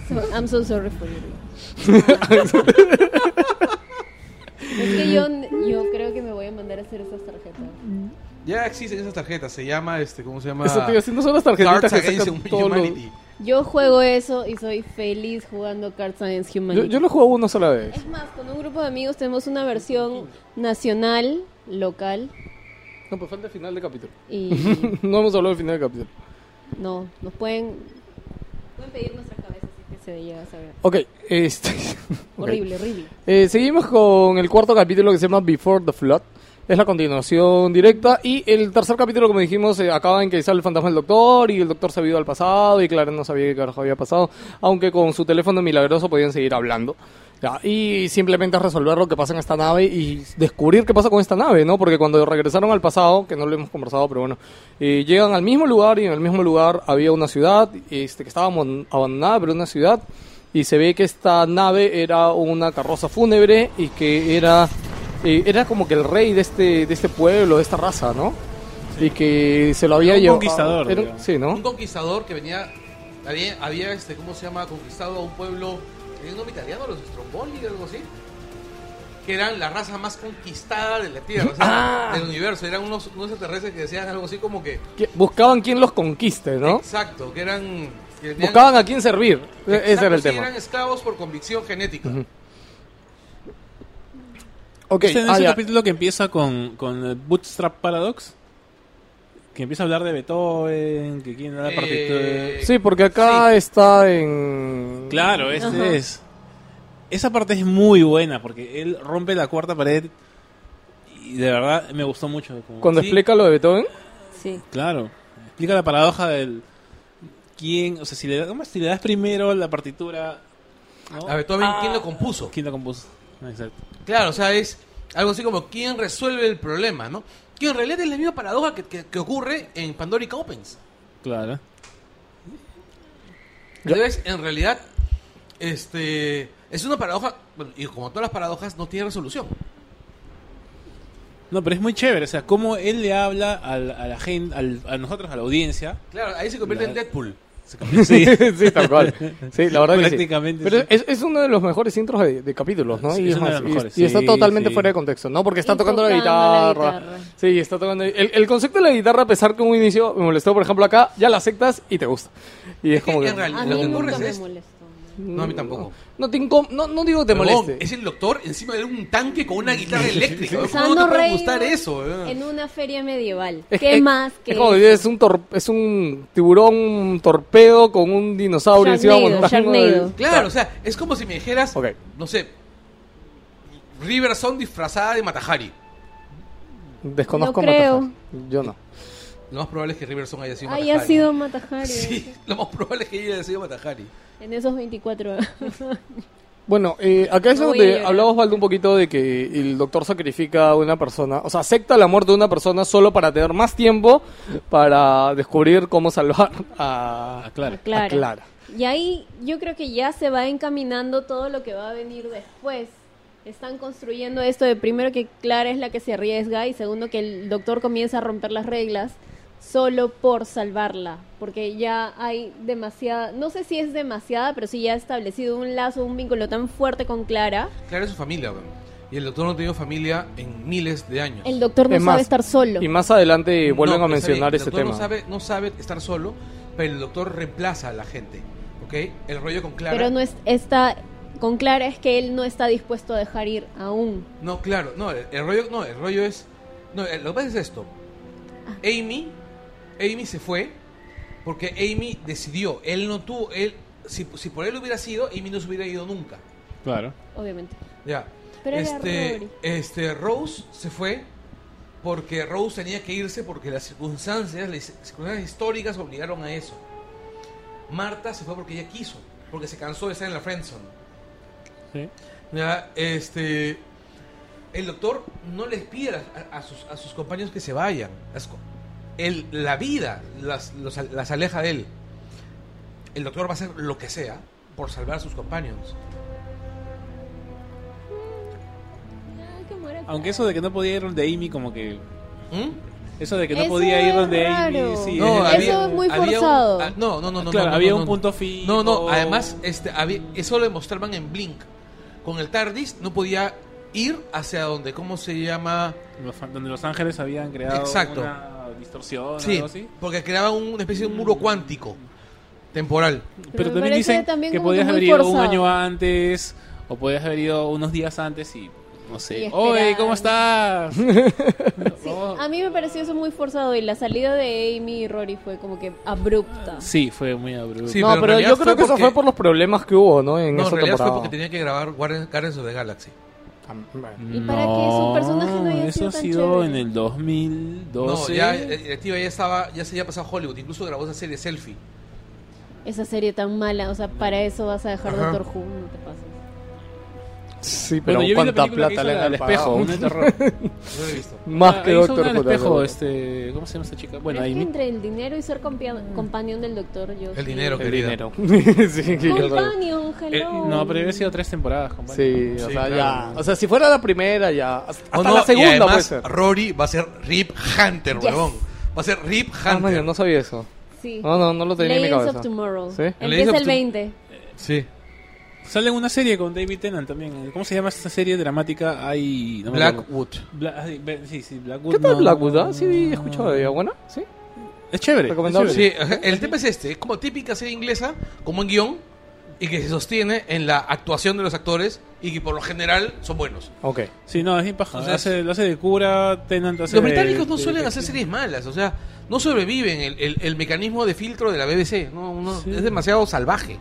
Speaker 1: So- I'm so sorry for you. es que yo, yo creo que me voy a mandar a hacer esas tarjetas.
Speaker 2: Ya existen esas tarjetas. Se llama, este, ¿cómo se llama?
Speaker 3: Eso te iba a decir, no son las tarjetitas
Speaker 2: Cards
Speaker 3: que
Speaker 2: Against
Speaker 3: sacan todos los-
Speaker 2: Humanity.
Speaker 1: Yo juego eso y soy feliz jugando Cards Against
Speaker 3: Yo,
Speaker 1: Humanity.
Speaker 3: yo lo juego una sola vez.
Speaker 1: Es más, con un grupo de amigos tenemos una versión nacional, local
Speaker 3: No, pues falta el final del capítulo.
Speaker 1: y
Speaker 3: no hemos hablado del final del capítulo.
Speaker 1: no, nos pueden, pueden pedir nuestras cabezas. si es que se llega a saber.
Speaker 3: Ok, este... ok.
Speaker 1: Horrible, horrible.
Speaker 3: Eh, seguimos con el cuarto capítulo que se llama Before the Flood. Es la continuación directa. Y el tercer capítulo, como dijimos, eh, acaba en que sale el fantasma del doctor y el doctor se ha ido al pasado y Clara no sabía qué carajo había pasado. Aunque con su teléfono milagroso podían seguir hablando. Ya, y simplemente es resolver lo que pasa en esta nave y descubrir qué pasa con esta nave, ¿no? Porque cuando regresaron al pasado, que no lo hemos conversado, pero bueno, eh, llegan al mismo lugar y en el mismo lugar había una ciudad este, que estaba mon- abandonada, pero una ciudad y se ve que esta nave era una carroza fúnebre y que era eh, era como que el rey de este de este pueblo, de esta raza, ¿no? Y que se lo había
Speaker 4: Era
Speaker 3: llevado
Speaker 4: un conquistador,
Speaker 3: era-
Speaker 4: digamos.
Speaker 3: sí,
Speaker 2: Un
Speaker 3: ¿no?
Speaker 2: conquistador que venía, había, había, este, ¿cómo se llama? Conquistado a un pueblo, tenía un nombre italiano, los Stromboli o algo así, que eran la raza más conquistada de la Tierra, o
Speaker 3: Ah.
Speaker 2: sea, del universo. Eran unos, unos extraterrestres que decían algo así como que,
Speaker 3: Que- buscaban quien los conquiste, ¿no?
Speaker 2: exacto, que eran... que tenían-
Speaker 3: Buscaban a quién servir. E-
Speaker 2: exacto,
Speaker 3: Ese era el
Speaker 2: sí,
Speaker 3: tema.
Speaker 2: Eran esclavos por convicción genética.
Speaker 3: Ok,
Speaker 4: Este es
Speaker 3: ah,
Speaker 4: el
Speaker 3: ya.
Speaker 4: capítulo que empieza con, con el Bootstrap Paradox. Que empieza a hablar de Beethoven, que quién era la
Speaker 2: Eh,
Speaker 4: partitura.
Speaker 3: Sí, porque acá
Speaker 2: Sí.
Speaker 3: está en...
Speaker 4: Claro, este
Speaker 1: Ajá.
Speaker 4: es. Esa parte es muy buena porque él rompe la cuarta pared y de verdad me gustó mucho. como-
Speaker 3: Cuando
Speaker 4: sí,
Speaker 3: explica lo de Beethoven.
Speaker 1: Sí.
Speaker 4: Claro, explica la paradoja del quién, o sea, si le, da- ¿cómo es? si le das primero la partitura, ¿no?
Speaker 2: A Beethoven, ¿quién lo compuso?
Speaker 4: ¿quién la compuso? No, Exacto.
Speaker 2: Claro, o sea, es algo así como quién resuelve el problema, ¿no? Que en realidad es la misma paradoja que, que- que ocurre en Pandoric Opens.
Speaker 4: Claro.
Speaker 3: Ya.
Speaker 2: Entonces, en realidad, este es una paradoja, bueno, y como todas las paradojas, no tiene resolución.
Speaker 4: No, pero es muy chévere, o sea, cómo él le habla al- a la gente, al- a nosotros, a la audiencia.
Speaker 2: Claro, ahí se convierte
Speaker 4: La-
Speaker 2: en Deadpool.
Speaker 4: Se convierte- Sí.
Speaker 3: sí, tal cual. Sí, la verdad que sí.
Speaker 4: Prácticamente,
Speaker 3: Pero
Speaker 4: sí.
Speaker 3: es, es uno de los mejores intros de, de capítulos, ¿no?
Speaker 4: Sí,
Speaker 3: y,
Speaker 4: es uno de
Speaker 3: más,
Speaker 4: los
Speaker 3: y-
Speaker 4: mejores,
Speaker 3: y está
Speaker 4: sí,
Speaker 3: totalmente
Speaker 4: sí.
Speaker 3: fuera de contexto, ¿no? Porque está
Speaker 1: Y
Speaker 3: tocando, la,
Speaker 1: tocando la
Speaker 3: guitarra.
Speaker 1: guitarra.
Speaker 3: Sí, está tocando. El, el concepto de la guitarra, a pesar que en un inicio me molestó, por ejemplo, acá, ya la aceptas y te gusta. Y es
Speaker 2: que
Speaker 3: como que.
Speaker 2: en realidad-
Speaker 1: A
Speaker 2: Lo
Speaker 1: mí
Speaker 2: que ocurre
Speaker 1: nunca
Speaker 2: es
Speaker 1: me
Speaker 2: esto.
Speaker 1: molestó.
Speaker 2: No, a mí tampoco.
Speaker 3: No, te incom- no, no digo que te
Speaker 2: Huevón,
Speaker 3: moleste.
Speaker 2: es el doctor encima de un tanque con una guitarra eléctrica.
Speaker 1: O
Speaker 2: ¿Cómo
Speaker 1: sea,
Speaker 2: no te
Speaker 1: no
Speaker 2: puede
Speaker 1: reír
Speaker 2: gustar eso? eh?
Speaker 1: En una feria medieval.
Speaker 3: Es-
Speaker 1: ¿Qué
Speaker 3: es-
Speaker 1: más que
Speaker 3: es, como que es un tor- es un tiburón un torpedo con un dinosaurio encima
Speaker 1: Sharknado,
Speaker 3: montando
Speaker 1: Sharknado.
Speaker 2: Claro, o sea, es como si me dijeras,
Speaker 3: Ok.
Speaker 2: no sé, Riverson disfrazada de Matajari.
Speaker 3: Desconozco
Speaker 1: No
Speaker 3: a
Speaker 1: creo.
Speaker 3: Matajari. Yo no.
Speaker 2: Lo más probable es que Riverson haya sido
Speaker 1: haya
Speaker 2: Matajari.
Speaker 1: sido Matajari?
Speaker 2: Sí, lo más probable es que ella haya sido Matajari.
Speaker 1: En esos 24
Speaker 3: Bueno, eh, acá es
Speaker 1: No voy a
Speaker 3: donde
Speaker 1: llorar.
Speaker 3: hablaba Osvaldo un poquito de que el doctor sacrifica a una persona, o sea, acepta la muerte de una persona solo para tener más tiempo para descubrir cómo salvar a,
Speaker 4: Ah, claro.
Speaker 1: Clara.
Speaker 3: a Clara.
Speaker 1: Y ahí yo creo que ya se va encaminando todo lo que va a venir después. Están construyendo esto de primero que Clara es la que se arriesga y segundo que el doctor comienza a romper las reglas solo por salvarla, porque ya hay demasiada, no sé si es demasiada, pero sí ya ha establecido un lazo, un vínculo tan fuerte con Clara.
Speaker 2: Claro, es su familia, weón. Y el doctor no ha tenido familia en miles de años.
Speaker 1: El doctor no
Speaker 3: Es
Speaker 1: sabe
Speaker 3: más,
Speaker 1: estar solo.
Speaker 3: Y más adelante vuelven
Speaker 2: No,
Speaker 3: a
Speaker 2: pero está bien,
Speaker 3: mencionar
Speaker 2: el
Speaker 3: ese
Speaker 2: doctor
Speaker 3: tema.
Speaker 2: No sabe, no sabe estar solo, pero el doctor reemplaza a la gente. ¿Ok? El rollo con Clara.
Speaker 1: Pero no es, está con Clara es que él no está dispuesto a dejar ir aún.
Speaker 2: No, claro, no, el, el rollo, no, el rollo es. No, el- lo que pasa es esto.
Speaker 1: Ah.
Speaker 2: Amy, Amy se fue porque Amy decidió. Él no tuvo, él, si, si por él hubiera sido, Amy no se hubiera ido nunca.
Speaker 4: Claro.
Speaker 1: Obviamente.
Speaker 2: Ya.
Speaker 1: Pero era
Speaker 2: este,
Speaker 1: Rory.
Speaker 2: este, Rose se fue porque Rose tenía que irse porque las circunstancias, las circunstancias históricas obligaron a eso. Marta se fue porque ella quiso, porque se cansó de estar en la friendzone.
Speaker 4: Sí.
Speaker 2: Ya, este, el doctor no les pide a, a sus, a sus compañeros que se vayan. Las co- el- la vida las, los al- las aleja de él. El doctor va a hacer lo que sea por salvar a sus compañeros.
Speaker 1: Ah, que muera
Speaker 4: Aunque
Speaker 1: Clara.
Speaker 4: eso de que no podía ir donde Amy, como que.
Speaker 2: ¿Mm?
Speaker 4: Eso de que no
Speaker 1: Eso
Speaker 4: podía ir
Speaker 1: es
Speaker 4: donde
Speaker 1: raro.
Speaker 4: Amy. Sí,
Speaker 1: No,
Speaker 4: es-
Speaker 1: Eso es muy
Speaker 2: había un-
Speaker 1: forzado.
Speaker 2: ah, no, no, no, no.
Speaker 4: Claro,
Speaker 2: no, no,
Speaker 4: había
Speaker 2: no,
Speaker 4: un
Speaker 2: no.
Speaker 4: punto fijo.
Speaker 2: No, no, además, este, había, eso lo mostraban en Blink. Con el TARDIS no podía ir hacia donde, ¿cómo se llama?
Speaker 4: Los- donde Los Ángeles habían creado
Speaker 2: Exacto.
Speaker 4: una distorsión o
Speaker 2: Sí,
Speaker 4: algo así.
Speaker 2: porque creaban una especie de muro cuántico temporal.
Speaker 1: Pero
Speaker 4: Pero,
Speaker 1: me
Speaker 4: también
Speaker 1: parece
Speaker 4: dicen
Speaker 1: también
Speaker 4: que
Speaker 1: como que
Speaker 4: podías
Speaker 1: muy
Speaker 4: haber ido un
Speaker 1: forzado.
Speaker 4: año antes o podías haber ido unos días antes y no
Speaker 1: Y
Speaker 4: sé.
Speaker 1: esperar.
Speaker 4: Oye, ¿cómo estás?
Speaker 1: Sí,
Speaker 4: no.
Speaker 1: A mí me pareció eso muy forzado y la salida de Amy y Rory fue como que abrupta.
Speaker 4: Ah, Sí, fue muy abrupto.
Speaker 2: Sí,
Speaker 3: no,
Speaker 2: pero en
Speaker 3: pero,
Speaker 2: realidad
Speaker 3: yo creo
Speaker 2: fue
Speaker 3: que eso fue
Speaker 2: porque-
Speaker 3: por los problemas que hubo, ¿no? En
Speaker 2: No, en realidad
Speaker 3: esa temporada. Ah,
Speaker 2: fue porque tenía que grabar Guardians Guardians of the Galaxy.
Speaker 1: Y para que su personaje no haya
Speaker 4: eso
Speaker 1: sido
Speaker 4: ha
Speaker 1: tan
Speaker 4: sido
Speaker 1: chévere.
Speaker 4: en el 2012.
Speaker 2: No, ya, eh, el tío ya estaba, ya se había pasado a Hollywood, incluso grabó esa serie Selfie.
Speaker 1: Esa serie tan mala, o sea, para eso vas a dejar
Speaker 2: Ajá.
Speaker 1: Doctor Who, no te pases.
Speaker 3: Sí, pero
Speaker 4: Bueno, yo vi la
Speaker 3: cuánta
Speaker 4: película
Speaker 3: plata
Speaker 4: que hizo
Speaker 3: le
Speaker 4: la
Speaker 3: han
Speaker 4: del espejo,
Speaker 3: pagado.
Speaker 4: una de terror.
Speaker 2: No lo he visto.
Speaker 3: Más
Speaker 4: Ah,
Speaker 3: que
Speaker 4: hizo
Speaker 3: Doctor
Speaker 4: una del
Speaker 3: Who, te
Speaker 4: espejo,
Speaker 3: aseguro.
Speaker 4: este, ¿cómo se llama esta chica? Bueno,
Speaker 1: Pero es
Speaker 4: ahí
Speaker 1: que entre el dinero y ser compia- companion del doctor, yo.
Speaker 2: El dinero,
Speaker 3: El
Speaker 2: querida.
Speaker 3: dinero. sí, que yo creo.
Speaker 1: Companion, hello.
Speaker 4: Eh, no, pero había sido tres temporadas, compañero.
Speaker 3: Sí, o
Speaker 2: Sí,
Speaker 3: sea,
Speaker 2: claro.
Speaker 3: ya. O sea, si fuera la primera, ya. Hasta
Speaker 2: O Pues Oh, no,
Speaker 3: la segunda,
Speaker 2: y
Speaker 3: puede
Speaker 2: además,
Speaker 3: ser.
Speaker 2: Rory va a ser Rip Hunter,
Speaker 1: Yes.
Speaker 2: huevón. Va a ser Rip Hunter.
Speaker 3: Ah, man, no sabía eso.
Speaker 1: Sí.
Speaker 3: Ah, No, no, no lo tenía en mi
Speaker 1: Legends
Speaker 3: cabeza.
Speaker 1: of Tomorrow.
Speaker 3: Sí.
Speaker 2: Legends
Speaker 1: Empieza
Speaker 2: of
Speaker 1: el
Speaker 2: Tom-
Speaker 1: 20.
Speaker 2: Sí.
Speaker 4: Sale una serie con David Tennant también. ¿Cómo se llama esta serie dramática? Hay no me acuerdo.
Speaker 2: Blackwood.
Speaker 4: Bla- ah, sí, Be- sí, sí, Blackwood.
Speaker 3: ¿Qué tal
Speaker 4: no,
Speaker 3: Blackwood? ah?
Speaker 4: no,
Speaker 3: Sí,
Speaker 4: no,
Speaker 3: he
Speaker 4: no.
Speaker 3: escuchado de ella. ¿Buena? Sí.
Speaker 4: Es chévere.
Speaker 3: Recomendable.
Speaker 4: es
Speaker 2: Sí,
Speaker 4: chévere.
Speaker 2: ajá. el tema es este, es como típica serie inglesa, como en guión, y que se sostiene en la actuación de los actores y que por lo general son buenos.
Speaker 3: Ok.
Speaker 4: Sí, no, es bien paja.
Speaker 2: O sea,
Speaker 4: hace, lo hace de cura, Tennant hace
Speaker 2: Los
Speaker 4: de-
Speaker 2: británicos no
Speaker 4: de-
Speaker 2: suelen
Speaker 4: de-
Speaker 2: hacer series malas, o sea, no sobreviven el, el- el mecanismo de filtro de la BBC, no, no, es demasiado salvaje.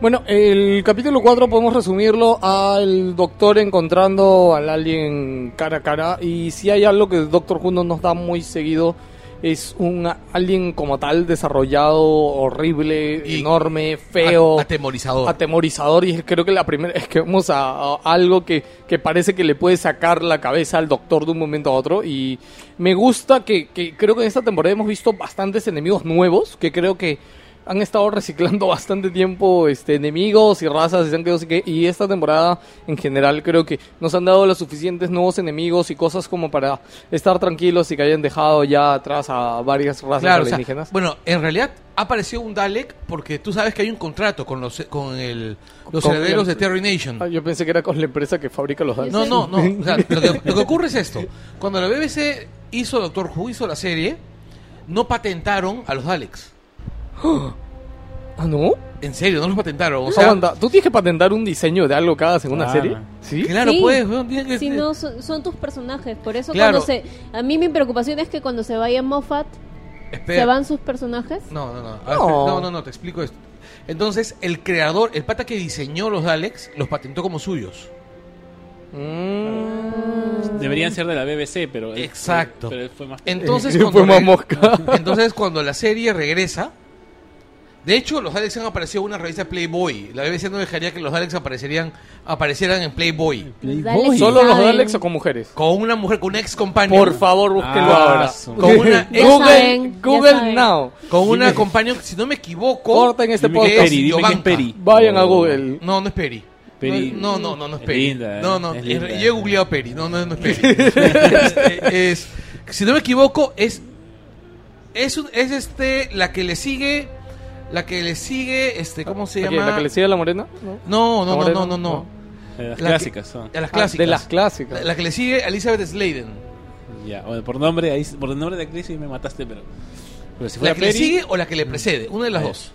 Speaker 3: Bueno, el capítulo 4 podemos resumirlo al doctor encontrando al alien cara a cara. Y si hay algo que Doctor Who no nos da muy seguido, es un alien como tal desarrollado, horrible,
Speaker 2: Y-
Speaker 3: enorme, feo.
Speaker 2: A- atemorizador.
Speaker 3: atemorizador y creo que la primera es que vamos a, a algo que, que parece que le puede sacar la cabeza al doctor de un momento a otro y me gusta que, que creo que en esta temporada hemos visto bastantes enemigos nuevos que creo que han estado reciclando bastante tiempo este enemigos y razas y se han quedado así que y esta temporada en general creo que nos han dado los suficientes nuevos enemigos y cosas como para estar tranquilos y que hayan dejado ya atrás a varias razas
Speaker 2: Claro, o sea,
Speaker 3: alienígenas.
Speaker 2: bueno, en realidad ha aparecido un Dalek porque tú sabes que hay un contrato con los con el, los
Speaker 3: Con
Speaker 2: herederos
Speaker 3: el-
Speaker 2: de Terry Nation.
Speaker 3: Ah, yo pensé que era con la empresa que fabrica los datos.
Speaker 2: No, no, no. O sea, lo, que, lo que ocurre es esto. Cuando la BBC hizo Doctor Who, hizo la serie, no patentaron a los Daleks.
Speaker 3: Ah, no.
Speaker 2: En serio, no los patentaron. O
Speaker 3: No,
Speaker 2: sea,
Speaker 3: aguanta, tú tienes que patentar un diseño de algo cada segunda
Speaker 4: Claro.
Speaker 3: serie. ¿Sí?
Speaker 2: claro,
Speaker 1: Sí.
Speaker 2: pues, weón, tienen que-
Speaker 1: Si no, son, son tus personajes. Por eso
Speaker 2: Claro.
Speaker 1: cuando se... A mí mi preocupación es que cuando se vaya Moffat,
Speaker 2: Espera.
Speaker 1: ¿se van sus personajes?
Speaker 2: No, no, no. A ver,
Speaker 3: No.
Speaker 2: espera. No, no, no, te explico esto. Entonces, el creador, el pata que diseñó los Daleks, los patentó como suyos.
Speaker 3: Mm.
Speaker 4: Deberían ser de la BBC, pero. él-
Speaker 2: Exacto.
Speaker 4: Pero él fue más.
Speaker 2: Entonces,
Speaker 3: Eh,
Speaker 2: cuando
Speaker 3: fue más
Speaker 2: re-
Speaker 3: mosca.
Speaker 2: Entonces, cuando la serie regresa, de hecho, los Daleks han aparecido en una revista Playboy. La BBC no dejaría que los Daleks aparecerían, aparecieran en Playboy.
Speaker 1: Dale,
Speaker 3: ¿Solo los
Speaker 1: saben.
Speaker 3: Daleks o con mujeres?
Speaker 2: Con una mujer, con una ex compañía.
Speaker 3: Por favor, búsquenlo
Speaker 4: Ah,
Speaker 3: ahora.
Speaker 4: su-
Speaker 2: Con una-
Speaker 1: Ya
Speaker 3: Google,
Speaker 1: saben, ya
Speaker 3: Google
Speaker 1: saben.
Speaker 3: now.
Speaker 2: Con una compañía, si no me equivoco.
Speaker 3: Corten este
Speaker 4: Dime que es
Speaker 3: podcast.
Speaker 4: Peri, dime que es
Speaker 2: Yovanka.
Speaker 4: Peri.
Speaker 3: Vayan a
Speaker 4: Oh.
Speaker 3: Google.
Speaker 2: No, no es Peri.
Speaker 4: Peri.
Speaker 2: No, no, no, no es
Speaker 4: Es
Speaker 2: Peri.
Speaker 4: linda, ¿eh?
Speaker 2: no, no,
Speaker 4: Es
Speaker 2: en
Speaker 4: linda.
Speaker 2: realidad yo he googleado Peri. No, no, no es Peri. Este, es, si no me equivoco, es. Es, un- es este, la que le sigue. La que le sigue, este, ¿cómo se
Speaker 3: Ok,
Speaker 2: llama?
Speaker 3: ¿La que le sigue a la morena? ¿No?
Speaker 2: No, no, no,
Speaker 3: Morena?
Speaker 2: no, no, no.
Speaker 4: Eh, Las
Speaker 2: La que-
Speaker 4: clásicas son.
Speaker 2: A las
Speaker 3: Ah,
Speaker 2: clásicas.
Speaker 3: de las clásicas.
Speaker 2: La, la que le sigue, Elizabeth Sladen.
Speaker 4: Ya, bueno, por nombre, ahí, por el nombre de actriz sí me mataste, pero. Pero si
Speaker 2: ¿La
Speaker 4: fuera
Speaker 2: que le
Speaker 4: Peri. Eh,
Speaker 2: sigue o la que le precede? Una de las dos.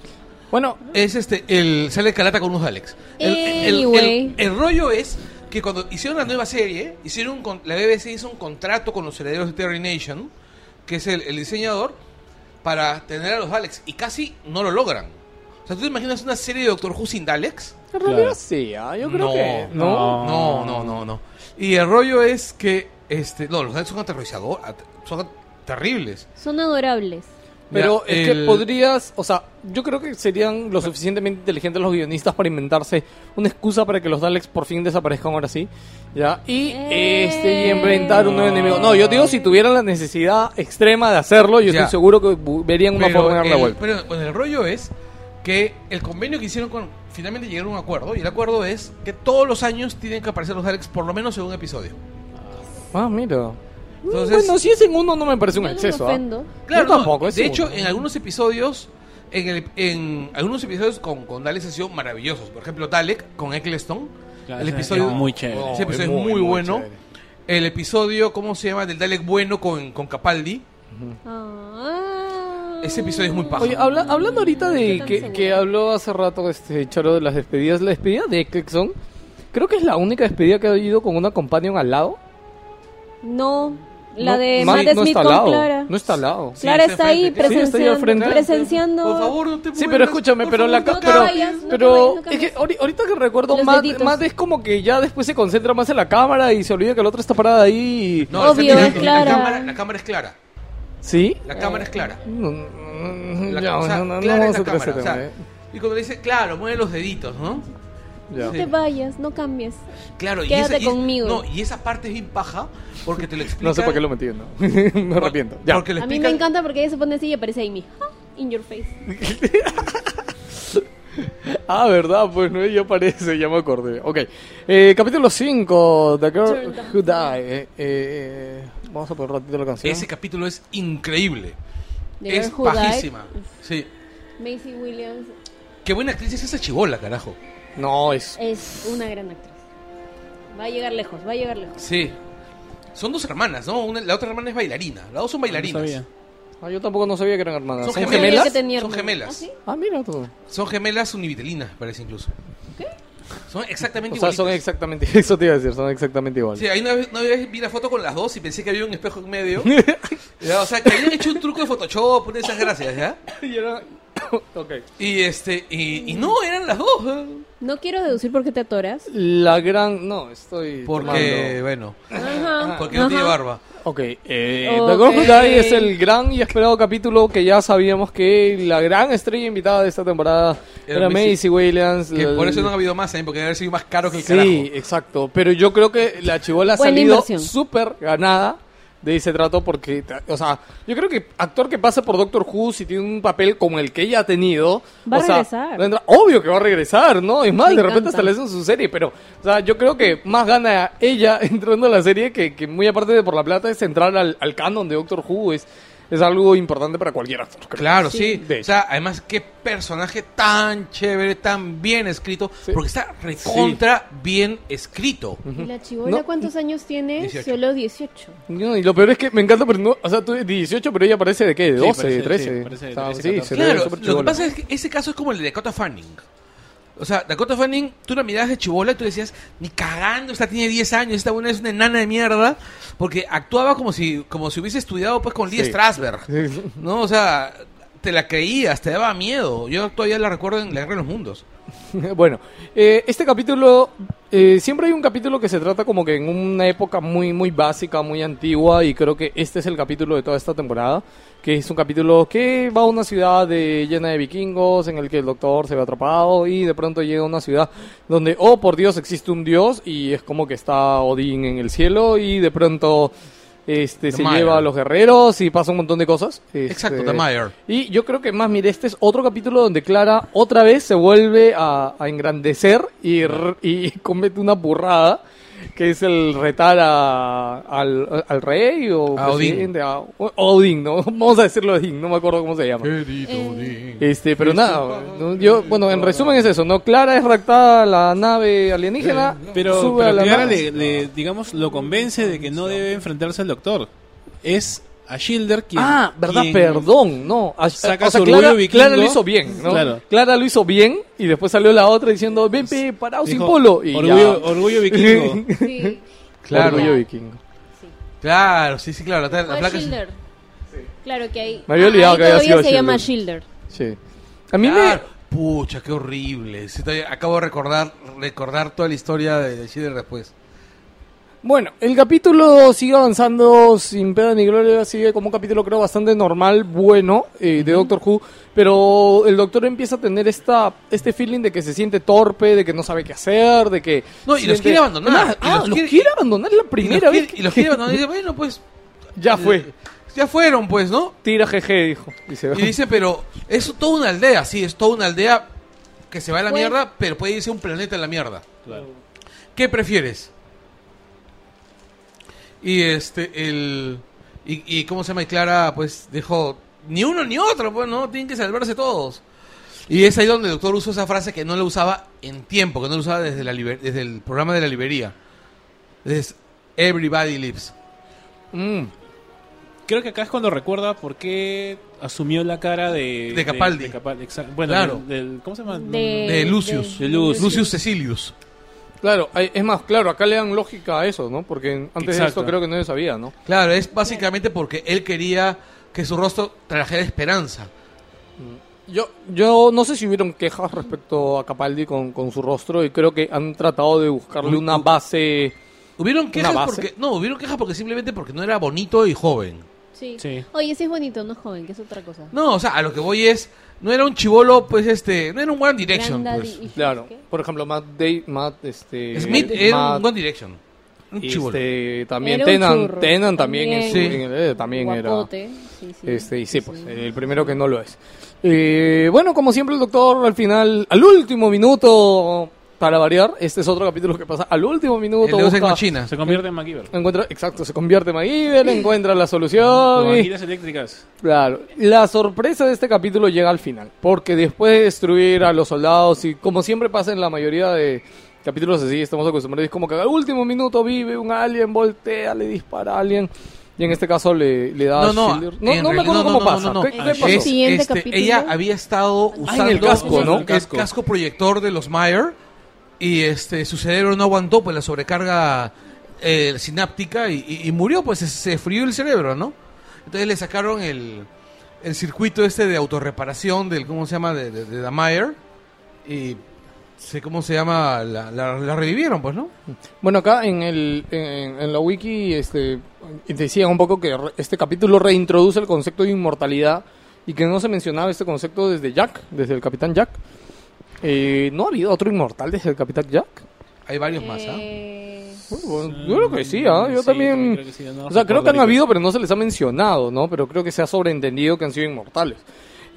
Speaker 3: Bueno,
Speaker 2: Es este, el sale Calata con unos Alex. El, el- el-
Speaker 1: Anyway.
Speaker 2: el rollo es que cuando hicieron la nueva serie, hicieron un con- la BBC hizo un contrato con los herederos de Terry Nation, que es el, el diseñador, para tener a los Alex. Y casi no lo logran. O sea, ¿tú te imaginas una serie de Doctor Who sin Alex?
Speaker 3: en realidad sí, ah, yo creo
Speaker 2: No.
Speaker 3: que...
Speaker 4: No.
Speaker 2: No, no, no, no. Y el rollo es que, este, no, los Daleks son aterrorizadores, son terribles.
Speaker 1: Son adorables.
Speaker 3: Pero
Speaker 2: Ya,
Speaker 3: es que
Speaker 2: el-
Speaker 3: podrías, o sea, yo creo que serían lo suficientemente inteligentes los guionistas para inventarse una excusa para que los Daleks por fin desaparezcan ahora sí, ya, y
Speaker 1: Eh.
Speaker 3: este y inventar un nuevo enemigo. No, yo digo si tuvieran la necesidad extrema de hacerlo, yo
Speaker 2: Ya.
Speaker 3: estoy seguro que bu- verían una
Speaker 2: Pero
Speaker 3: forma de dar la
Speaker 2: el-
Speaker 3: vuelta.
Speaker 2: pero, bueno, el rollo es que el convenio que hicieron con. Finalmente llegaron a un acuerdo. Y el acuerdo es que todos los años tienen que aparecer los Alex por lo menos en un episodio.
Speaker 3: Ah, mira.
Speaker 2: Entonces-
Speaker 3: bueno, si es en uno no me parece un
Speaker 1: Yo no me
Speaker 3: exceso. ¿ah?
Speaker 1: ofendo.
Speaker 3: Yo
Speaker 2: no,
Speaker 3: tampoco. es
Speaker 2: de
Speaker 3: uno.
Speaker 2: hecho, en algunos episodios. En, el- en algunos episodios con, con Daleks han sido maravillosos. Por ejemplo, Dalek con Eccleston.
Speaker 4: Claro,
Speaker 2: el
Speaker 4: ese
Speaker 2: episodio
Speaker 4: es muy chévere.
Speaker 2: ese episodio es muy, bueno. El episodio, ¿cómo se llama? Del Dalek bueno con, con Capaldi.
Speaker 3: Mm.
Speaker 1: Ah.
Speaker 2: Ese episodio es muy paja.
Speaker 3: Oye, habla- hablando ahorita de
Speaker 1: Yo tan
Speaker 3: que,
Speaker 1: segura.
Speaker 3: que habló hace rato este Charo de las despedidas, la despedida de Eccleston, creo que es la única despedida que ha ido con una companion al lado.
Speaker 1: No, La
Speaker 3: No,
Speaker 1: de
Speaker 3: Matt
Speaker 1: Matt
Speaker 3: no
Speaker 1: Smith
Speaker 3: está
Speaker 1: con
Speaker 3: al lado.
Speaker 1: Clara.
Speaker 3: No está al lado.
Speaker 2: Sí,
Speaker 1: Clara
Speaker 2: está
Speaker 1: está ahí
Speaker 2: enfrente.
Speaker 3: Sí, está ahí al
Speaker 1: presenciando.
Speaker 3: frente.
Speaker 1: presenciando
Speaker 2: Por favor, no te
Speaker 3: Sí, pero
Speaker 2: muevas.
Speaker 3: escúchame,
Speaker 2: Por
Speaker 3: pero
Speaker 2: favor,
Speaker 3: la
Speaker 2: no
Speaker 3: ca-
Speaker 1: te
Speaker 3: pero,
Speaker 1: vayas, no te
Speaker 3: pero
Speaker 1: vayas, no
Speaker 3: es que
Speaker 1: cambies.
Speaker 3: ahori- ahorita que recuerdo,
Speaker 1: Los
Speaker 3: Matt,
Speaker 1: deditos.
Speaker 3: Matt es como que ya después se concentra más en la cámara y se olvida que el otro está parada ahí. y-
Speaker 2: No, está
Speaker 1: Obvio,
Speaker 2: mirando.
Speaker 1: es clara.
Speaker 2: La cámara, la cámara es clara.
Speaker 3: ¿Sí?
Speaker 2: La cámara es clara.
Speaker 3: No, no,
Speaker 2: La-
Speaker 3: ya,
Speaker 2: o sea,
Speaker 3: no, no, no
Speaker 2: clara es
Speaker 3: vamos
Speaker 2: la
Speaker 3: a tratar ese
Speaker 2: cámara, o sea,
Speaker 3: tema, eh.
Speaker 2: y cuando le dice, claro, mueve los deditos, ¿no?
Speaker 3: Ya.
Speaker 1: No te vayas, no cambies.
Speaker 2: Claro, y
Speaker 1: Quédate
Speaker 2: esa, y-
Speaker 1: conmigo.
Speaker 2: No, y esa parte es bien paja porque te lo explica.
Speaker 3: No sé por qué lo metí, ¿no? me arrepiento. Ya.
Speaker 2: Porque le
Speaker 1: A mí me
Speaker 2: explican-
Speaker 1: encanta porque ella se pone así y aparece Amy. Ah, In your face.
Speaker 3: Ah, verdad, pues no, ya parece, ya me acordé. Ok, eh, capítulo 5, The Girl
Speaker 1: Turn
Speaker 3: Who Die. Eh, eh, vamos a poner un ratito la canción.
Speaker 2: Ese capítulo es increíble.
Speaker 1: The
Speaker 2: es
Speaker 1: Girl Who Died.
Speaker 2: pajísima.
Speaker 1: eh,
Speaker 2: Sí.
Speaker 1: Macy Williams
Speaker 2: Qué buena actriz es esa chibola, carajo.
Speaker 3: No, es...
Speaker 1: es una gran actriz. Va a llegar lejos, va a llegar lejos.
Speaker 2: Sí. Son dos hermanas, ¿no? Una- la otra hermana es bailarina. Las dos son bailarinas.
Speaker 4: sabía.
Speaker 3: Ah, yo tampoco no sabía que eran hermanas.
Speaker 2: Son
Speaker 3: ¿Son,
Speaker 1: Yo sabía
Speaker 2: gemelas?
Speaker 3: gemelas?
Speaker 1: que tenía
Speaker 2: Son
Speaker 1: hermanos.
Speaker 2: gemelas.
Speaker 1: ¿Ah, sí?
Speaker 3: Ah, mira tú.
Speaker 2: Son gemelas univitelinas, parece incluso. Son exactamente
Speaker 3: O sea, son
Speaker 2: igualitas.
Speaker 3: exactamente... Eso te iba a decir, son exactamente iguales.
Speaker 2: Sí, ahí una vez, una vez vi la foto con las dos y pensé que había un espejo en medio. Ya, o sea, que habían hecho un truco de Photoshop, una de esas gracias, ¿ya?
Speaker 3: Y era... ok.
Speaker 2: Y este, y, y no, eran las dos. ¿eh?
Speaker 1: No quiero deducir por qué te atoras.
Speaker 3: La gran... No, estoy...
Speaker 2: Porque,
Speaker 3: tomando. Ah.
Speaker 2: bueno,
Speaker 1: Ajá.
Speaker 2: Ah, porque no tiene
Speaker 1: Ajá.
Speaker 2: barba.
Speaker 3: Ok, eh, The Girl Who
Speaker 1: Ok.
Speaker 3: Die es el gran y esperado capítulo que ya sabíamos que la gran estrella invitada de esta temporada
Speaker 2: Era
Speaker 3: era,
Speaker 2: Missy-
Speaker 3: Macy Williams.
Speaker 2: Que
Speaker 3: la-
Speaker 2: por eso no han habido más, ¿eh? Porque debe haber sido más caro que el
Speaker 3: Sí,
Speaker 2: carajo.
Speaker 3: exacto. Pero yo creo que la chivola ha
Speaker 1: Buena
Speaker 3: salido
Speaker 1: inversión.
Speaker 3: súper ganada de ese trato porque, o sea, yo creo que actor que pasa por Doctor Who si tiene un papel como el que ella ha tenido,
Speaker 1: Va a
Speaker 3: o sea,
Speaker 1: regresar.
Speaker 3: no entra- obvio que va a regresar, ¿no? Es más,
Speaker 1: Me
Speaker 3: de
Speaker 1: encanta.
Speaker 3: repente hasta le hacen su serie, pero, o sea, yo creo que más gana ella entrando a la serie que, que muy aparte de por la plata es entrar al, al canon de Doctor Who, es, es algo importante para cualquier actor. creo.
Speaker 2: Claro, sí.
Speaker 3: De
Speaker 2: O sea, además, qué personaje tan chévere, tan bien escrito.
Speaker 3: Sí.
Speaker 2: Porque está recontra bien escrito.
Speaker 1: ¿Y la chibola
Speaker 3: No.
Speaker 1: cuántos años tiene?
Speaker 2: 18.
Speaker 1: Solo 18.
Speaker 3: No, y lo peor es que me encanta, pero no, o sea, tú eres 18, pero ella parece de qué, de
Speaker 4: Sí,
Speaker 3: 12,
Speaker 4: parece-
Speaker 3: de 13.
Speaker 4: sí, parece de
Speaker 3: O sea,
Speaker 4: 13,
Speaker 3: sí,
Speaker 4: 14.
Speaker 3: se ve
Speaker 2: Claro,
Speaker 3: súper
Speaker 2: lo que
Speaker 3: chibola.
Speaker 2: pasa es que ese caso es como el de Dakota Fanning. O sea, Dakota Fanning, tú la mirabas de chibola y tú decías, ni cagando, esta tiene 10 años, esta buena es una enana de mierda, porque actuaba como si, como si hubiese estudiado pues con Lee
Speaker 3: Sí.
Speaker 2: Strasberg.
Speaker 3: Sí.
Speaker 2: No, o sea, te la creías, te daba miedo. Yo todavía la recuerdo en La Guerra de los Mundos.
Speaker 3: Bueno, eh, este capítulo, eh, siempre hay un capítulo que se trata como que en una época muy, muy básica, muy antigua, y creo que este es el capítulo de toda esta temporada, que es un capítulo que va a una ciudad de- llena de vikingos, en el que el doctor se ve atrapado, y de pronto llega a una ciudad donde, oh, por Dios, existe un dios, y es como que está Odín en el cielo, y de pronto...
Speaker 2: The
Speaker 3: Este, se
Speaker 2: Mire.
Speaker 3: lleva a los guerreros y pasa un montón de cosas. Este,
Speaker 2: Exacto, The Mire.
Speaker 3: y yo creo que más, mire, este es otro capítulo donde Clara otra vez se vuelve a, a engrandecer y, r- y comete una burrada, que es el retar a, al, al rey o
Speaker 2: A Odín.
Speaker 3: presidente, a- o- Odín, ¿no? Vamos a decirlo Odín, no me acuerdo cómo se llama.
Speaker 2: Eh,
Speaker 3: Este, pero nada, no, yo, bueno, en resumen es eso, ¿no? Clara es raptada a la nave alienígena,
Speaker 4: Pero,
Speaker 3: Oh, sube a
Speaker 4: pero
Speaker 3: la
Speaker 4: Clara
Speaker 3: nave.
Speaker 4: le, le, digamos, lo convence de que no debe enfrentarse al doctor. Es a Schilder quien...
Speaker 3: Ah, verdad,
Speaker 4: quien-
Speaker 3: perdón, no. A-
Speaker 4: saca
Speaker 3: o sea,
Speaker 4: su
Speaker 3: Clara,
Speaker 4: orgullo
Speaker 3: Clara lo
Speaker 4: vikingo.
Speaker 3: hizo bien, ¿no?
Speaker 4: Claro.
Speaker 3: Clara lo hizo bien y después salió la otra diciendo, ven, pe, paraos sin
Speaker 4: dijo,
Speaker 3: polo. Y
Speaker 4: orgullo,
Speaker 3: ya.
Speaker 4: orgullo vikingo.
Speaker 1: Sí.
Speaker 2: Claro.
Speaker 3: Orgullo vikingo.
Speaker 1: sí.
Speaker 2: Claro, sí, sí, claro. La, la
Speaker 1: Fue
Speaker 2: placa es-
Speaker 1: Schilder. Claro que ahí.
Speaker 3: Me había
Speaker 1: ah,
Speaker 3: olvidado
Speaker 1: ahí
Speaker 3: que había
Speaker 1: todavía
Speaker 3: sido
Speaker 1: se
Speaker 3: Schilder.
Speaker 1: llama Schilder.
Speaker 3: Sí. A mí
Speaker 2: Claro.
Speaker 3: me...
Speaker 2: Pucha, qué horrible. Sí, todavía Acabo de recordar, recordar toda la historia de de Schilder después.
Speaker 3: Bueno, el capítulo sigue avanzando sin pena ni gloria, sigue como un capítulo creo bastante normal, bueno, eh, de Doctor Who, pero el Doctor empieza a tener esta este feeling de que se siente torpe, de que no sabe qué hacer, de que...
Speaker 2: No, y los
Speaker 3: siente-
Speaker 2: quiere abandonar,
Speaker 3: Además,
Speaker 2: y
Speaker 3: ah,
Speaker 2: los
Speaker 3: los
Speaker 2: quiere-
Speaker 3: quiere, abandonar la primera
Speaker 2: y los
Speaker 3: vez.
Speaker 2: quiere-
Speaker 3: que-
Speaker 2: y los quiere abandonar y dice, bueno, pues.
Speaker 3: ya fue.
Speaker 2: Ya fueron, pues, ¿no?
Speaker 3: Tira GG, dijo. Y se va.
Speaker 2: Y dice, pero es toda una aldea, sí, es toda una aldea que se va a la
Speaker 1: Pues-
Speaker 2: mierda, pero puede irse a un planeta a la mierda.
Speaker 4: Claro.
Speaker 2: ¿Qué prefieres? Y este, el. Y, y cómo se llama, y Clara, pues dijo, ni uno ni otro, pues, ¿no? Tienen que salvarse todos. Y es ahí donde el doctor usó esa frase que no la usaba en tiempo, que no la usaba desde, la liber- desde el programa de la librería. Es Everybody Lives.
Speaker 3: Mm.
Speaker 4: Creo que acá es cuando recuerda por qué asumió la cara de...
Speaker 2: De Capaldi.
Speaker 4: de Capaldi, exacto. Bueno,
Speaker 2: Claro.
Speaker 4: del- del- ¿cómo se llama?
Speaker 1: De,
Speaker 2: De Lucius.
Speaker 4: De Lucius.
Speaker 2: Lucius Cecilius.
Speaker 3: Claro, hay- es más, claro, acá le dan lógica a eso, ¿no? Porque en- antes de
Speaker 4: Exacto.
Speaker 3: esto creo que nadie sabía, ¿no?
Speaker 2: Claro, es básicamente porque él quería que su rostro trajera esperanza.
Speaker 3: Yo, yo no sé si hubieron quejas respecto a Capaldi con, con su rostro y creo que han tratado de buscarle una base...
Speaker 2: Hubieron quejas
Speaker 3: base?
Speaker 2: porque no, hubieron quejas porque simplemente porque no era bonito y joven.
Speaker 1: Sí.
Speaker 4: Sí.
Speaker 1: Oye, sí es bonito, no es joven, que es otra cosa.
Speaker 2: No, o sea, a lo que voy es no era un chivolo, pues este, no era un One Direction,
Speaker 1: Grand
Speaker 2: pues.
Speaker 1: Daddy Issues,
Speaker 3: Claro,
Speaker 1: ¿qué?
Speaker 3: por ejemplo, Matt, Day, Matt este,
Speaker 2: Smith era
Speaker 3: Matt,
Speaker 2: un One Direction. Un chivolo.
Speaker 3: este, también
Speaker 1: Era un
Speaker 3: Tenan,
Speaker 1: churro.
Speaker 3: Tenan también, es-
Speaker 1: También.
Speaker 3: en el- eh, también era...
Speaker 1: Guapote, sí, sí.
Speaker 3: Este, y sí, pues el primero que no lo es. Eh, bueno, como siempre el doctor al final, al último minuto, para variar, este es otro capítulo que pasa al último
Speaker 2: El
Speaker 3: minuto.
Speaker 2: de Usain
Speaker 3: busca-
Speaker 2: Machina.
Speaker 4: Se convierte en MacGyver.
Speaker 3: Encuentra, exacto, se convierte en MacGyver, encuentra la
Speaker 4: Con
Speaker 3: solución. y-
Speaker 4: giras eléctricas.
Speaker 3: claro, la sorpresa de este capítulo llega al final, porque después de destruir a los soldados y como siempre pasa en la mayoría de capítulos así, estamos acostumbrados, es como que al último minuto vive un alien, voltea, le dispara a alguien. Y en este caso le, le da
Speaker 2: No, no,
Speaker 3: Schindler.
Speaker 2: Ah, en
Speaker 3: no, no me
Speaker 2: realidad- no,
Speaker 3: acuerdo cómo
Speaker 2: no,
Speaker 3: pasa.
Speaker 2: no, no,
Speaker 3: ¿Qué,
Speaker 2: no.
Speaker 3: qué
Speaker 1: Es-
Speaker 3: pasó?
Speaker 2: Es,
Speaker 1: Siguiente
Speaker 2: este,
Speaker 1: capítulo.
Speaker 2: ella había estado usando
Speaker 3: el casco, ¿no?
Speaker 2: el
Speaker 3: Casco.
Speaker 2: casco proyector de los Meyer y este su cerebro no aguantó pues la sobrecarga eh, sináptica y, y- y murió, pues se, se frió el cerebro, ¿no? Entonces le sacaron el, el circuito este de autorreparación del cómo se llama de, de, de la Meyer y sé cómo se llama la, la- la revivieron, pues, ¿no?
Speaker 3: Bueno, acá en, el, en, en la wiki este, decían un poco que re- este capítulo reintroduce el concepto de inmortalidad y que no se mencionaba este concepto desde Jack, desde el Capitán Jack. Eh, ¿No ha habido otro inmortal desde el Capitán Jack?
Speaker 2: Hay varios más, ¿ah?
Speaker 1: Eh,
Speaker 3: Bueno, yo creo que sí, ¿ah? yo
Speaker 4: Sí,
Speaker 3: también...
Speaker 4: creo que sí, no
Speaker 3: o sea, creo
Speaker 4: recuerdo
Speaker 3: que han
Speaker 4: ahorita.
Speaker 3: habido, pero no se les ha mencionado, ¿no? Pero creo que se ha sobreentendido que han sido inmortales.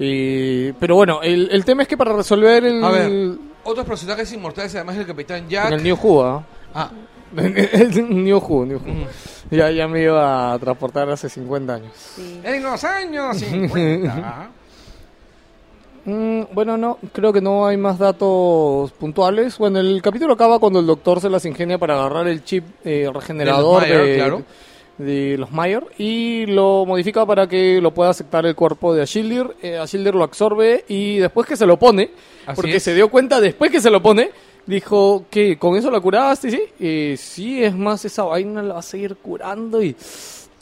Speaker 3: Eh, pero bueno, el, el tema es que para resolver el...
Speaker 2: A ver, otros personajes inmortales además del Capitán Jack.
Speaker 3: en el New Who, ¿ah?
Speaker 2: Ah,
Speaker 3: New Who, New Who. Ya, ya me iba a transportar hace 50 años.
Speaker 1: sí.
Speaker 2: en los años 50.
Speaker 3: Mm, bueno, no, creo que no hay más datos puntuales. Bueno, el capítulo acaba cuando el doctor se las ingenia para agarrar el chip eh, regenerador
Speaker 2: De los Mayer,
Speaker 3: de,
Speaker 2: claro.
Speaker 3: de los Mayer y lo modifica para que lo pueda aceptar el cuerpo de Ashildir. Eh, Ashildir lo absorbe y después que se lo pone,
Speaker 2: Así
Speaker 3: porque
Speaker 2: es.
Speaker 3: se dio cuenta después que se lo pone, dijo que con eso la curaste, ¿sí? Eh, sí, es más, esa vaina la va a seguir curando y...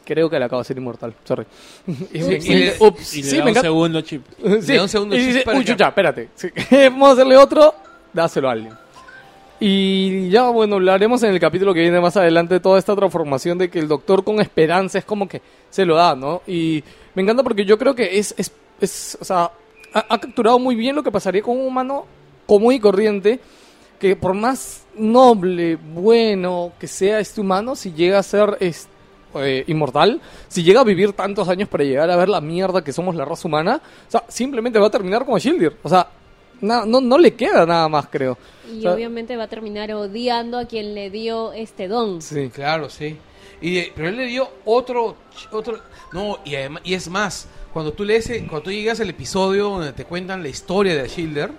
Speaker 3: Creo que la acaba de ser inmortal, sorry. Y me-
Speaker 2: y le-
Speaker 3: ups,
Speaker 4: Y le
Speaker 3: sí,
Speaker 4: da
Speaker 3: me
Speaker 4: un
Speaker 3: encanta-
Speaker 4: segundo chip.
Speaker 3: Sí.
Speaker 2: Le da un segundo
Speaker 3: y dice,
Speaker 2: chip para
Speaker 3: uy,
Speaker 2: que-
Speaker 3: chucha, espérate. Sí. Vamos a hacerle otro, dáselo a alguien. Y ya, bueno, hablaremos en el capítulo que viene más adelante de toda esta transformación de que el doctor con esperanza es como que se lo da, ¿no? Y me encanta porque yo creo que es, es, es o sea, ha, ha capturado muy bien lo que pasaría con un humano común y corriente que por más noble, bueno que sea este humano, si llega a ser es- eh, inmortal, si llega a vivir tantos años para llegar a ver la mierda que somos la raza humana, o sea, simplemente va a terminar como Shildir. O sea, na- no, no le queda nada más, creo.
Speaker 1: Y
Speaker 3: O sea,
Speaker 1: obviamente va a terminar odiando a quien le dio este don.
Speaker 3: sí.
Speaker 2: Claro, sí. Y, eh, pero él le dio otro, ch- otro no, y, adem- y es más, cuando tú lees, eh, cuando tú llegas al episodio donde te cuentan la historia de Schilder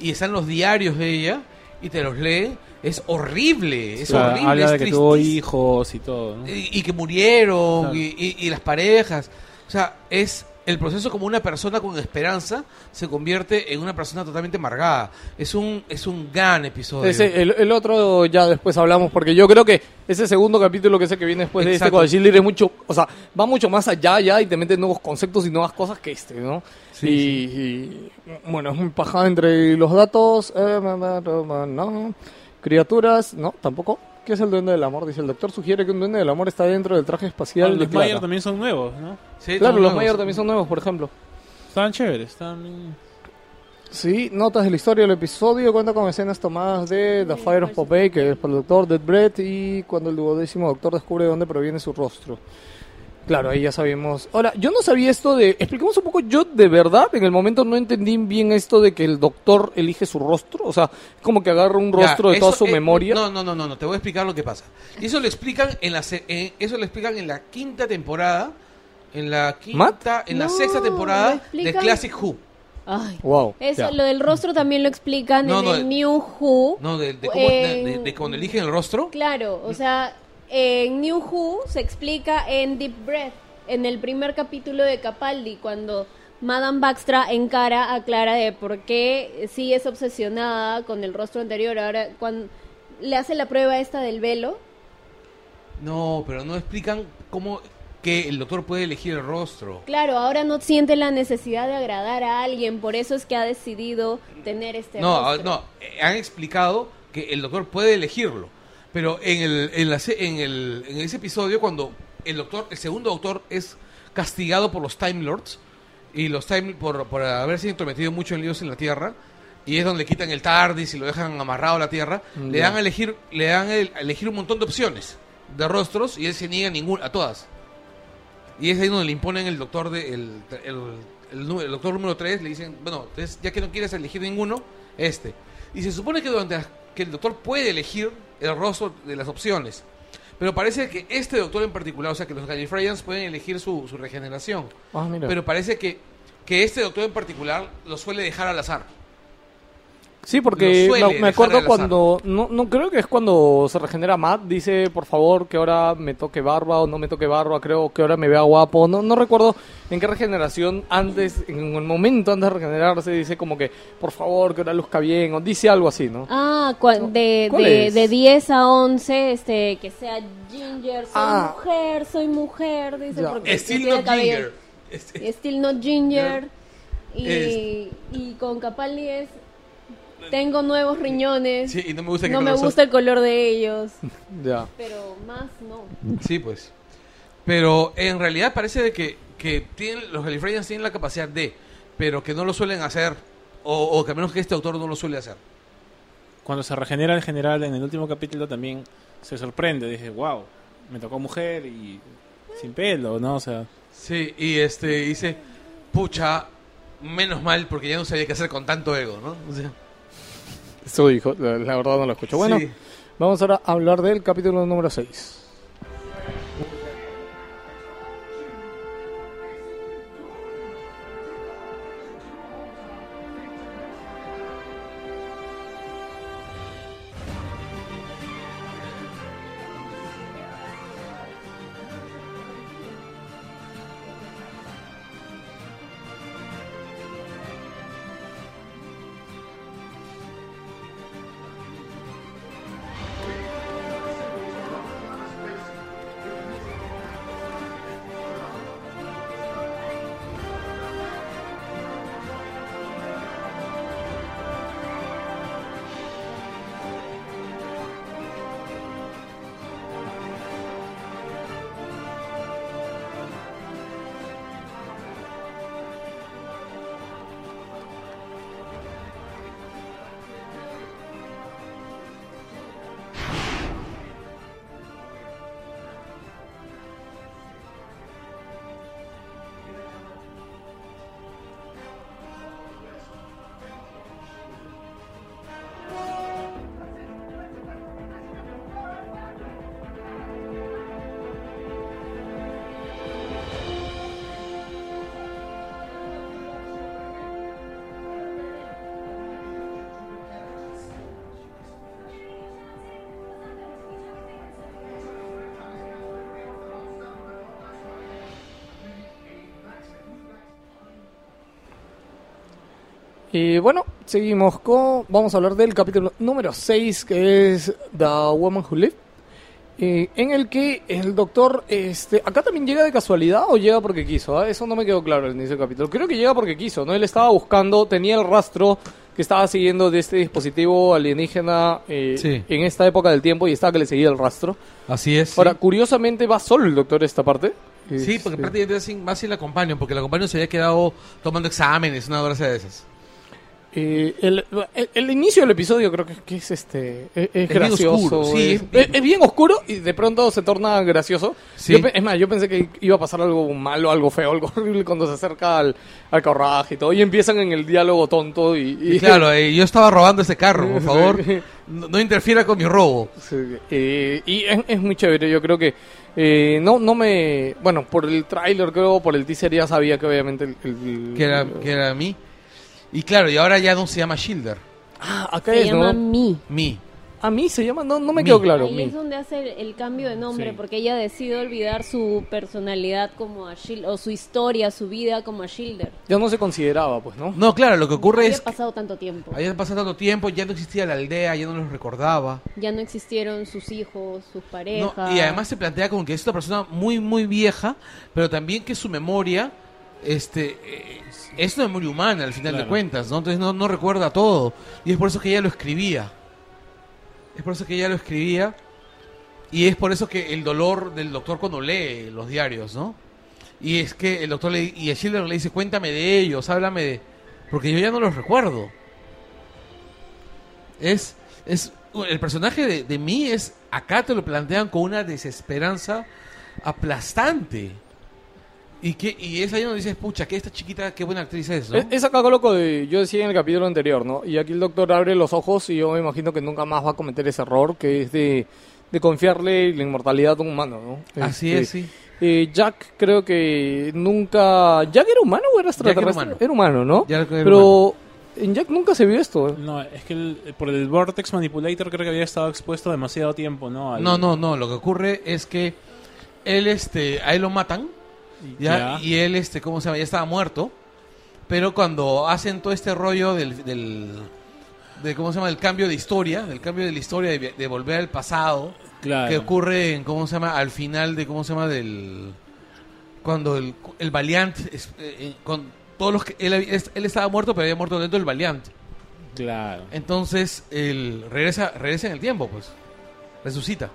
Speaker 2: y están los diarios de ella y te los lee, es horrible, es
Speaker 4: O sea,
Speaker 2: horrible,
Speaker 4: habla
Speaker 2: es
Speaker 4: de que tuvo
Speaker 2: tristísimo.
Speaker 4: hijos y todo. ¿no?
Speaker 2: y, y que murieron
Speaker 4: Claro.
Speaker 2: y, y- y las parejas. O sea, es el proceso como una persona con esperanza se convierte en una persona totalmente amargada. Es un es un gran episodio.
Speaker 3: Ese- el, el otro ya después hablamos, porque yo creo que ese segundo capítulo que es el que viene después de este
Speaker 2: Exacto.
Speaker 3: con Shildir es mucho, o sea, va mucho más allá ya y te mete nuevos conceptos y nuevas cosas que este, ¿no?
Speaker 2: Sí,
Speaker 3: y, y, bueno, es un paja entre los datos, eh, ma- ma- ma- no, criaturas, no, tampoco. ¿Qué es el duende del amor? Dice el doctor sugiere que un duende del amor está dentro del traje espacial.
Speaker 2: Ah,
Speaker 4: Bueno,
Speaker 3: de
Speaker 4: los
Speaker 3: Clara.
Speaker 4: Mayer también son nuevos, ¿no?
Speaker 2: Sí,
Speaker 3: claro,
Speaker 2: son
Speaker 3: los
Speaker 2: nuevos.
Speaker 3: Mayer también son nuevos, por ejemplo.
Speaker 4: Estaban chéveres, estaban...
Speaker 3: Sí, notas de la historia del episodio cuenta con escenas tomadas de The Fire of Popeye, que es por el doctor Dead Breath, y cuando el duodécimo doctor descubre de dónde proviene su rostro. Claro, ahí ya sabemos. Ahora, yo no sabía esto de. Expliquemos un poco. Yo, de verdad, en el momento no entendí bien esto de que el doctor elige su rostro. O sea, como que agarra un
Speaker 2: Ya,
Speaker 3: rostro de toda
Speaker 2: eso,
Speaker 3: su
Speaker 2: eh,
Speaker 3: memoria.
Speaker 2: No, no, no, no, no, te voy a explicar lo que pasa. Y Eso lo explican en la se- en- eso lo explican en la quinta temporada, en la quinta,
Speaker 3: ¿Matt?
Speaker 2: en la
Speaker 1: No,
Speaker 2: sexta
Speaker 1: lo
Speaker 2: temporada de
Speaker 1: explican-
Speaker 2: Classic Who.
Speaker 1: Ay.
Speaker 3: Wow.
Speaker 1: Eso,
Speaker 3: ya.
Speaker 1: lo del rostro también lo explican
Speaker 2: No,
Speaker 1: en
Speaker 2: no,
Speaker 1: el
Speaker 2: eh,
Speaker 1: New Who.
Speaker 2: No, de, de cómo-
Speaker 1: Eh,
Speaker 2: de- de- de cuando eligen el rostro.
Speaker 1: Claro, o sea, en New Who se explica en Deep Breath, en el primer capítulo de Capaldi, cuando Madame Baxtra encara a Clara de por qué sí es obsesionada con el rostro anterior. Ahora, cuando le hace la prueba esta del velo.
Speaker 2: No, pero no explican cómo que el doctor puede elegir el rostro.
Speaker 1: Claro, ahora no siente la necesidad de agradar a alguien, por eso es que ha decidido tener este
Speaker 2: no,
Speaker 1: rostro.
Speaker 2: no, eh, han explicado que el doctor puede elegirlo. Pero en, el, en, la se- en, el, en ese episodio, cuando el doctor, el segundo doctor es castigado por los Time Lords y los Time por, por haberse intrometido mucho en líos en la Tierra, y es donde le quitan el TARDIS y lo dejan amarrado a la Tierra, le dan a elegir, le dan el- a elegir un montón de opciones de rostros y él se niega a ninguna, a todas. Y es ahí donde le imponen el doctor de, el, el- el nu- el doctor número 3, le dicen, bueno, entonces, ya que no quieres elegir ninguno, este. Y se supone que durante las- que el doctor puede elegir el rostro de las opciones. Pero parece que este doctor en particular, o sea que los Gallifreyans pueden elegir su, su regeneración.
Speaker 3: Ah, mira.
Speaker 2: Pero parece que, que este doctor en particular lo suele dejar al azar.
Speaker 3: Sí,
Speaker 2: Lo
Speaker 3: porque
Speaker 2: suele
Speaker 3: me- me,
Speaker 2: dejar al
Speaker 3: acuerdo
Speaker 2: azar.
Speaker 3: cuando. No, no creo que es cuando se regenera Matt. Dice, por favor, que ahora me toque barba o no me toque barba. Creo que ahora me vea guapo. No, no recuerdo en qué regeneración antes, en el momento antes de regenerarse, dice como que, por favor, que ahora luzca bien. O dice algo así, ¿no?
Speaker 1: Ah, cua- de,
Speaker 3: ¿Cuál
Speaker 1: de,
Speaker 3: es?
Speaker 1: de 10 a 11, este, que sea Ginger, soy
Speaker 3: Ah.
Speaker 1: mujer, soy mujer, dice.
Speaker 3: Ya.
Speaker 1: Porque
Speaker 2: Still
Speaker 1: tiene
Speaker 2: no
Speaker 1: cabello-
Speaker 2: Ginger. Este-
Speaker 1: Still not Ginger. Y,
Speaker 2: Es-
Speaker 1: y con Capaldi es, tengo nuevos riñones,
Speaker 2: Sí, y no me gusta que
Speaker 1: no me
Speaker 2: lo son.
Speaker 1: gusta el color de ellos,
Speaker 3: Ya.
Speaker 1: pero más no.
Speaker 2: Sí, pues. Pero en realidad parece de que, que tienen, los Gallifreyans tienen la capacidad de, pero que no lo suelen hacer, o, o que a menos que este autor no lo suele hacer.
Speaker 4: Cuando se regenera el general en el último capítulo también se sorprende. Dije, wow, me tocó mujer y sin pelo, ¿no? O sea,
Speaker 2: Sí, y este dice, pucha, menos mal, porque ya no sabía qué hacer con tanto ego, ¿no? O sea,
Speaker 3: Eso dijo. La, la verdad no lo escucho. Bueno,
Speaker 2: sí.
Speaker 3: vamos ahora a hablar del capítulo número 6. Y bueno, seguimos con. Vamos a hablar del capítulo número 6, que es The Woman Who Lived. eh, en el que el doctor. este Acá también llega de casualidad o llega porque quiso. ah? Eso no me quedó claro al inicio del capítulo. Creo que llega porque quiso, ¿no? Él estaba buscando, tenía el rastro que estaba siguiendo de este dispositivo alienígena eh,
Speaker 2: Sí.
Speaker 3: en esta época del tiempo y estaba que le seguía el rastro.
Speaker 2: Así es.
Speaker 3: Ahora, curiosamente, va solo el doctor a esta parte.
Speaker 2: sí, porque
Speaker 3: Este,
Speaker 2: prácticamente sin- más si la acompañan, porque la acompañan se había quedado tomando exámenes, una gracia de esas.
Speaker 3: Eh, el, el- el inicio del episodio creo que, que es este es, es
Speaker 2: bien
Speaker 3: gracioso
Speaker 2: oscuro, sí,
Speaker 3: es,
Speaker 2: es bien-
Speaker 3: es- es bien oscuro y de pronto se torna gracioso
Speaker 2: Sí.
Speaker 3: Yo pe- es más yo pensé que iba a pasar algo malo algo feo algo horrible cuando se acerca al, al carruaje y todo y empiezan en el diálogo tonto y, y-
Speaker 2: Y claro, eh, yo estaba robando este carro, por
Speaker 3: Sí.
Speaker 2: favor, no, no interfiera con mi robo.
Speaker 3: Sí, eh, y es, es muy chévere, yo creo que eh, no no me... Bueno, por el tráiler creo, por el teaser ya sabía que obviamente el... el-
Speaker 2: Que era, que era mí. Y claro, y ahora ya no se llama Schilder,
Speaker 3: Ah, acá
Speaker 1: Se
Speaker 3: es, ¿no?
Speaker 1: llama Mi.
Speaker 2: mí.
Speaker 3: a mí se llama, no, no me
Speaker 4: Mi.
Speaker 3: quedó claro.
Speaker 1: Ahí
Speaker 3: Mi.
Speaker 1: es donde hace el, el cambio de nombre,
Speaker 4: Sí.
Speaker 1: porque ella decide olvidar su personalidad como a Shil- o su historia, su vida como a Shilder.
Speaker 3: Ya no se consideraba, pues, ¿no?
Speaker 2: No, claro, lo que ocurre
Speaker 1: Había
Speaker 2: es que
Speaker 1: pasado tanto tiempo.
Speaker 2: había pasado tanto tiempo, ya no existía la aldea, ya no los recordaba.
Speaker 1: Ya no existieron sus hijos, sus
Speaker 2: No,
Speaker 1: parejas.
Speaker 2: y además se plantea como que es una persona muy, muy vieja, pero también que su memoria este, eh, es una memoria humana al final de
Speaker 4: Claro.
Speaker 2: cuentas, ¿no? Entonces no, no recuerda todo. Y es por eso que ella lo escribía. Es por eso que ella lo escribía. Y es por eso que el dolor del doctor cuando lee los diarios, ¿no? Y es que el doctor le, y a Schiller le dice, cuéntame de ellos, háblame de... Porque yo ya no los recuerdo. Es, es el personaje de, de mí es acá te lo plantean con una desesperanza aplastante. Y que y es ahí donde dices, pucha, que esta chiquita, qué buena actriz es, ¿no?
Speaker 3: Es, es acá lo que yo decía en el capítulo anterior, ¿no? Y aquí el doctor abre los ojos y yo me imagino que nunca más va a cometer ese error, que es de, de confiarle la inmortalidad a un humano, ¿no?
Speaker 2: Así
Speaker 3: Este,
Speaker 2: es, sí.
Speaker 3: eh, Jack creo que nunca... ¿Jack era humano o era extraterrestre?
Speaker 2: humano.
Speaker 3: ¿no?
Speaker 2: Jack era
Speaker 3: Pero en Jack nunca se vio esto. ¿eh?
Speaker 4: No, es que el- por el Vortex Manipulator creo que había estado expuesto demasiado tiempo, ¿no? Al-
Speaker 2: No, no, no, lo que ocurre es que él este a él lo matan ya,
Speaker 4: Ya.
Speaker 2: y él este cómo se llama, ya estaba muerto, pero cuando hacen todo este rollo del, del de cómo se llama, el cambio de historia, del cambio de la historia de, vi- de volver al pasado,
Speaker 4: Claro.
Speaker 2: que ocurre en cómo se llama al final de cómo se llama del cuando el, el Valiant es- eh, eh, con todos los que él, había- es- él estaba muerto pero había muerto dentro del Valiant
Speaker 4: Claro.
Speaker 2: entonces él regresa regresa en el tiempo pues resucita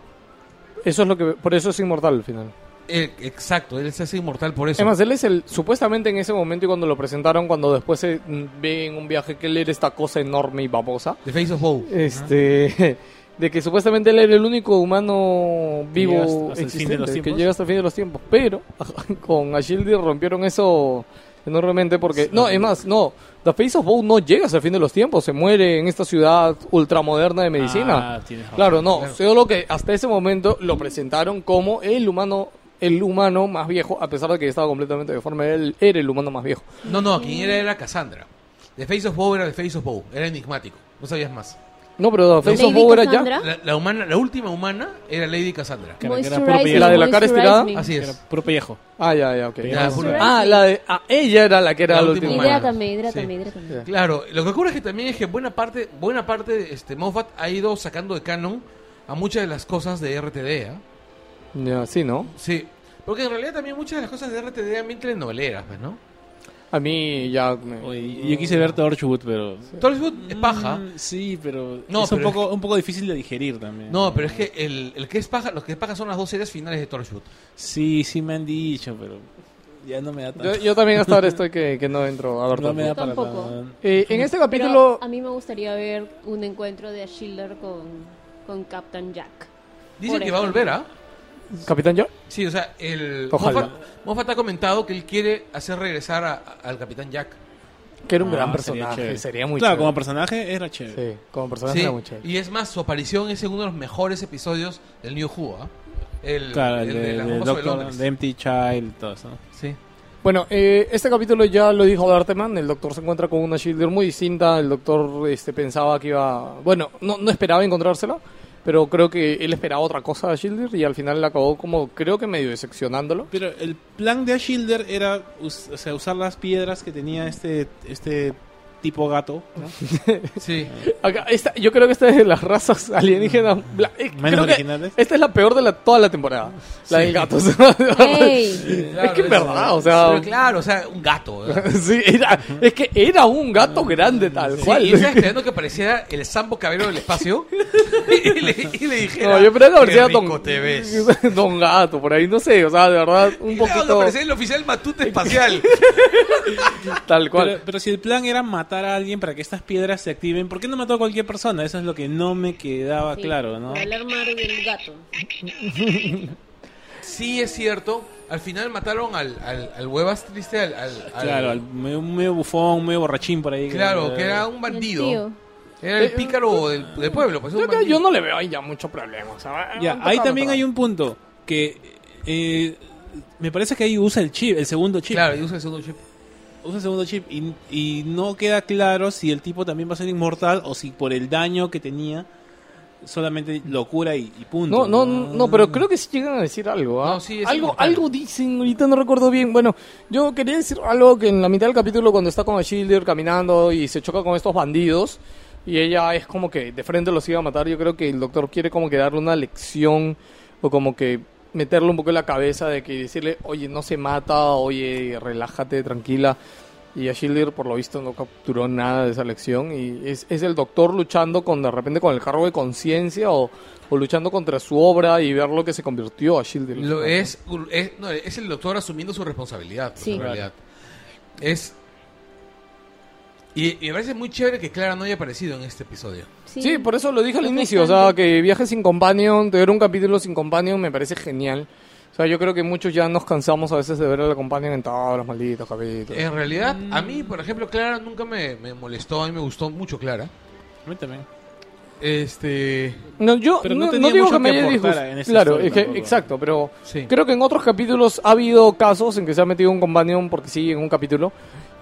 Speaker 3: Eso es lo que... Por eso es inmortal al final.
Speaker 2: Eh, exacto él se hace inmortal por eso
Speaker 3: Es más, él es el... Supuestamente en ese momento y cuando lo presentaron, cuando después se mm, ve en un viaje que él era esta cosa enorme y babosa,
Speaker 2: The Face of Hope
Speaker 3: Este. De que supuestamente él era el único humano
Speaker 4: llega
Speaker 3: vivo
Speaker 4: hasta- hasta el fin de
Speaker 3: existente,
Speaker 4: los
Speaker 3: que
Speaker 4: tiempos.
Speaker 3: llega hasta el fin de los tiempos. Pero con Ashildi rompieron eso enormemente porque... No, es más, no. The Face of Bow no llega hasta el fin de los tiempos. Se muere en esta ciudad ultramoderna de medicina.
Speaker 4: Ah, tienes razón.
Speaker 3: claro, no.
Speaker 2: claro.
Speaker 3: Solo que hasta ese momento lo presentaron como el humano el humano más viejo, a pesar de que estaba completamente deforme, él era el humano más viejo.
Speaker 2: no no quien era era Cassandra The Face of Hope era The Face of Hope era enigmático no sabías más
Speaker 3: No, pero The Face of
Speaker 1: Lady
Speaker 3: Bow era ya...
Speaker 1: Cassandra,
Speaker 2: la, la humana la última humana era Lady Cassandra
Speaker 4: Que era- que era
Speaker 1: Moisturize
Speaker 4: puro
Speaker 1: me,
Speaker 4: pellejo.
Speaker 3: La de la cara estirada.
Speaker 1: moisturize me.
Speaker 2: así
Speaker 4: Que era
Speaker 2: es
Speaker 4: puro pellejo.
Speaker 3: Ah, ya, ya, ok.
Speaker 4: Ya,
Speaker 1: pura-
Speaker 3: Ah, la de. ah, ella era la que era
Speaker 2: La
Speaker 3: la
Speaker 2: última
Speaker 3: última.
Speaker 2: humana.
Speaker 1: Hidrátame, hidrátame,
Speaker 2: Sí.
Speaker 1: hidrátame.
Speaker 3: Sí.
Speaker 2: Claro, lo que ocurre es que también es que buena parte, buena parte de este Moffat ha ido sacando de canon a muchas de las cosas de RTD, ¿ah?
Speaker 3: Ya, sí, ¿no?
Speaker 2: Sí. Porque en realidad también muchas de las cosas de RTD eran bien telenoveleras, pues, ¿no?
Speaker 3: A mí ya. me-
Speaker 4: Oye, yo quise ver Torchwood, pero...
Speaker 2: Torchwood es paja.
Speaker 4: Mm, sí, pero
Speaker 2: No,
Speaker 4: es,
Speaker 2: pero
Speaker 4: un, poco, un poco difícil de digerir también.
Speaker 2: No, pero es que el, el que es paja, los que es paja son las dos series finales de Torchwood.
Speaker 4: Sí, sí me han dicho, pero ya no me da tanto.
Speaker 3: Yo, yo también hasta ahora estoy que, que no entro a ver
Speaker 4: no me da
Speaker 3: tampoco.
Speaker 4: para
Speaker 1: Tampoco.
Speaker 4: tanto.
Speaker 3: Eh, en este
Speaker 1: Pero
Speaker 3: capítulo.
Speaker 1: a mí me gustaría ver un encuentro de Schiller con, con Captain Jack.
Speaker 2: Dicen
Speaker 1: Por
Speaker 2: que va a
Speaker 1: ejemplo.
Speaker 2: volver, ¿ah?
Speaker 3: ¿Capitán John?
Speaker 2: Sí, o sea, el
Speaker 3: Ojalá.
Speaker 2: Moffat, Moffat ha comentado que él quiere hacer regresar a- a- al Capitán Jack.
Speaker 3: Que era un
Speaker 4: Ah,
Speaker 3: gran
Speaker 4: sería
Speaker 3: personaje. Sería,
Speaker 4: chévere.
Speaker 3: muy
Speaker 4: Claro, como
Speaker 3: chévere.
Speaker 4: personaje era chévere.
Speaker 3: Sí, como personaje
Speaker 2: Sí,
Speaker 3: era muy chévere.
Speaker 2: y es más, su aparición es en uno de los mejores episodios del New Who, ¿ah? El,
Speaker 4: Claro,
Speaker 2: el
Speaker 4: el,
Speaker 2: de
Speaker 4: de-
Speaker 2: las
Speaker 4: del
Speaker 2: bombas sobre
Speaker 4: Doctor,
Speaker 2: Londres.
Speaker 4: de Empty Child, todo eso.
Speaker 2: Sí.
Speaker 3: Bueno, eh, este capítulo ya lo dijo Darteman, el doctor se encuentra con una Shielder muy distinta, el doctor este, pensaba que iba, bueno, no, no esperaba encontrársela, pero creo que él esperaba otra cosa de Shielder y al final acabó como, creo que medio decepcionándolo.
Speaker 4: Pero el plan de Ashilder era us- o sea, usar las piedras que tenía este, este tipo gato. ¿no?
Speaker 2: Sí.
Speaker 3: Acá, esta, yo creo que esta es de las razas alienígenas. bla- eh,
Speaker 4: Menos
Speaker 3: creo que
Speaker 4: originales.
Speaker 3: esta es la peor de la, toda la temporada. La del gato. o sea,
Speaker 1: ¡Ey!
Speaker 3: es que es verdad, o sea.
Speaker 2: Pero claro, o sea, un gato. ¿eh?
Speaker 3: sí, era, es que era un gato grande tal
Speaker 2: Sí,
Speaker 3: cual.
Speaker 2: y estaba esperando que apareciera el Sambo Cabero del espacio y le, y le dijera.
Speaker 3: No, yo esperaba que
Speaker 2: "Qué
Speaker 3: apareciera
Speaker 2: rico
Speaker 3: Don,
Speaker 2: te ves. Un
Speaker 3: Don Gato, por ahí, no sé, o sea, de verdad, un poquito
Speaker 2: aparecer el oficial Matute espacial.
Speaker 3: tal
Speaker 4: Pero,
Speaker 3: cual.
Speaker 4: pero si el plan era matar a alguien para que estas piedras se activen, ¿por qué no mató a cualquier persona? Eso es lo que no me quedaba
Speaker 1: Sí,
Speaker 4: claro, ¿no?
Speaker 1: El armar del gato.
Speaker 2: sí, es cierto. Al final mataron al, al, al huevas triste, al. al- al-
Speaker 4: Claro, al medio, medio bufón, medio borrachín por ahí.
Speaker 2: claro, que era un
Speaker 1: El
Speaker 2: bandido.
Speaker 1: tío.
Speaker 2: Era el pícaro del, del pueblo. Pues, un
Speaker 3: Yo, que-
Speaker 2: bandido.
Speaker 3: yo no le veo ahí ya mucho problema. o sea,
Speaker 4: Ya,
Speaker 3: han
Speaker 4: ahí
Speaker 3: tocado,
Speaker 4: también
Speaker 3: han
Speaker 4: hay
Speaker 3: tocado.
Speaker 4: un punto que eh, me parece que ahí usa el chip, el segundo chip.
Speaker 2: Claro, y usa el segundo chip.
Speaker 4: Usa el segundo chip y, y no queda claro si el tipo también va a ser inmortal o si por el daño que tenía solamente locura y, y punto.
Speaker 3: No, no, no, pero creo que sí llegan a decir algo. ¿ah?
Speaker 2: No, sí, es
Speaker 3: algo,
Speaker 2: importante.
Speaker 3: algo dicen, ahorita no recuerdo bien. Bueno, yo quería decir algo que en la mitad del capítulo, cuando está con el Shielder caminando y se choca con estos bandidos, y ella es como que de frente los iba a matar, yo creo que el doctor quiere como que darle una lección o como que meterle un poco en la cabeza de que decirle, oye, no se mata, oye, relájate, tranquila. Y a Shielder, por lo visto, no capturó nada de esa lección. Y es, es el doctor luchando con, de repente, con el cargo de conciencia o, o luchando contra su obra y ver lo que se convirtió a Shielder.
Speaker 2: Lo es, es, no, es el doctor asumiendo su responsabilidad, pues,
Speaker 1: Sí.
Speaker 2: en realidad. Es. Y, y me parece muy chévere que Clara no haya aparecido en este episodio.
Speaker 1: Sí,
Speaker 3: Sí, por eso lo dije al
Speaker 1: es
Speaker 3: inicio. O sea,
Speaker 1: bastante.
Speaker 3: que Viaje sin Companion, tener un capítulo sin Companion me parece genial. O sea, yo creo que muchos ya nos cansamos a veces de ver a la Companion en todos los malditos capítulos.
Speaker 2: En realidad, a mí, por ejemplo, Clara nunca me, me molestó, a mí me gustó mucho Clara.
Speaker 4: A mí también.
Speaker 2: Este.
Speaker 3: No, yo
Speaker 4: Pero no
Speaker 3: no, no
Speaker 4: tenía
Speaker 3: digo
Speaker 4: mucho
Speaker 3: que me
Speaker 4: que
Speaker 3: haya
Speaker 4: aportar
Speaker 3: disgustado.
Speaker 4: en esa
Speaker 3: Claro,
Speaker 4: historia
Speaker 3: es que,
Speaker 4: tampoco.
Speaker 3: exacto, pero
Speaker 2: Sí.
Speaker 3: creo que en otros capítulos ha habido casos en que se ha metido un companion porque sí, en un capítulo,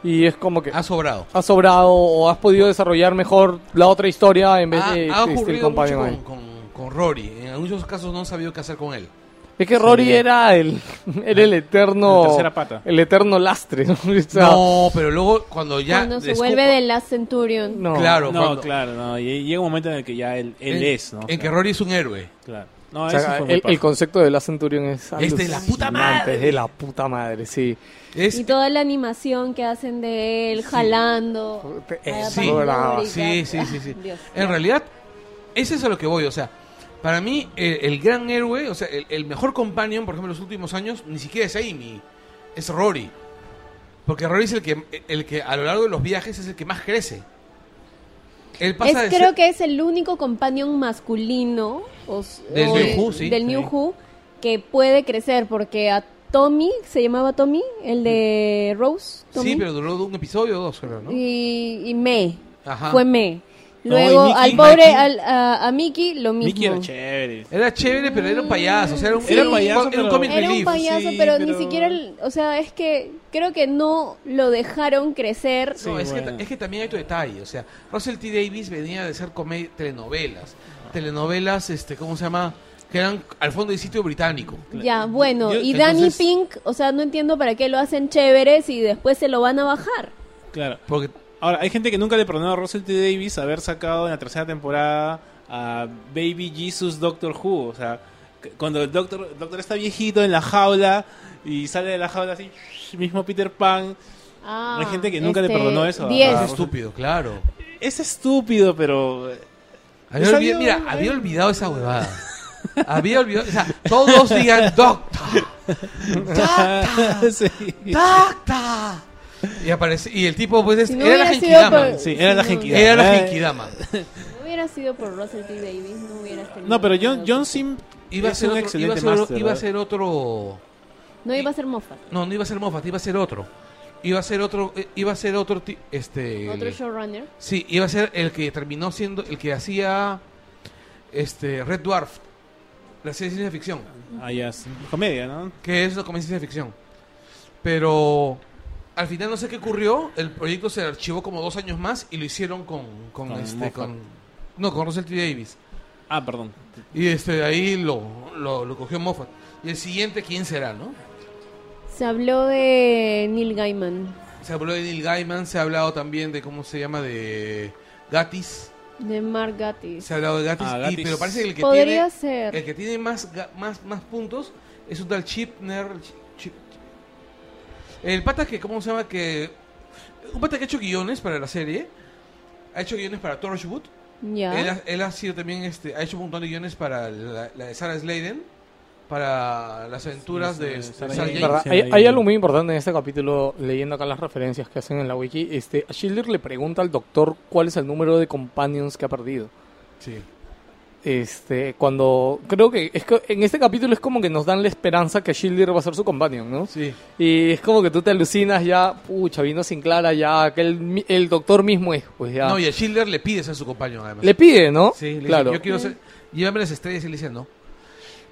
Speaker 3: y es como que
Speaker 4: Ah.
Speaker 2: Ha sobrado.
Speaker 3: has sobrado o has podido desarrollar mejor la otra historia en vez
Speaker 4: Ah,
Speaker 2: Ha,
Speaker 3: de
Speaker 2: ha
Speaker 3: que esté el
Speaker 2: ocurrido mucho
Speaker 3: companion ahí.
Speaker 2: con, con- con Rory. En muchos casos no han sabido qué hacer con él.
Speaker 3: Es que Rory era el, era el eterno.
Speaker 4: La tercera pata.
Speaker 3: El eterno lastre. ¿no? O sea,
Speaker 2: no, pero luego cuando ya.
Speaker 1: cuando se
Speaker 2: descu-
Speaker 1: vuelve de Last Centurion.
Speaker 3: no.
Speaker 2: Claro,
Speaker 4: no,
Speaker 2: cuando-
Speaker 4: claro, no. y- Llega un momento en el que ya él, él
Speaker 2: en-
Speaker 4: es, ¿no? O
Speaker 2: En
Speaker 4: sea,
Speaker 2: que Rory es un héroe.
Speaker 4: Claro. No,
Speaker 3: O sea,
Speaker 4: eso fue muy
Speaker 3: el,
Speaker 4: paja.
Speaker 3: el concepto de la Centurion es
Speaker 2: Es de la puta
Speaker 3: alucinante,
Speaker 2: madre.
Speaker 3: Es de la puta madre, sí.
Speaker 2: Es,
Speaker 1: Y toda la animación que hacen de él jalando.
Speaker 3: Sí.
Speaker 1: a la
Speaker 2: Sí.
Speaker 1: Pandora y
Speaker 2: Ah, Sí,
Speaker 1: tal.
Speaker 2: sí, sí, sí.
Speaker 1: Dios.
Speaker 2: En realidad, es eso a lo que voy. O sea, para mí, el, el gran héroe, o sea, el, el mejor companion, por ejemplo, en los últimos años, ni siquiera es Amy, es Rory. Porque Rory es el que, el que a lo largo de los viajes es el que más crece. Él pasa
Speaker 1: Es-
Speaker 2: de
Speaker 1: creo
Speaker 2: ser-
Speaker 1: que es el único companion masculino o s-
Speaker 2: Del
Speaker 1: o
Speaker 2: New
Speaker 1: de-
Speaker 2: Who, sí.
Speaker 1: del New Who que puede crecer porque a Tommy, se llamaba Tommy, el de Rose, Tommy,
Speaker 2: Sí, pero duró un episodio o dos, creo, ¿no?
Speaker 1: y, y May,
Speaker 2: Ajá.
Speaker 1: fue May.
Speaker 4: No, y
Speaker 1: Luego
Speaker 4: Mickey,
Speaker 1: al pobre,
Speaker 4: Mickey.
Speaker 1: al- a, a Mickey lo mismo.
Speaker 4: Mickey era chévere.
Speaker 2: Era chévere, pero era un payaso. O sea, era un,
Speaker 1: Sí.
Speaker 2: era un-
Speaker 1: Era payaso,
Speaker 2: era un
Speaker 4: pero-
Speaker 2: comic
Speaker 1: Era un
Speaker 2: relief.
Speaker 1: payaso,
Speaker 4: sí,
Speaker 1: pero, ni
Speaker 4: pero-
Speaker 1: siquiera, el- o sea, es que creo que no lo dejaron crecer.
Speaker 2: No,
Speaker 4: Sí,
Speaker 2: es, que,
Speaker 4: bueno.
Speaker 2: ta- es que también hay tu detalle. O sea, Russell T. Davis venía de ser comedia, telenovelas. Telenovelas, este, ¿cómo se llama? Que eran al fondo del sitio británico.
Speaker 1: Ya, bueno,
Speaker 4: Yo-
Speaker 1: y
Speaker 4: entonces-
Speaker 1: Danny Pink, o sea, no entiendo para qué lo hacen chévere si después se lo van a bajar.
Speaker 4: Claro.
Speaker 2: Porque
Speaker 4: Ahora, hay gente que nunca le perdonó a Russell T. Davis haber sacado en la tercera temporada a Baby Jesus Doctor Who. O sea, c- cuando el doctor, el doctor está viejito en la jaula y sale de la jaula así, mismo Peter Pan. Hay gente que nunca le perdonó eso a-
Speaker 1: Ah, este, diez.
Speaker 4: Ah,
Speaker 2: es estúpido, claro.
Speaker 4: Es estúpido, pero... eh,
Speaker 2: Había
Speaker 4: Está
Speaker 2: olvidado-
Speaker 4: bien,
Speaker 2: mira, había olvidado esa huevada. había olvidado. O sea, todos digan doctor,
Speaker 4: sí.
Speaker 2: doctor. Y aparece. Y el tipo, pues, es-
Speaker 1: Si no
Speaker 2: era la
Speaker 1: hubiera sido
Speaker 2: Genkidama.
Speaker 1: por-
Speaker 4: Sí, era la
Speaker 1: No.
Speaker 4: Genkidama.
Speaker 2: Era la
Speaker 4: Eh,
Speaker 2: Genkidama.
Speaker 1: No hubiera sido por Russell T. Davis, no hubieras tenido.
Speaker 4: No, pero
Speaker 1: nada.
Speaker 4: John, John Sim
Speaker 2: Iba a
Speaker 4: es
Speaker 2: ser otro.
Speaker 4: un
Speaker 2: Iba a
Speaker 4: excelente
Speaker 2: ser,
Speaker 4: máster,
Speaker 2: iba a
Speaker 4: ¿verdad?
Speaker 2: ser otro.
Speaker 1: No iba a ser Moffat.
Speaker 2: No, no iba a ser Moffat, iba a ser otro. Iba a ser otro, eh, iba a ser otro, ti- este...
Speaker 1: Otro showrunner.
Speaker 2: Sí, iba a ser el que terminó siendo, el que hacía, este, Red Dwarf, la serie de ciencia ficción,
Speaker 4: Ah, ya, sí. comedia, ¿no?
Speaker 2: que es una comedia de ciencia ficción. Pero al final no sé qué ocurrió, el proyecto se archivó como dos años más y lo hicieron con, con,
Speaker 4: Con
Speaker 2: este,
Speaker 4: Moffat.
Speaker 2: con... No, con Russell T. Davis.
Speaker 4: Ah, perdón.
Speaker 2: Y este, de ahí lo, lo, lo cogió Moffat. Y el siguiente, ¿quién será, no?
Speaker 1: Se habló de Neil Gaiman,
Speaker 2: Se habló de Neil Gaiman, se ha hablado también de cómo se llama, de Gatis.
Speaker 1: de Mark Gatiss.
Speaker 2: Se ha hablado de Gatis,
Speaker 4: Ah,
Speaker 2: y-
Speaker 4: Gatis.
Speaker 2: pero parece que el que
Speaker 1: Podría
Speaker 2: tiene,
Speaker 1: ser.
Speaker 2: el que tiene más, ga- más, más puntos es un tal Chipner. Chip- el pata que, ¿cómo se llama? que Un pata que ha hecho guiones para la serie. Ha hecho guiones para Torchwood.
Speaker 1: Ya.
Speaker 2: Él, ha, él ha sido también, este, ha hecho un montón de guiones para la, la de Sarah Sladen. Para las aventuras
Speaker 4: sí,
Speaker 2: de,
Speaker 4: sí,
Speaker 2: de
Speaker 4: Sarah
Speaker 2: Sarah
Speaker 4: Jane.
Speaker 2: Jane.
Speaker 3: ¿Verdad?
Speaker 4: Sí,
Speaker 3: Hay,
Speaker 4: ahí.
Speaker 3: hay algo muy importante en este capítulo, leyendo acá las referencias que hacen en la wiki. Este, a Schilder le pregunta al doctor cuál es el número de companions que ha perdido.
Speaker 2: Sí.
Speaker 3: Este, cuando creo que, es que en este capítulo es como que nos dan la esperanza que Schilder va a ser su companion, ¿no?
Speaker 2: Sí.
Speaker 3: Y es como que tú te alucinas ya, pucha, vino sin clara ya, que el, mi- el doctor mismo es, pues ya.
Speaker 2: No, y a Schindler le pide ser su compañero, además.
Speaker 3: le pide, ¿no?
Speaker 2: Sí, le dice,
Speaker 3: claro.
Speaker 2: yo quiero ser. Llévame las estrellas y le dice no.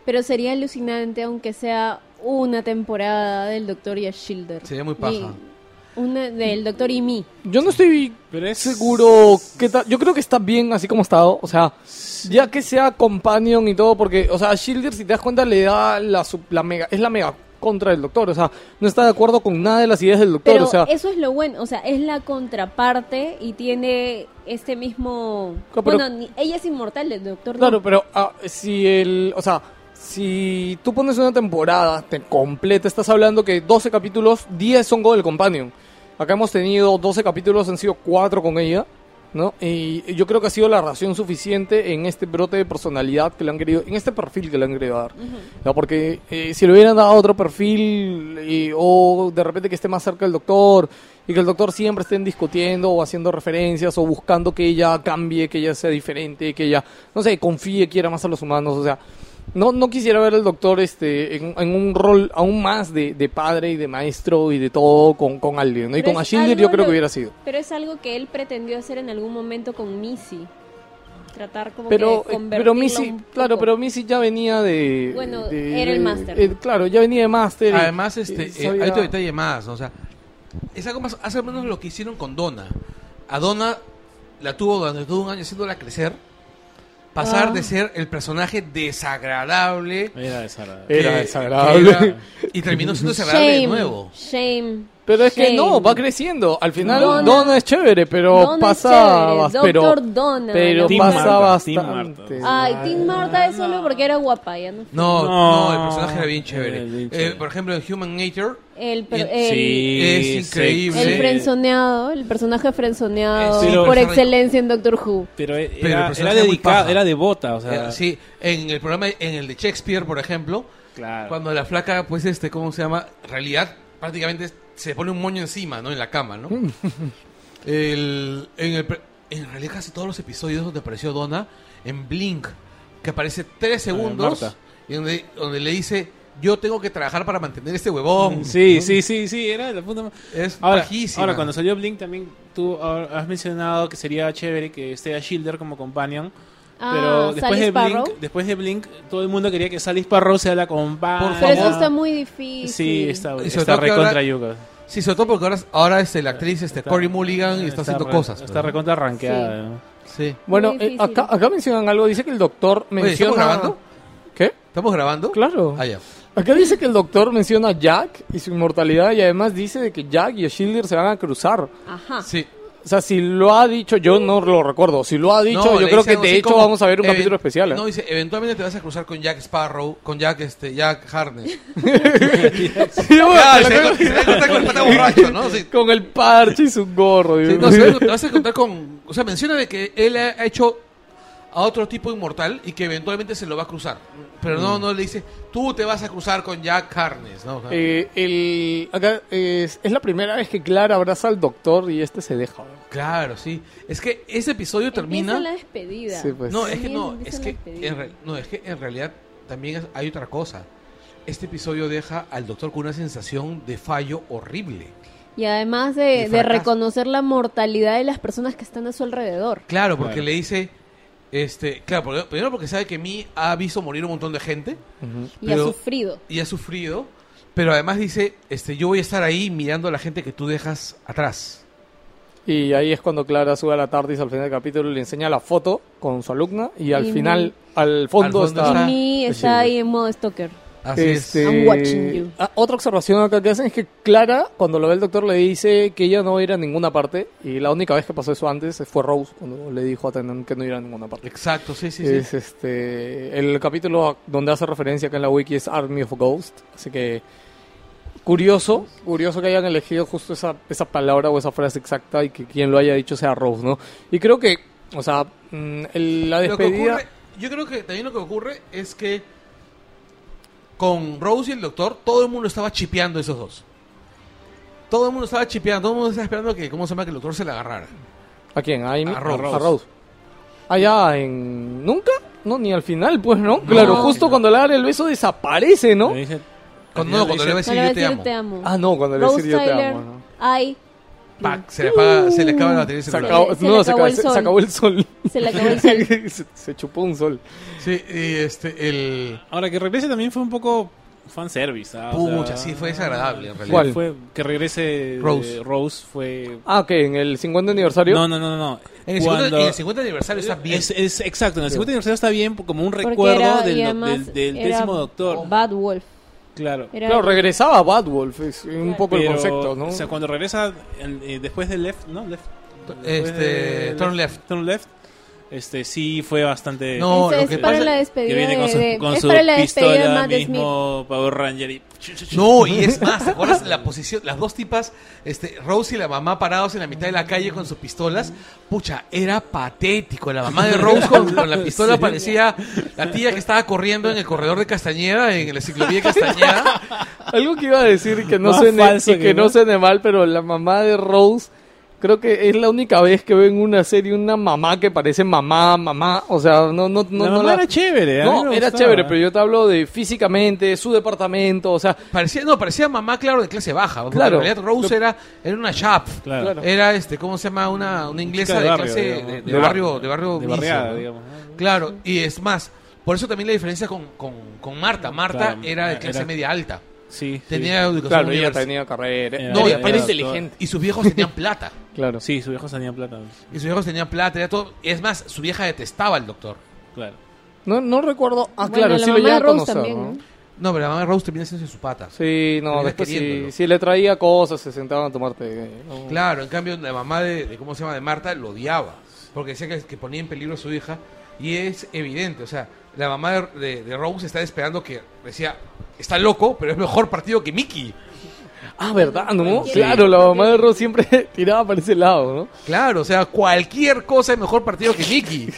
Speaker 1: Pero sería alucinante aunque sea una temporada del Doctor y a Shilder.
Speaker 2: Sería muy paja.
Speaker 1: Y- Una del doctor y mí.
Speaker 3: Yo no estoy
Speaker 4: Pero es
Speaker 3: seguro qué tal. Yo creo que está bien así como está. O sea, ya que sea companion y todo, porque, o sea, Shielder, si te das cuenta, le da la, sub- la mega. Es la mega contra del doctor. O sea, no está de acuerdo con nada de las ideas del doctor.
Speaker 1: Pero
Speaker 3: o sea,
Speaker 1: eso es lo bueno, o sea, es la contraparte y tiene este mismo...
Speaker 3: Pero-
Speaker 1: bueno, ni- ella es inmortal, el doctor no.
Speaker 3: Claro, pero ah, si el. O sea, si tú pones una temporada te completa, estás hablando que 12 capítulos, 10 son con el Companion. Acá hemos tenido 12 capítulos, han sido 4 con ella, ¿no? Y yo creo que ha sido la ración suficiente en este brote de personalidad que le han querido. En este perfil que le han querido dar. Ya, Porque eh, si le hubieran dado otro perfil, eh, o de repente que esté más cerca del doctor, y que el doctor siempre estén discutiendo o haciendo referencias o buscando que ella cambie, que ella sea diferente, que ella, no sé, confíe, quiera más a los humanos, o sea, no, no quisiera ver al doctor este, en, en un rol aún más de, de padre y de maestro y de todo con, con alguien, ¿no? Y
Speaker 1: Pero
Speaker 3: con
Speaker 1: es
Speaker 3: Ashildir
Speaker 1: algo
Speaker 3: yo creo que
Speaker 1: lo-
Speaker 3: hubiera sido.
Speaker 1: Pero es algo que él pretendió hacer en algún momento con Missy. Tratar como
Speaker 3: Pero,
Speaker 1: que
Speaker 3: eh,
Speaker 1: convertirla
Speaker 3: pero Missy,
Speaker 1: un poco.
Speaker 3: claro, pero Missy ya venía de...
Speaker 1: Bueno,
Speaker 3: de-
Speaker 1: era el
Speaker 3: de-
Speaker 1: máster.
Speaker 3: eh, claro, ya venía de máster. y-
Speaker 2: Además,
Speaker 3: y
Speaker 2: este, eh,
Speaker 3: sabía-
Speaker 2: hay otro detalle más, ¿no? o sea, es algo más, hace menos lo que hicieron con Donna. A Donna la tuvo durante todo un año haciéndola crecer, pasar
Speaker 1: Ah.
Speaker 2: de ser el personaje desagradable,
Speaker 4: Era desagradable.
Speaker 3: Era
Speaker 2: que-
Speaker 3: desagradable.
Speaker 2: que era- y terminó siendo desagradable
Speaker 1: Shame,
Speaker 2: de nuevo.
Speaker 1: shame.
Speaker 3: Pero es que
Speaker 1: shame.
Speaker 3: no, va creciendo. Al final Donna,
Speaker 1: Donna-
Speaker 3: es chévere, pero
Speaker 1: Donna es
Speaker 3: pasa
Speaker 1: chévere,
Speaker 3: bas- pero
Speaker 1: Doctor Donna,
Speaker 3: pero
Speaker 1: Tim
Speaker 3: pasa
Speaker 4: Marta, Tim
Speaker 3: bastante.
Speaker 4: Marta.
Speaker 1: Ay, Tim Marta es solo porque era guapa, ya no.
Speaker 2: No, no,
Speaker 4: No.
Speaker 2: el personaje era bien chévere.
Speaker 4: Era bien
Speaker 2: Eh,
Speaker 4: chévere.
Speaker 2: por ejemplo, en Human Nature,
Speaker 1: El, per-
Speaker 2: Sí.
Speaker 1: el,
Speaker 2: Es increíble.
Speaker 1: el
Speaker 2: Sí.
Speaker 1: frenzoneado, el personaje frenzoneado
Speaker 4: Sí, pero-
Speaker 1: por excelencia en Doctor Who.
Speaker 4: Pero e-
Speaker 2: Pero el
Speaker 4: era, era
Speaker 2: personaje muy
Speaker 4: dedicado,
Speaker 2: paja.
Speaker 4: era devota, o sea.
Speaker 2: eh, sí, en el programa, en el de Shakespeare, por ejemplo,
Speaker 4: Claro.
Speaker 2: cuando la flaca, pues, este, ¿cómo se llama? En realidad, prácticamente se pone un moño encima, ¿no? En la cama, ¿no? El- en, el pre- en realidad, casi todos los episodios donde apareció Donna, en Blink, que aparece tres segundos,
Speaker 4: Marta.
Speaker 2: y donde, donde le dice, yo tengo que trabajar para mantener este huevón.
Speaker 4: Mm, Sí, sí, sí, sí, era la puta ma-
Speaker 2: Es
Speaker 4: Ahora,
Speaker 2: pajísima.
Speaker 4: ahora, cuando salió Blink también tú ahora has mencionado que sería chévere que esté a Shielder como companion.
Speaker 1: Ah,
Speaker 4: pero después
Speaker 1: Sally
Speaker 4: de, Blink,
Speaker 1: Sparrow.
Speaker 4: después de Blink, todo el mundo quería que Sally Sparrow sea la companion.
Speaker 2: Por
Speaker 1: Pero eso
Speaker 2: favor.
Speaker 1: está muy difícil.
Speaker 4: Sí, está,
Speaker 2: Y sobre
Speaker 4: está
Speaker 2: todo que ahora-
Speaker 4: recontra yuca.
Speaker 2: Sí, sobre todo porque ahora, ahora este, la actriz este,
Speaker 4: Está-
Speaker 2: Cory Mulligan está, haciendo
Speaker 4: re-
Speaker 2: cosas.
Speaker 4: Está
Speaker 2: pues, ¿no?
Speaker 4: recontra rankeada. ¿no?
Speaker 2: Sí.
Speaker 3: Bueno,
Speaker 1: Muy
Speaker 3: eh,
Speaker 1: difícil.
Speaker 3: acá, acá mencionan algo, dice que el doctor menciona...
Speaker 2: Oye, ¿estamos grabando?
Speaker 3: ¿Qué?
Speaker 2: ¿Estamos grabando?
Speaker 3: Claro.
Speaker 2: Ah, ya.
Speaker 3: Acá dice que el doctor menciona a Jack y su inmortalidad y además dice de que Jack y Shilder se van a cruzar.
Speaker 1: Ajá.
Speaker 2: Sí.
Speaker 3: O sea, si lo ha dicho, yo no lo recuerdo. Si lo ha dicho,
Speaker 2: No,
Speaker 3: yo
Speaker 2: le
Speaker 3: creo
Speaker 2: dice
Speaker 3: que
Speaker 2: algo
Speaker 3: de
Speaker 2: así
Speaker 3: hecho
Speaker 2: como,
Speaker 3: vamos a ver un
Speaker 2: "Even-
Speaker 3: capítulo especial. ¿eh?"
Speaker 2: No, dice, eventualmente te vas a cruzar con Jack Sparrow, con Jack, este, Jack Harness.
Speaker 3: Sí, bueno,
Speaker 2: Ah,
Speaker 3: la
Speaker 2: se
Speaker 3: cosa-
Speaker 2: se va a encontrar con el pata borracho, ¿no? Sí.
Speaker 3: Con el parche y su gorro.
Speaker 2: Sí,
Speaker 3: digo.
Speaker 2: no, se va a- te vas a encontrar con... O sea, menciona de que él ha hecho a otro tipo inmortal y que eventualmente se lo va a cruzar. Pero
Speaker 3: Mm.
Speaker 2: no, no le dice, tú te vas a cruzar con Jack Harness, ¿no? O sea,
Speaker 3: Eh, el, acá es, es la primera vez que Clara abraza al doctor y este se deja. ¿no?
Speaker 2: Claro, sí. Es que ese episodio termina...
Speaker 1: Empieza la despedida.
Speaker 3: Sí, pues.
Speaker 2: No, es que
Speaker 1: También
Speaker 2: no,
Speaker 1: empieza
Speaker 2: es
Speaker 1: la
Speaker 2: que,
Speaker 1: despedida.
Speaker 2: en re- no, es que en realidad también es- hay otra cosa. Este episodio deja al doctor con una sensación de fallo horrible.
Speaker 1: Y además
Speaker 2: Y
Speaker 1: de, de
Speaker 2: fracaso.
Speaker 1: reconocer la mortalidad de las personas que están a su alrededor.
Speaker 2: Claro, porque
Speaker 4: Claro.
Speaker 2: le dice, este, claro, porque- primero porque sabe que Mi ha visto morir un montón de gente
Speaker 1: Y
Speaker 2: Pero-
Speaker 1: ha sufrido.
Speaker 2: y ha sufrido, pero además dice, este, yo voy a estar ahí mirando a la gente que tú dejas atrás.
Speaker 3: Y ahí es cuando Clara sube a la TARDIS al final del capítulo le enseña la foto con su alumna y al
Speaker 1: Y
Speaker 3: final, al
Speaker 2: fondo
Speaker 3: fondo
Speaker 1: Y
Speaker 2: Ah,
Speaker 3: está... este,
Speaker 1: Mi está ahí en modo stalker.
Speaker 2: Así es.
Speaker 1: I'm watching you.
Speaker 3: ah, otra observación acá que hacen es que Clara, cuando lo ve el doctor, le dice que ella no va a ir a ninguna parte. Y la única vez que pasó eso antes fue Rose, cuando le dijo a Tennant que no iba a ninguna parte.
Speaker 2: Exacto, sí, sí, sí.
Speaker 3: es este el capítulo a- donde hace referencia acá en la wiki es Army of Ghosts así que curioso curioso que hayan elegido justo esa, esa palabra o esa frase exacta y que quien lo haya dicho sea Rose no y creo que o sea mm, el- la
Speaker 2: Lo que
Speaker 3: despedida
Speaker 2: ocurre- yo creo que también lo que ocurre es que con Rose y el doctor, todo el mundo estaba chipeando esos dos. Todo el mundo estaba chipeando, todo el mundo estaba esperando que, ¿cómo se llama? Que el doctor se la agarrara.
Speaker 3: a quién a, Amy?
Speaker 2: A Rose.
Speaker 3: a Rose allá en nunca no ni al final pues no claro
Speaker 1: No.
Speaker 3: justo cuando le dan el beso desaparece no
Speaker 4: Le dice-
Speaker 2: Cuando, no, cuando le va a decir
Speaker 1: Para
Speaker 2: yo te
Speaker 1: decir
Speaker 2: amo.
Speaker 1: te amo.
Speaker 3: ah no cuando le
Speaker 1: Rose
Speaker 3: dice yo te
Speaker 1: Tyler,
Speaker 3: amo ¿no?
Speaker 1: ay,
Speaker 2: Pac, se le, apaga- se le acaba la batería del
Speaker 3: se
Speaker 2: celular.
Speaker 3: acabó,
Speaker 1: Se le
Speaker 3: no, se
Speaker 1: acabó
Speaker 3: acabó-
Speaker 1: el
Speaker 3: se- se
Speaker 1: sol.
Speaker 3: acabó el sol
Speaker 1: se le acabó el sol.
Speaker 3: se, se chupó un sol
Speaker 2: Sí, y este, el...
Speaker 4: Ahora que regrese también fue un poco fanservice. ¿ah?
Speaker 2: Pucha, sí, fue desagradable, en realidad.
Speaker 3: ¿Cuál?
Speaker 4: Fue que regrese
Speaker 2: Rose.
Speaker 4: Rose, Rose fue...
Speaker 3: Ah, que en el 50 aniversario.
Speaker 4: No, no, no, no, no.
Speaker 2: En el,
Speaker 4: Cuando-
Speaker 2: 50, en el 50 aniversario está bien.
Speaker 4: Es, es- exacto, en el 50 aniversario está bien como un
Speaker 1: Porque
Speaker 4: recuerdo
Speaker 1: era-
Speaker 4: del,
Speaker 1: y
Speaker 4: do-
Speaker 1: además
Speaker 4: del, del
Speaker 1: era
Speaker 4: décimo doctor.
Speaker 1: Bad Wolf.
Speaker 4: Claro.
Speaker 1: Era-
Speaker 3: Claro, regresaba Bad Wolf, es un poco el
Speaker 4: Pero,
Speaker 3: concepto, ¿no?
Speaker 4: O sea, cuando regresa el- eh, después de Left, ¿no? Left.
Speaker 2: Este,
Speaker 4: Después de
Speaker 2: Turn Left.
Speaker 4: Turn Left. Este, sí fue bastante...
Speaker 2: No,
Speaker 1: Esa
Speaker 2: lo
Speaker 1: es
Speaker 2: que
Speaker 1: para
Speaker 2: pasa-
Speaker 1: la
Speaker 4: que
Speaker 1: despedida
Speaker 4: viene con su,
Speaker 1: de- de-
Speaker 4: con
Speaker 1: es
Speaker 4: su
Speaker 1: para la despedida de
Speaker 4: pistola,
Speaker 1: Matt Smith.
Speaker 4: mismo Power Ranger y...
Speaker 2: No, y es más, ¿te acuerdas la posición? Las dos tipas, este, Rose y la mamá parados en la mitad de la calle con sus pistolas. Pucha, era patético. La mamá de Rose con, con la pistola
Speaker 4: Sí.
Speaker 2: parecía la tía que estaba corriendo en el corredor de Castañeda, en la ciclovía de Castañeda.
Speaker 3: Algo que iba a decir que no
Speaker 4: Más
Speaker 3: suene,
Speaker 4: falso
Speaker 3: y que
Speaker 4: que
Speaker 3: no
Speaker 4: no.
Speaker 3: suene mal, pero la mamá de Rose creo que es la única vez que veo en una serie una mamá que parece mamá, mamá, o sea, no no no
Speaker 4: la
Speaker 3: no
Speaker 4: mamá era chévere. a mí
Speaker 3: No,
Speaker 4: me
Speaker 3: era
Speaker 4: gustaba.
Speaker 3: chévere, pero yo te hablo de físicamente, su departamento, o sea,
Speaker 2: Parecía, no, parecía mamá, claro, de clase baja. porque
Speaker 3: Claro.
Speaker 2: En realidad Rose era, era una chap.
Speaker 4: Claro.
Speaker 3: Claro.
Speaker 2: Era, este, ¿cómo se llama? Una, una inglesa
Speaker 4: Chica
Speaker 2: de,
Speaker 4: de barrio,
Speaker 2: clase
Speaker 4: digamos.
Speaker 2: de, de
Speaker 4: De
Speaker 2: barrio, de barrio.
Speaker 4: De
Speaker 2: vicio,
Speaker 4: barriada,
Speaker 2: ¿no?
Speaker 4: digamos. ¿no?
Speaker 2: Claro, y es más, por eso también la diferencia con, con- con Marta. Marta
Speaker 4: Claro,
Speaker 2: era de
Speaker 4: era-
Speaker 2: clase media alta.
Speaker 4: Sí.
Speaker 2: Tenía educación
Speaker 3: claro, ella
Speaker 2: universitaria.
Speaker 3: tenía carrera,
Speaker 4: Era-
Speaker 3: no,
Speaker 2: era-
Speaker 3: era,
Speaker 2: era-
Speaker 3: inteligente,
Speaker 2: Y sus viejos tenían plata.
Speaker 3: claro.
Speaker 4: Sí, su viejo salía plata.
Speaker 2: Y sus viejos tenían plata, era todo. Es más, su vieja detestaba al doctor.
Speaker 4: Claro.
Speaker 3: No no recuerdo, ah,
Speaker 1: Bueno,
Speaker 3: claro,
Speaker 1: la
Speaker 3: sí lo
Speaker 1: mamá
Speaker 3: llegué
Speaker 1: de
Speaker 3: a
Speaker 1: Rose
Speaker 3: conocer,
Speaker 1: también,
Speaker 3: ¿no?
Speaker 1: ¿no?
Speaker 2: No, pero la mamá de Rose termina siendo su pata.
Speaker 3: Sí, no,
Speaker 2: Terminas
Speaker 3: después sí,
Speaker 2: queriéndolo.
Speaker 3: sí le traía cosas, se sentaban a tomarte. eh, no.
Speaker 2: Claro, en cambio la mamá de, de- ¿cómo se llama? De Marta lo odiaba, porque decía que, que ponía en peligro a su hija y es evidente, o sea, la mamá de, de- de Rose está esperando que decía, está loco, pero es mejor partido que Mickey.
Speaker 3: Ah, ¿verdad? ¿No?
Speaker 1: Sí.
Speaker 3: Claro, la mamá de Rose siempre tiraba para ese lado, ¿no?
Speaker 2: Claro, o sea, cualquier cosa es mejor partido que Mickey.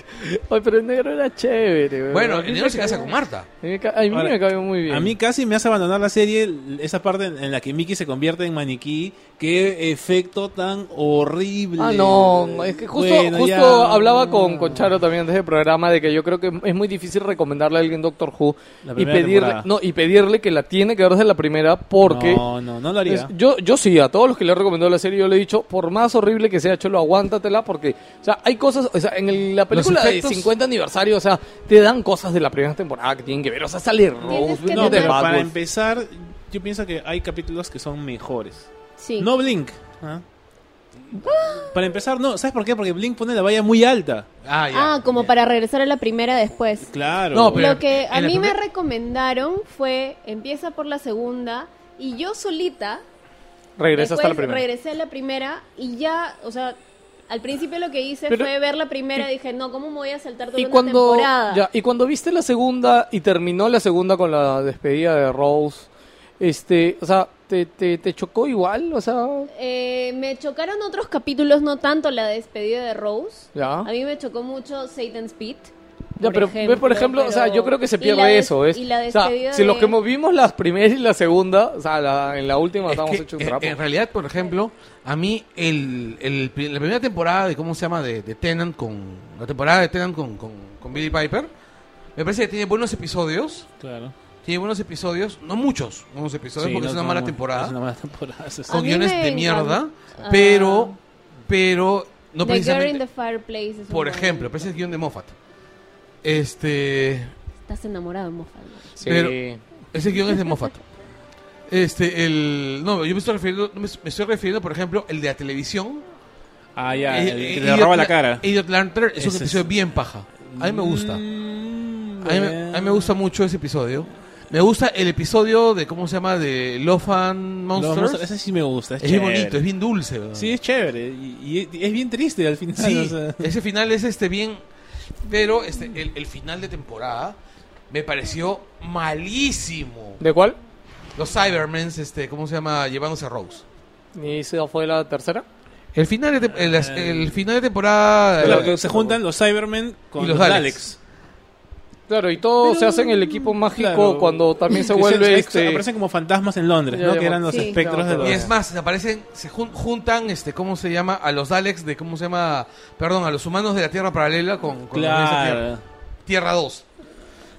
Speaker 3: Ay, pero el negro era chévere. weón.
Speaker 2: Bueno,
Speaker 3: A mí
Speaker 2: en negro
Speaker 3: me
Speaker 2: se casa
Speaker 3: caía-
Speaker 2: con Marta.
Speaker 3: A mí me ca- a mí
Speaker 4: Ahora,
Speaker 3: me cayó muy bien.
Speaker 4: A mí casi me hace abandonar la serie esa parte en, en la que Mickey se convierte en maniquí. Qué efecto tan horrible.
Speaker 3: Ah, no, es que justo,
Speaker 4: Bueno,
Speaker 3: justo
Speaker 4: ya.
Speaker 3: hablaba con, con Charo también antes del programa de que yo creo que es muy difícil recomendarle a alguien Doctor Who
Speaker 4: La
Speaker 3: y
Speaker 4: primera
Speaker 3: pedirle,
Speaker 4: temporada.
Speaker 3: no, y pedirle que la tiene que ver desde la primera porque
Speaker 4: No, no, no lo haría.
Speaker 3: Es- yo, yo sí, a todos los que le he recomendado la serie, yo le he dicho, por más horrible que sea, Cholo, aguántatela, porque, o sea, hay cosas, o sea, en el- la película de
Speaker 2: efectos-
Speaker 3: 50 aniversario, o sea, te dan cosas de la primera temporada que tienen que ver, o sea, sale Rose,
Speaker 1: que
Speaker 3: viene
Speaker 4: No,
Speaker 1: tener-
Speaker 3: de
Speaker 4: pero
Speaker 3: Bad
Speaker 4: para
Speaker 3: Wolf.
Speaker 4: empezar, yo pienso que hay capítulos que son mejores.
Speaker 1: Sí.
Speaker 4: No Blink. ¿ah? Para empezar, no. ¿Sabes por qué? Porque Blink pone la valla muy alta.
Speaker 2: Ah, ya.
Speaker 1: ah, como para regresar a la primera después.
Speaker 4: Claro.
Speaker 2: No, pero-
Speaker 1: Lo que a
Speaker 2: en la
Speaker 1: mí me
Speaker 2: primer-
Speaker 1: recomendaron fue empieza por la segunda y yo solita
Speaker 3: Regresa hasta la
Speaker 1: después
Speaker 3: primera.
Speaker 1: regresé a la primera y ya, o sea, al principio lo que hice
Speaker 3: Pero-
Speaker 1: fue ver la primera y dije, no, ¿cómo me voy a saltar toda
Speaker 3: Y
Speaker 1: una
Speaker 3: cuando,
Speaker 1: temporada?
Speaker 3: ya, y cuando viste la segunda y terminó la segunda con la despedida de Rose, este, o sea, ¿te, te, te chocó igual? O sea,
Speaker 1: Eh, me chocaron otros capítulos, no tanto la despedida de Rose.
Speaker 3: Ya.
Speaker 1: A mí me chocó mucho Satan's Pit.
Speaker 3: Ya, pero ve, por ejemplo, o sea,
Speaker 1: pero-
Speaker 3: yo creo que se
Speaker 1: y la
Speaker 3: pierde
Speaker 1: des-
Speaker 3: eso, ¿ves?
Speaker 1: Y la
Speaker 3: o sea,
Speaker 1: despedida
Speaker 3: si los
Speaker 1: de-
Speaker 3: que vimos las primeras y la segunda, o sea, la- en la última
Speaker 2: Es
Speaker 3: estábamos
Speaker 2: que,
Speaker 3: hechos un
Speaker 2: en-
Speaker 3: trapo.
Speaker 2: En, realidad, por ejemplo, a mí el, el pri- la primera temporada de cómo se llama de, de Tennant con la temporada de Tennant con, con, con Billy Piper me parece que tiene buenos episodios,
Speaker 4: Claro.
Speaker 2: tiene buenos episodios, no muchos, buenos episodios
Speaker 4: Sí,
Speaker 2: porque
Speaker 4: no,
Speaker 2: es una
Speaker 4: no,
Speaker 2: mala
Speaker 4: no,
Speaker 2: temporada,
Speaker 4: Es una mala temporada. eso es-
Speaker 1: A
Speaker 2: con
Speaker 1: mí
Speaker 2: guiones
Speaker 1: me
Speaker 2: de mierda,
Speaker 1: encanta- Ah.
Speaker 2: pero pero no
Speaker 1: the Girl in the
Speaker 2: precisamente
Speaker 1: Fireplace. es un
Speaker 2: por
Speaker 1: buen-
Speaker 2: ejemplo, parece el guión de Moffat. Este
Speaker 1: Estás enamorado de Moffat. ¿no?
Speaker 3: Sí.
Speaker 2: pero- Ese guión es de Moffat. Este, el. No, yo me estoy refiriendo, me me estoy refiriendo, por ejemplo, el de la televisión,
Speaker 4: Ah, ya.
Speaker 2: Eh,
Speaker 4: el
Speaker 2: eh,
Speaker 4: que le
Speaker 2: Idiot
Speaker 4: roba
Speaker 2: La-
Speaker 4: la cara.
Speaker 2: Idiot Lantern es un
Speaker 4: Ese es-
Speaker 2: episodio bien paja. A mí me gusta. A mí,
Speaker 4: Mm,
Speaker 2: me- a mí me gusta mucho ese episodio. Me gusta el episodio de, ¿cómo se llama? De Love and
Speaker 4: Los
Speaker 2: Monsters.
Speaker 4: monstruos, ese sí me gusta. Es,
Speaker 2: es bien
Speaker 4: chévere.
Speaker 2: bonito, es bien dulce. ¿verdad?
Speaker 4: Sí, es chévere. Y, y- y es bien triste al final.
Speaker 2: Sí,
Speaker 4: o sea.
Speaker 2: ese final es este bien... Pero este, el, el final de temporada me pareció malísimo.
Speaker 3: ¿De cuál?
Speaker 2: Los Cybermen, este, ¿cómo se llama? Llevándose a Rose.
Speaker 3: ¿Y esa fue la tercera?
Speaker 2: El final de, tem- el, el final de temporada...
Speaker 4: Claro,
Speaker 2: eh,
Speaker 4: Ah. que se juntan los Cybermen con
Speaker 2: Y los
Speaker 4: los,
Speaker 2: Daleks.
Speaker 4: Daleks.
Speaker 3: Claro, y todos
Speaker 4: Pero-
Speaker 3: se hacen el equipo mágico
Speaker 4: claro.
Speaker 3: cuando también se
Speaker 4: Que
Speaker 3: vuelve
Speaker 4: se-
Speaker 3: este...
Speaker 4: Aparecen como fantasmas en Londres,
Speaker 3: Ya,
Speaker 4: ¿no?
Speaker 3: ya,
Speaker 4: Que eran los
Speaker 1: sí.
Speaker 4: espectros de
Speaker 3: Claro,
Speaker 4: los...
Speaker 2: Y es más, se aparecen, se jun- juntan, este, ¿cómo se llama? A los Daleks de, ¿cómo se llama? Perdón, a los humanos de la Tierra Paralela con, con los de esa tierra,
Speaker 4: Claro.
Speaker 2: Tierra 2.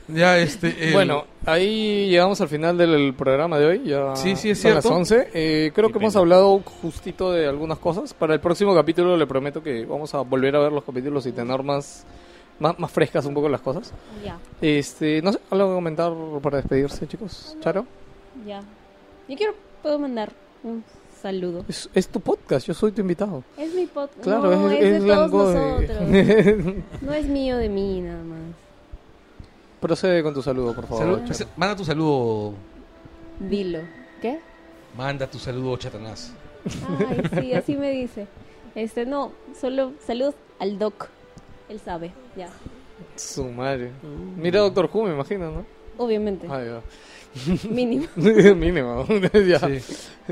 Speaker 2: Ya, este... el-
Speaker 3: Bueno, ahí llegamos al final del programa de hoy. Ya
Speaker 2: Sí, sí, es
Speaker 3: son las
Speaker 2: cierto.
Speaker 3: 11. Eh, creo
Speaker 4: Qué
Speaker 3: que hemos
Speaker 4: pena.
Speaker 3: hablado justito de algunas cosas. Para el próximo capítulo le prometo que vamos a volver a ver los capítulos y tener más, más, más frescas un poco las cosas.
Speaker 1: Ya.
Speaker 3: Este, no sé, algo que comentar para despedirse, chicos. Charo.
Speaker 1: Ya. Yo quiero, puedo mandar un saludo.
Speaker 3: Es, es tu podcast, yo soy tu invitado.
Speaker 1: Es mi podcast.
Speaker 3: Claro,
Speaker 1: no,
Speaker 3: es,
Speaker 1: es, de todos
Speaker 3: Langoy.
Speaker 1: nosotros. No es mío de mí nada más.
Speaker 3: Procede con tu saludo, por favor.
Speaker 2: Salud-
Speaker 3: Charo.
Speaker 2: se- manda tu saludo.
Speaker 1: Dilo. ¿Qué?
Speaker 2: Manda tu saludo, Chatanás.
Speaker 1: Ay, sí, así me dice. Este, no, solo saludos al doc. Él sabe, ya.
Speaker 3: Su madre. Mira Doctor Who, me imagino, ¿no?
Speaker 1: Obviamente,
Speaker 3: Ah, ya.
Speaker 1: mínimo.
Speaker 3: Mínimo. ya.
Speaker 2: Sí.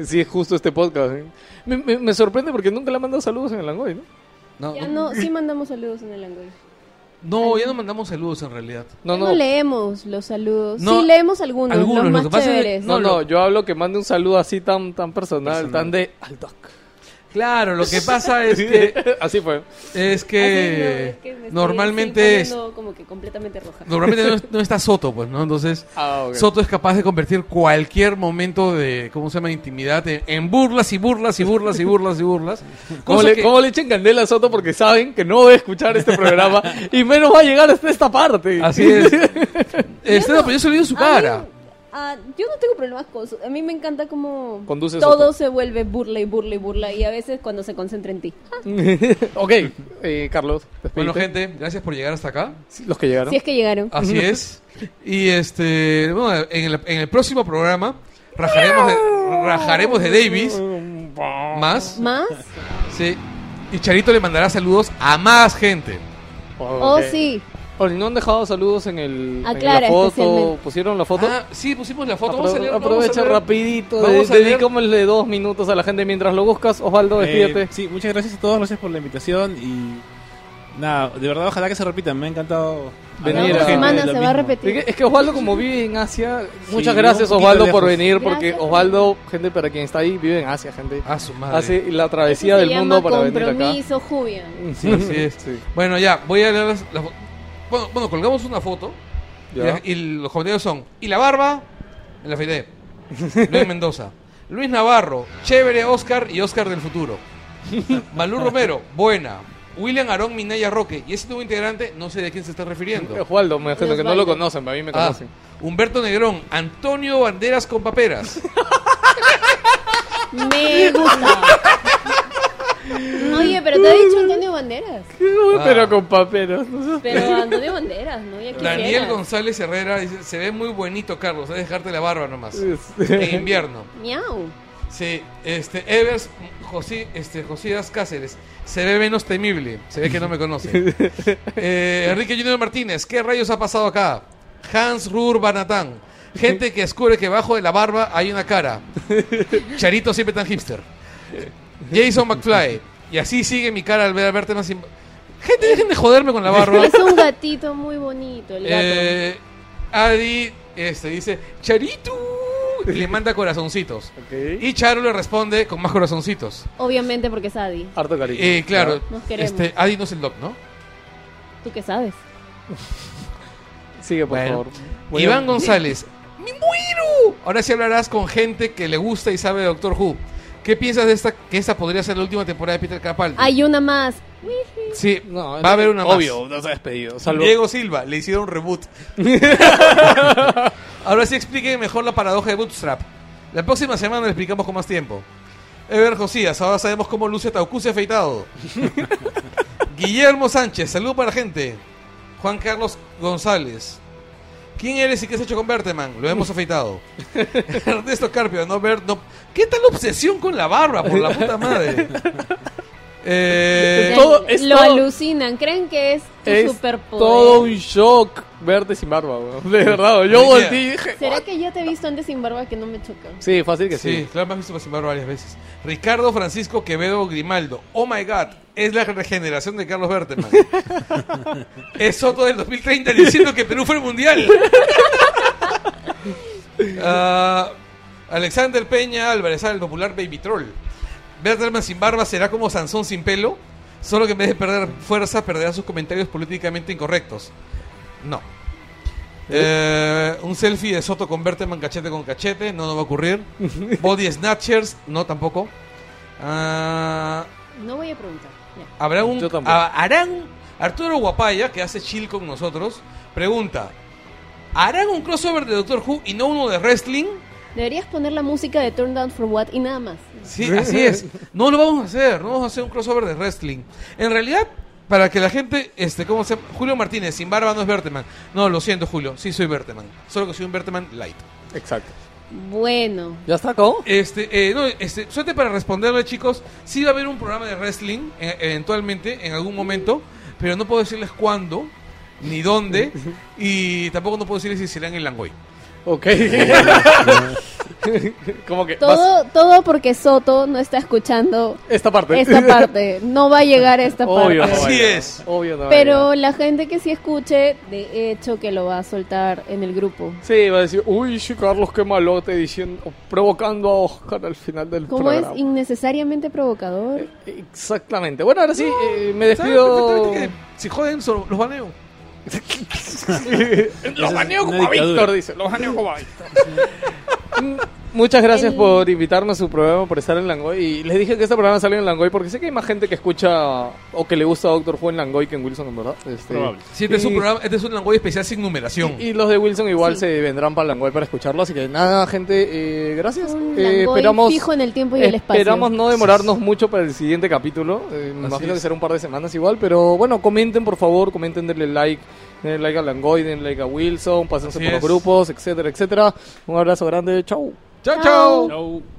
Speaker 3: Sí. es justo este podcast. ¿eh? Me, me- me sorprende porque nunca le han mandado saludos en el Langoy, ¿no?
Speaker 2: No,
Speaker 1: Ya
Speaker 2: no,
Speaker 1: no, sí mandamos saludos en el Angoy.
Speaker 2: no, ya no mandamos saludos en realidad.
Speaker 1: No,
Speaker 3: No, no.
Speaker 1: leemos los saludos.
Speaker 2: No,
Speaker 1: sí, leemos algunos,
Speaker 2: algunos,
Speaker 1: los
Speaker 2: lo
Speaker 1: más
Speaker 2: que pasa es que-
Speaker 1: chéveres.
Speaker 3: No,
Speaker 2: No,
Speaker 3: no, yo hablo que mande un saludo así tan, tan personal,
Speaker 4: Personal.
Speaker 3: tan de al doc.
Speaker 2: Claro, lo que pasa es que,
Speaker 3: así fue.
Speaker 2: es
Speaker 1: Así, no,
Speaker 2: que,
Speaker 1: es que me estoy-
Speaker 2: normalmente,
Speaker 1: estoy poniendo como que completamente roja.
Speaker 2: es- normalmente no, es- no está Soto, pues, ¿no? Entonces,
Speaker 3: Ah, ok.
Speaker 2: Soto es capaz de convertir cualquier momento de, ¿cómo se llama?, intimidad en, en burlas y burlas y burlas y burlas y burlas.
Speaker 3: ¿Cómo
Speaker 2: Cosa
Speaker 3: le,
Speaker 2: que-
Speaker 3: cómo le echen candela a Soto? Porque saben que no va a escuchar este programa y menos va a llegar hasta esta parte.
Speaker 2: Así es. Este, no, pero yo se lo digo en su
Speaker 1: A mí,
Speaker 2: cara.
Speaker 1: ah, yo no tengo problemas con eso. A mí me encanta como
Speaker 3: Conduces
Speaker 1: todo
Speaker 3: Soto.
Speaker 1: se vuelve burla y burla y burla. Y a veces cuando se concentra en ti.
Speaker 3: ok, eh, Carlos. despídete.
Speaker 2: Bueno, gente, gracias por llegar hasta acá.
Speaker 3: Los que llegaron.
Speaker 1: Si es que llegaron.
Speaker 2: Así es. Y este, bueno, en el, en el próximo programa rajaremos de, rajaremos de Davis más.
Speaker 1: ¿Más?
Speaker 2: Sí. Y Charito le mandará saludos a más gente.
Speaker 3: Oh,
Speaker 1: Oh,
Speaker 3: ok.
Speaker 1: sí.
Speaker 3: Oye, no han dejado saludos en, el,
Speaker 1: Aclara,
Speaker 3: en la foto.
Speaker 1: especialmente.
Speaker 3: ¿Pusieron la foto?
Speaker 2: Ah, sí, pusimos la foto. Vamos a
Speaker 3: Apro-
Speaker 2: leer- vamos a
Speaker 3: aprovecha
Speaker 2: leer-
Speaker 3: rapidito. de-
Speaker 2: vamos a leer-
Speaker 3: Dedícamosle dos minutos a la gente mientras lo buscas. Osvaldo, despídete.
Speaker 4: Eh, sí, muchas gracias a todos, gracias por la invitación y nada, de verdad ojalá que se repitan, me ha encantado
Speaker 3: Venir a-
Speaker 4: hablar con gente
Speaker 3: Semana
Speaker 4: de lo
Speaker 1: se va a
Speaker 4: mismo.
Speaker 1: repetir.
Speaker 3: Es que, es que Osvaldo, como vive en Asia,
Speaker 4: Sí,
Speaker 3: muchas
Speaker 4: vive
Speaker 3: gracias
Speaker 4: un poquito
Speaker 3: Osvaldo por
Speaker 4: lejos.
Speaker 3: venir, porque
Speaker 1: Gracias.
Speaker 3: Osvaldo, gente para quien está ahí, vive en Asia, gente.
Speaker 2: A su Ah, madre.
Speaker 3: Hace la travesía
Speaker 1: Eso se
Speaker 3: del
Speaker 1: llama
Speaker 3: mundo para venir acá.
Speaker 1: compromiso, Julian.
Speaker 2: Sí, así es.
Speaker 3: Sí.
Speaker 2: Bueno, ya, voy a leer las, las fo- bueno, bueno, colgamos una foto. Y,
Speaker 3: Ya.
Speaker 2: la- y los comentarios son: ¿Y la barba? En la FIDE. Luis Mendoza. Luis Navarro, chévere Oscar y Oscar del futuro. Malú Romero, buena. William Aarón Minaya Roque. Y ese nuevo integrante, no sé de quién se está refiriendo.
Speaker 3: Osvaldo, me imagino que no lo
Speaker 1: Osvaldo.
Speaker 3: conocen, pero a mí me
Speaker 2: Ah,
Speaker 3: conocen.
Speaker 2: Humberto Negrón, Antonio Banderas con paperas.
Speaker 1: Me gusta. Oye, pero te ha dicho Antonio Banderas.
Speaker 2: Ah.
Speaker 3: Pero con paperos. no sé.
Speaker 1: Pero Antonio Banderas, ¿no? Ya quisiera.
Speaker 2: Daniel González Herrera dice, se ve muy bonito, Carlos, debes dejarte la barba nomás.
Speaker 3: Este,
Speaker 2: En invierno.
Speaker 1: Miau.
Speaker 2: Sí, este, Evers José, este, Josías Cáceres, se ve menos temible, se ve que no me conoce. Eh, Enrique Junior Martínez, ¿qué rayos ha pasado acá? Hans Ruhr Banatán, gente que descubre que bajo de la barba hay una cara. Charito siempre tan hipster. Jason McFly, y así sigue mi cara al ver a verte más... im- Gente, dejen de joderme con la barba.
Speaker 1: Es un gatito muy bonito, el gato.
Speaker 2: Eh, Adi este, dice, Charito, y le manda corazoncitos.
Speaker 3: ok.
Speaker 2: Y Charo le responde con más corazoncitos.
Speaker 1: Obviamente porque es Adi.
Speaker 3: Harto cariño.
Speaker 2: Eh, claro,
Speaker 1: Nos queremos.
Speaker 2: este, Adi no es el doc, ¿no?
Speaker 1: ¿Tú qué sabes?
Speaker 3: Sigue, por
Speaker 2: Bueno.
Speaker 3: favor. Voy a-
Speaker 2: Iván González, ¡me muero! Ahora sí hablarás con gente que le gusta y sabe de Doctor Who. ¿Qué piensas de esta? Que esta podría ser la última temporada de Peter Capaldi.
Speaker 1: Hay una más.
Speaker 2: sí,
Speaker 3: No,
Speaker 2: va a haber una
Speaker 3: Obvio,
Speaker 2: más.
Speaker 3: no se ha despedido. Salvo.
Speaker 2: Diego Silva, le hicieron reboot. Ahora sí expliquen mejor la paradoja de Bootstrap. La próxima semana le explicamos con más tiempo. Ever Josías, ahora sabemos cómo luce Taucuse afeitado. Guillermo Sánchez, saludo para la gente. Juan Carlos González. ¿Quién eres y qué has hecho con Berteman? Lo hemos afeitado. Ernesto Carpio, no ver, no. ¿Qué tal obsesión con la barba, por la puta madre? Eh,
Speaker 1: Ya
Speaker 3: todo- es
Speaker 1: lo
Speaker 3: todo-
Speaker 1: alucinan. Creen que es tu
Speaker 3: Es
Speaker 1: superpoder.
Speaker 3: todo un shock verte sin barba, weón. De verdad, yo
Speaker 2: Sí,
Speaker 3: volteé y dije. "Oh".
Speaker 1: ¿Será que ya te he visto antes sin barba que no me choca?
Speaker 3: Sí, fácil que
Speaker 2: Sí,
Speaker 3: sí.
Speaker 2: claro, me has visto participar varias veces. Ricardo Francisco Quevedo Grimaldo. Oh my god, es la regeneración de Carlos Berteman. es Soto del 2030 diciendo que Perú fue el mundial. Ah, Alexander Peña Álvarez, el popular Baby Troll. Bertelman sin barba será como Sansón sin pelo, solo que en vez de perder fuerza perderá sus comentarios políticamente incorrectos. No. Eh, un selfie de Soto con Berteman cachete con cachete, no, no va a ocurrir. Body Snatchers, no tampoco. Ah,
Speaker 1: No voy a preguntar. Ya.
Speaker 2: habrá un.
Speaker 3: Yo tampoco.
Speaker 2: ah, harán. Arturo Guapaya, que hace chill con nosotros, pregunta: ¿Harán un crossover de Doctor Who y no uno de wrestling?
Speaker 1: Deberías poner la música de Turn Down for What y nada más.
Speaker 2: Sí, así es. No lo vamos a hacer, no vamos a hacer un crossover de wrestling. En realidad, para que la gente, este, ¿cómo se llama? Julio Martínez, sin barba no es Berteman. No, lo siento, Julio, sí soy Berteman. Solo que soy un Berteman light.
Speaker 3: Exacto.
Speaker 1: Bueno,
Speaker 3: ¿Ya está, acabó?
Speaker 2: Este, eh, no, este, suerte para responderle, chicos. Sí va a haber un programa de wrestling, eh, eventualmente, en algún momento, pero no puedo decirles cuándo, ni dónde, y tampoco no puedo decirles si será en el Langoy.
Speaker 3: Ok. Como que vas-
Speaker 1: todo, todo porque Soto no está escuchando
Speaker 3: esta parte.
Speaker 1: esta parte. No va a llegar a esta
Speaker 3: Obvio,
Speaker 1: parte.
Speaker 3: no va a
Speaker 2: Así
Speaker 3: llegar.
Speaker 2: es.
Speaker 3: Obvio, no va a
Speaker 1: Pero
Speaker 3: llegar.
Speaker 1: la gente que sí escuche, de hecho que lo va a soltar en el grupo.
Speaker 3: Sí, va a decir, uy, sí, Carlos, qué malote, diciendo, provocando a Oscar al final del
Speaker 1: ¿Cómo es
Speaker 3: programa. Eh,
Speaker 1: innecesariamente provocador?
Speaker 3: Exactamente. Bueno, ahora sí, eh, me
Speaker 2: ¿Saben
Speaker 3: despido.
Speaker 2: perfectamente que Si joden, so- los baneo.
Speaker 3: Los baneo
Speaker 4: Una
Speaker 3: como a
Speaker 4: dictadura.
Speaker 3: Víctor, dice. Los baneo como a Víctor. Mm, Muchas gracias
Speaker 1: El-
Speaker 3: por invitarme a su programa, por estar en Langoy. Y les dije que este programa salió en Langoy porque sé que hay más gente que escucha o que le gusta a Doctor Who en Langoy que en Wilson, en verdad. Este,
Speaker 4: Probable.
Speaker 2: Si este es un
Speaker 3: y-
Speaker 2: programa, este es un Langoy especial sin numeración.
Speaker 3: Y, y los de Wilson igual
Speaker 1: Sí.
Speaker 3: se vendrán para Langoy para escucharlo. Así que nada, gente, eh, gracias.
Speaker 1: Un
Speaker 3: Eh,
Speaker 1: langoy
Speaker 3: esperamos,
Speaker 1: fijo en el tiempo y el espacio.
Speaker 3: Esperamos no demorarnos mucho para el siguiente capítulo. Eh, me imagino que
Speaker 2: es.
Speaker 3: será un par de semanas igual. Pero bueno, comenten por favor, comenten, denle like. Denle like a Langoy, denle like a Wilson, pásense
Speaker 2: Así
Speaker 3: por los
Speaker 2: es.
Speaker 3: grupos, etcétera, etcétera. Un abrazo grande, chau.
Speaker 2: Chao,
Speaker 1: Chao.
Speaker 2: chao.
Speaker 4: No.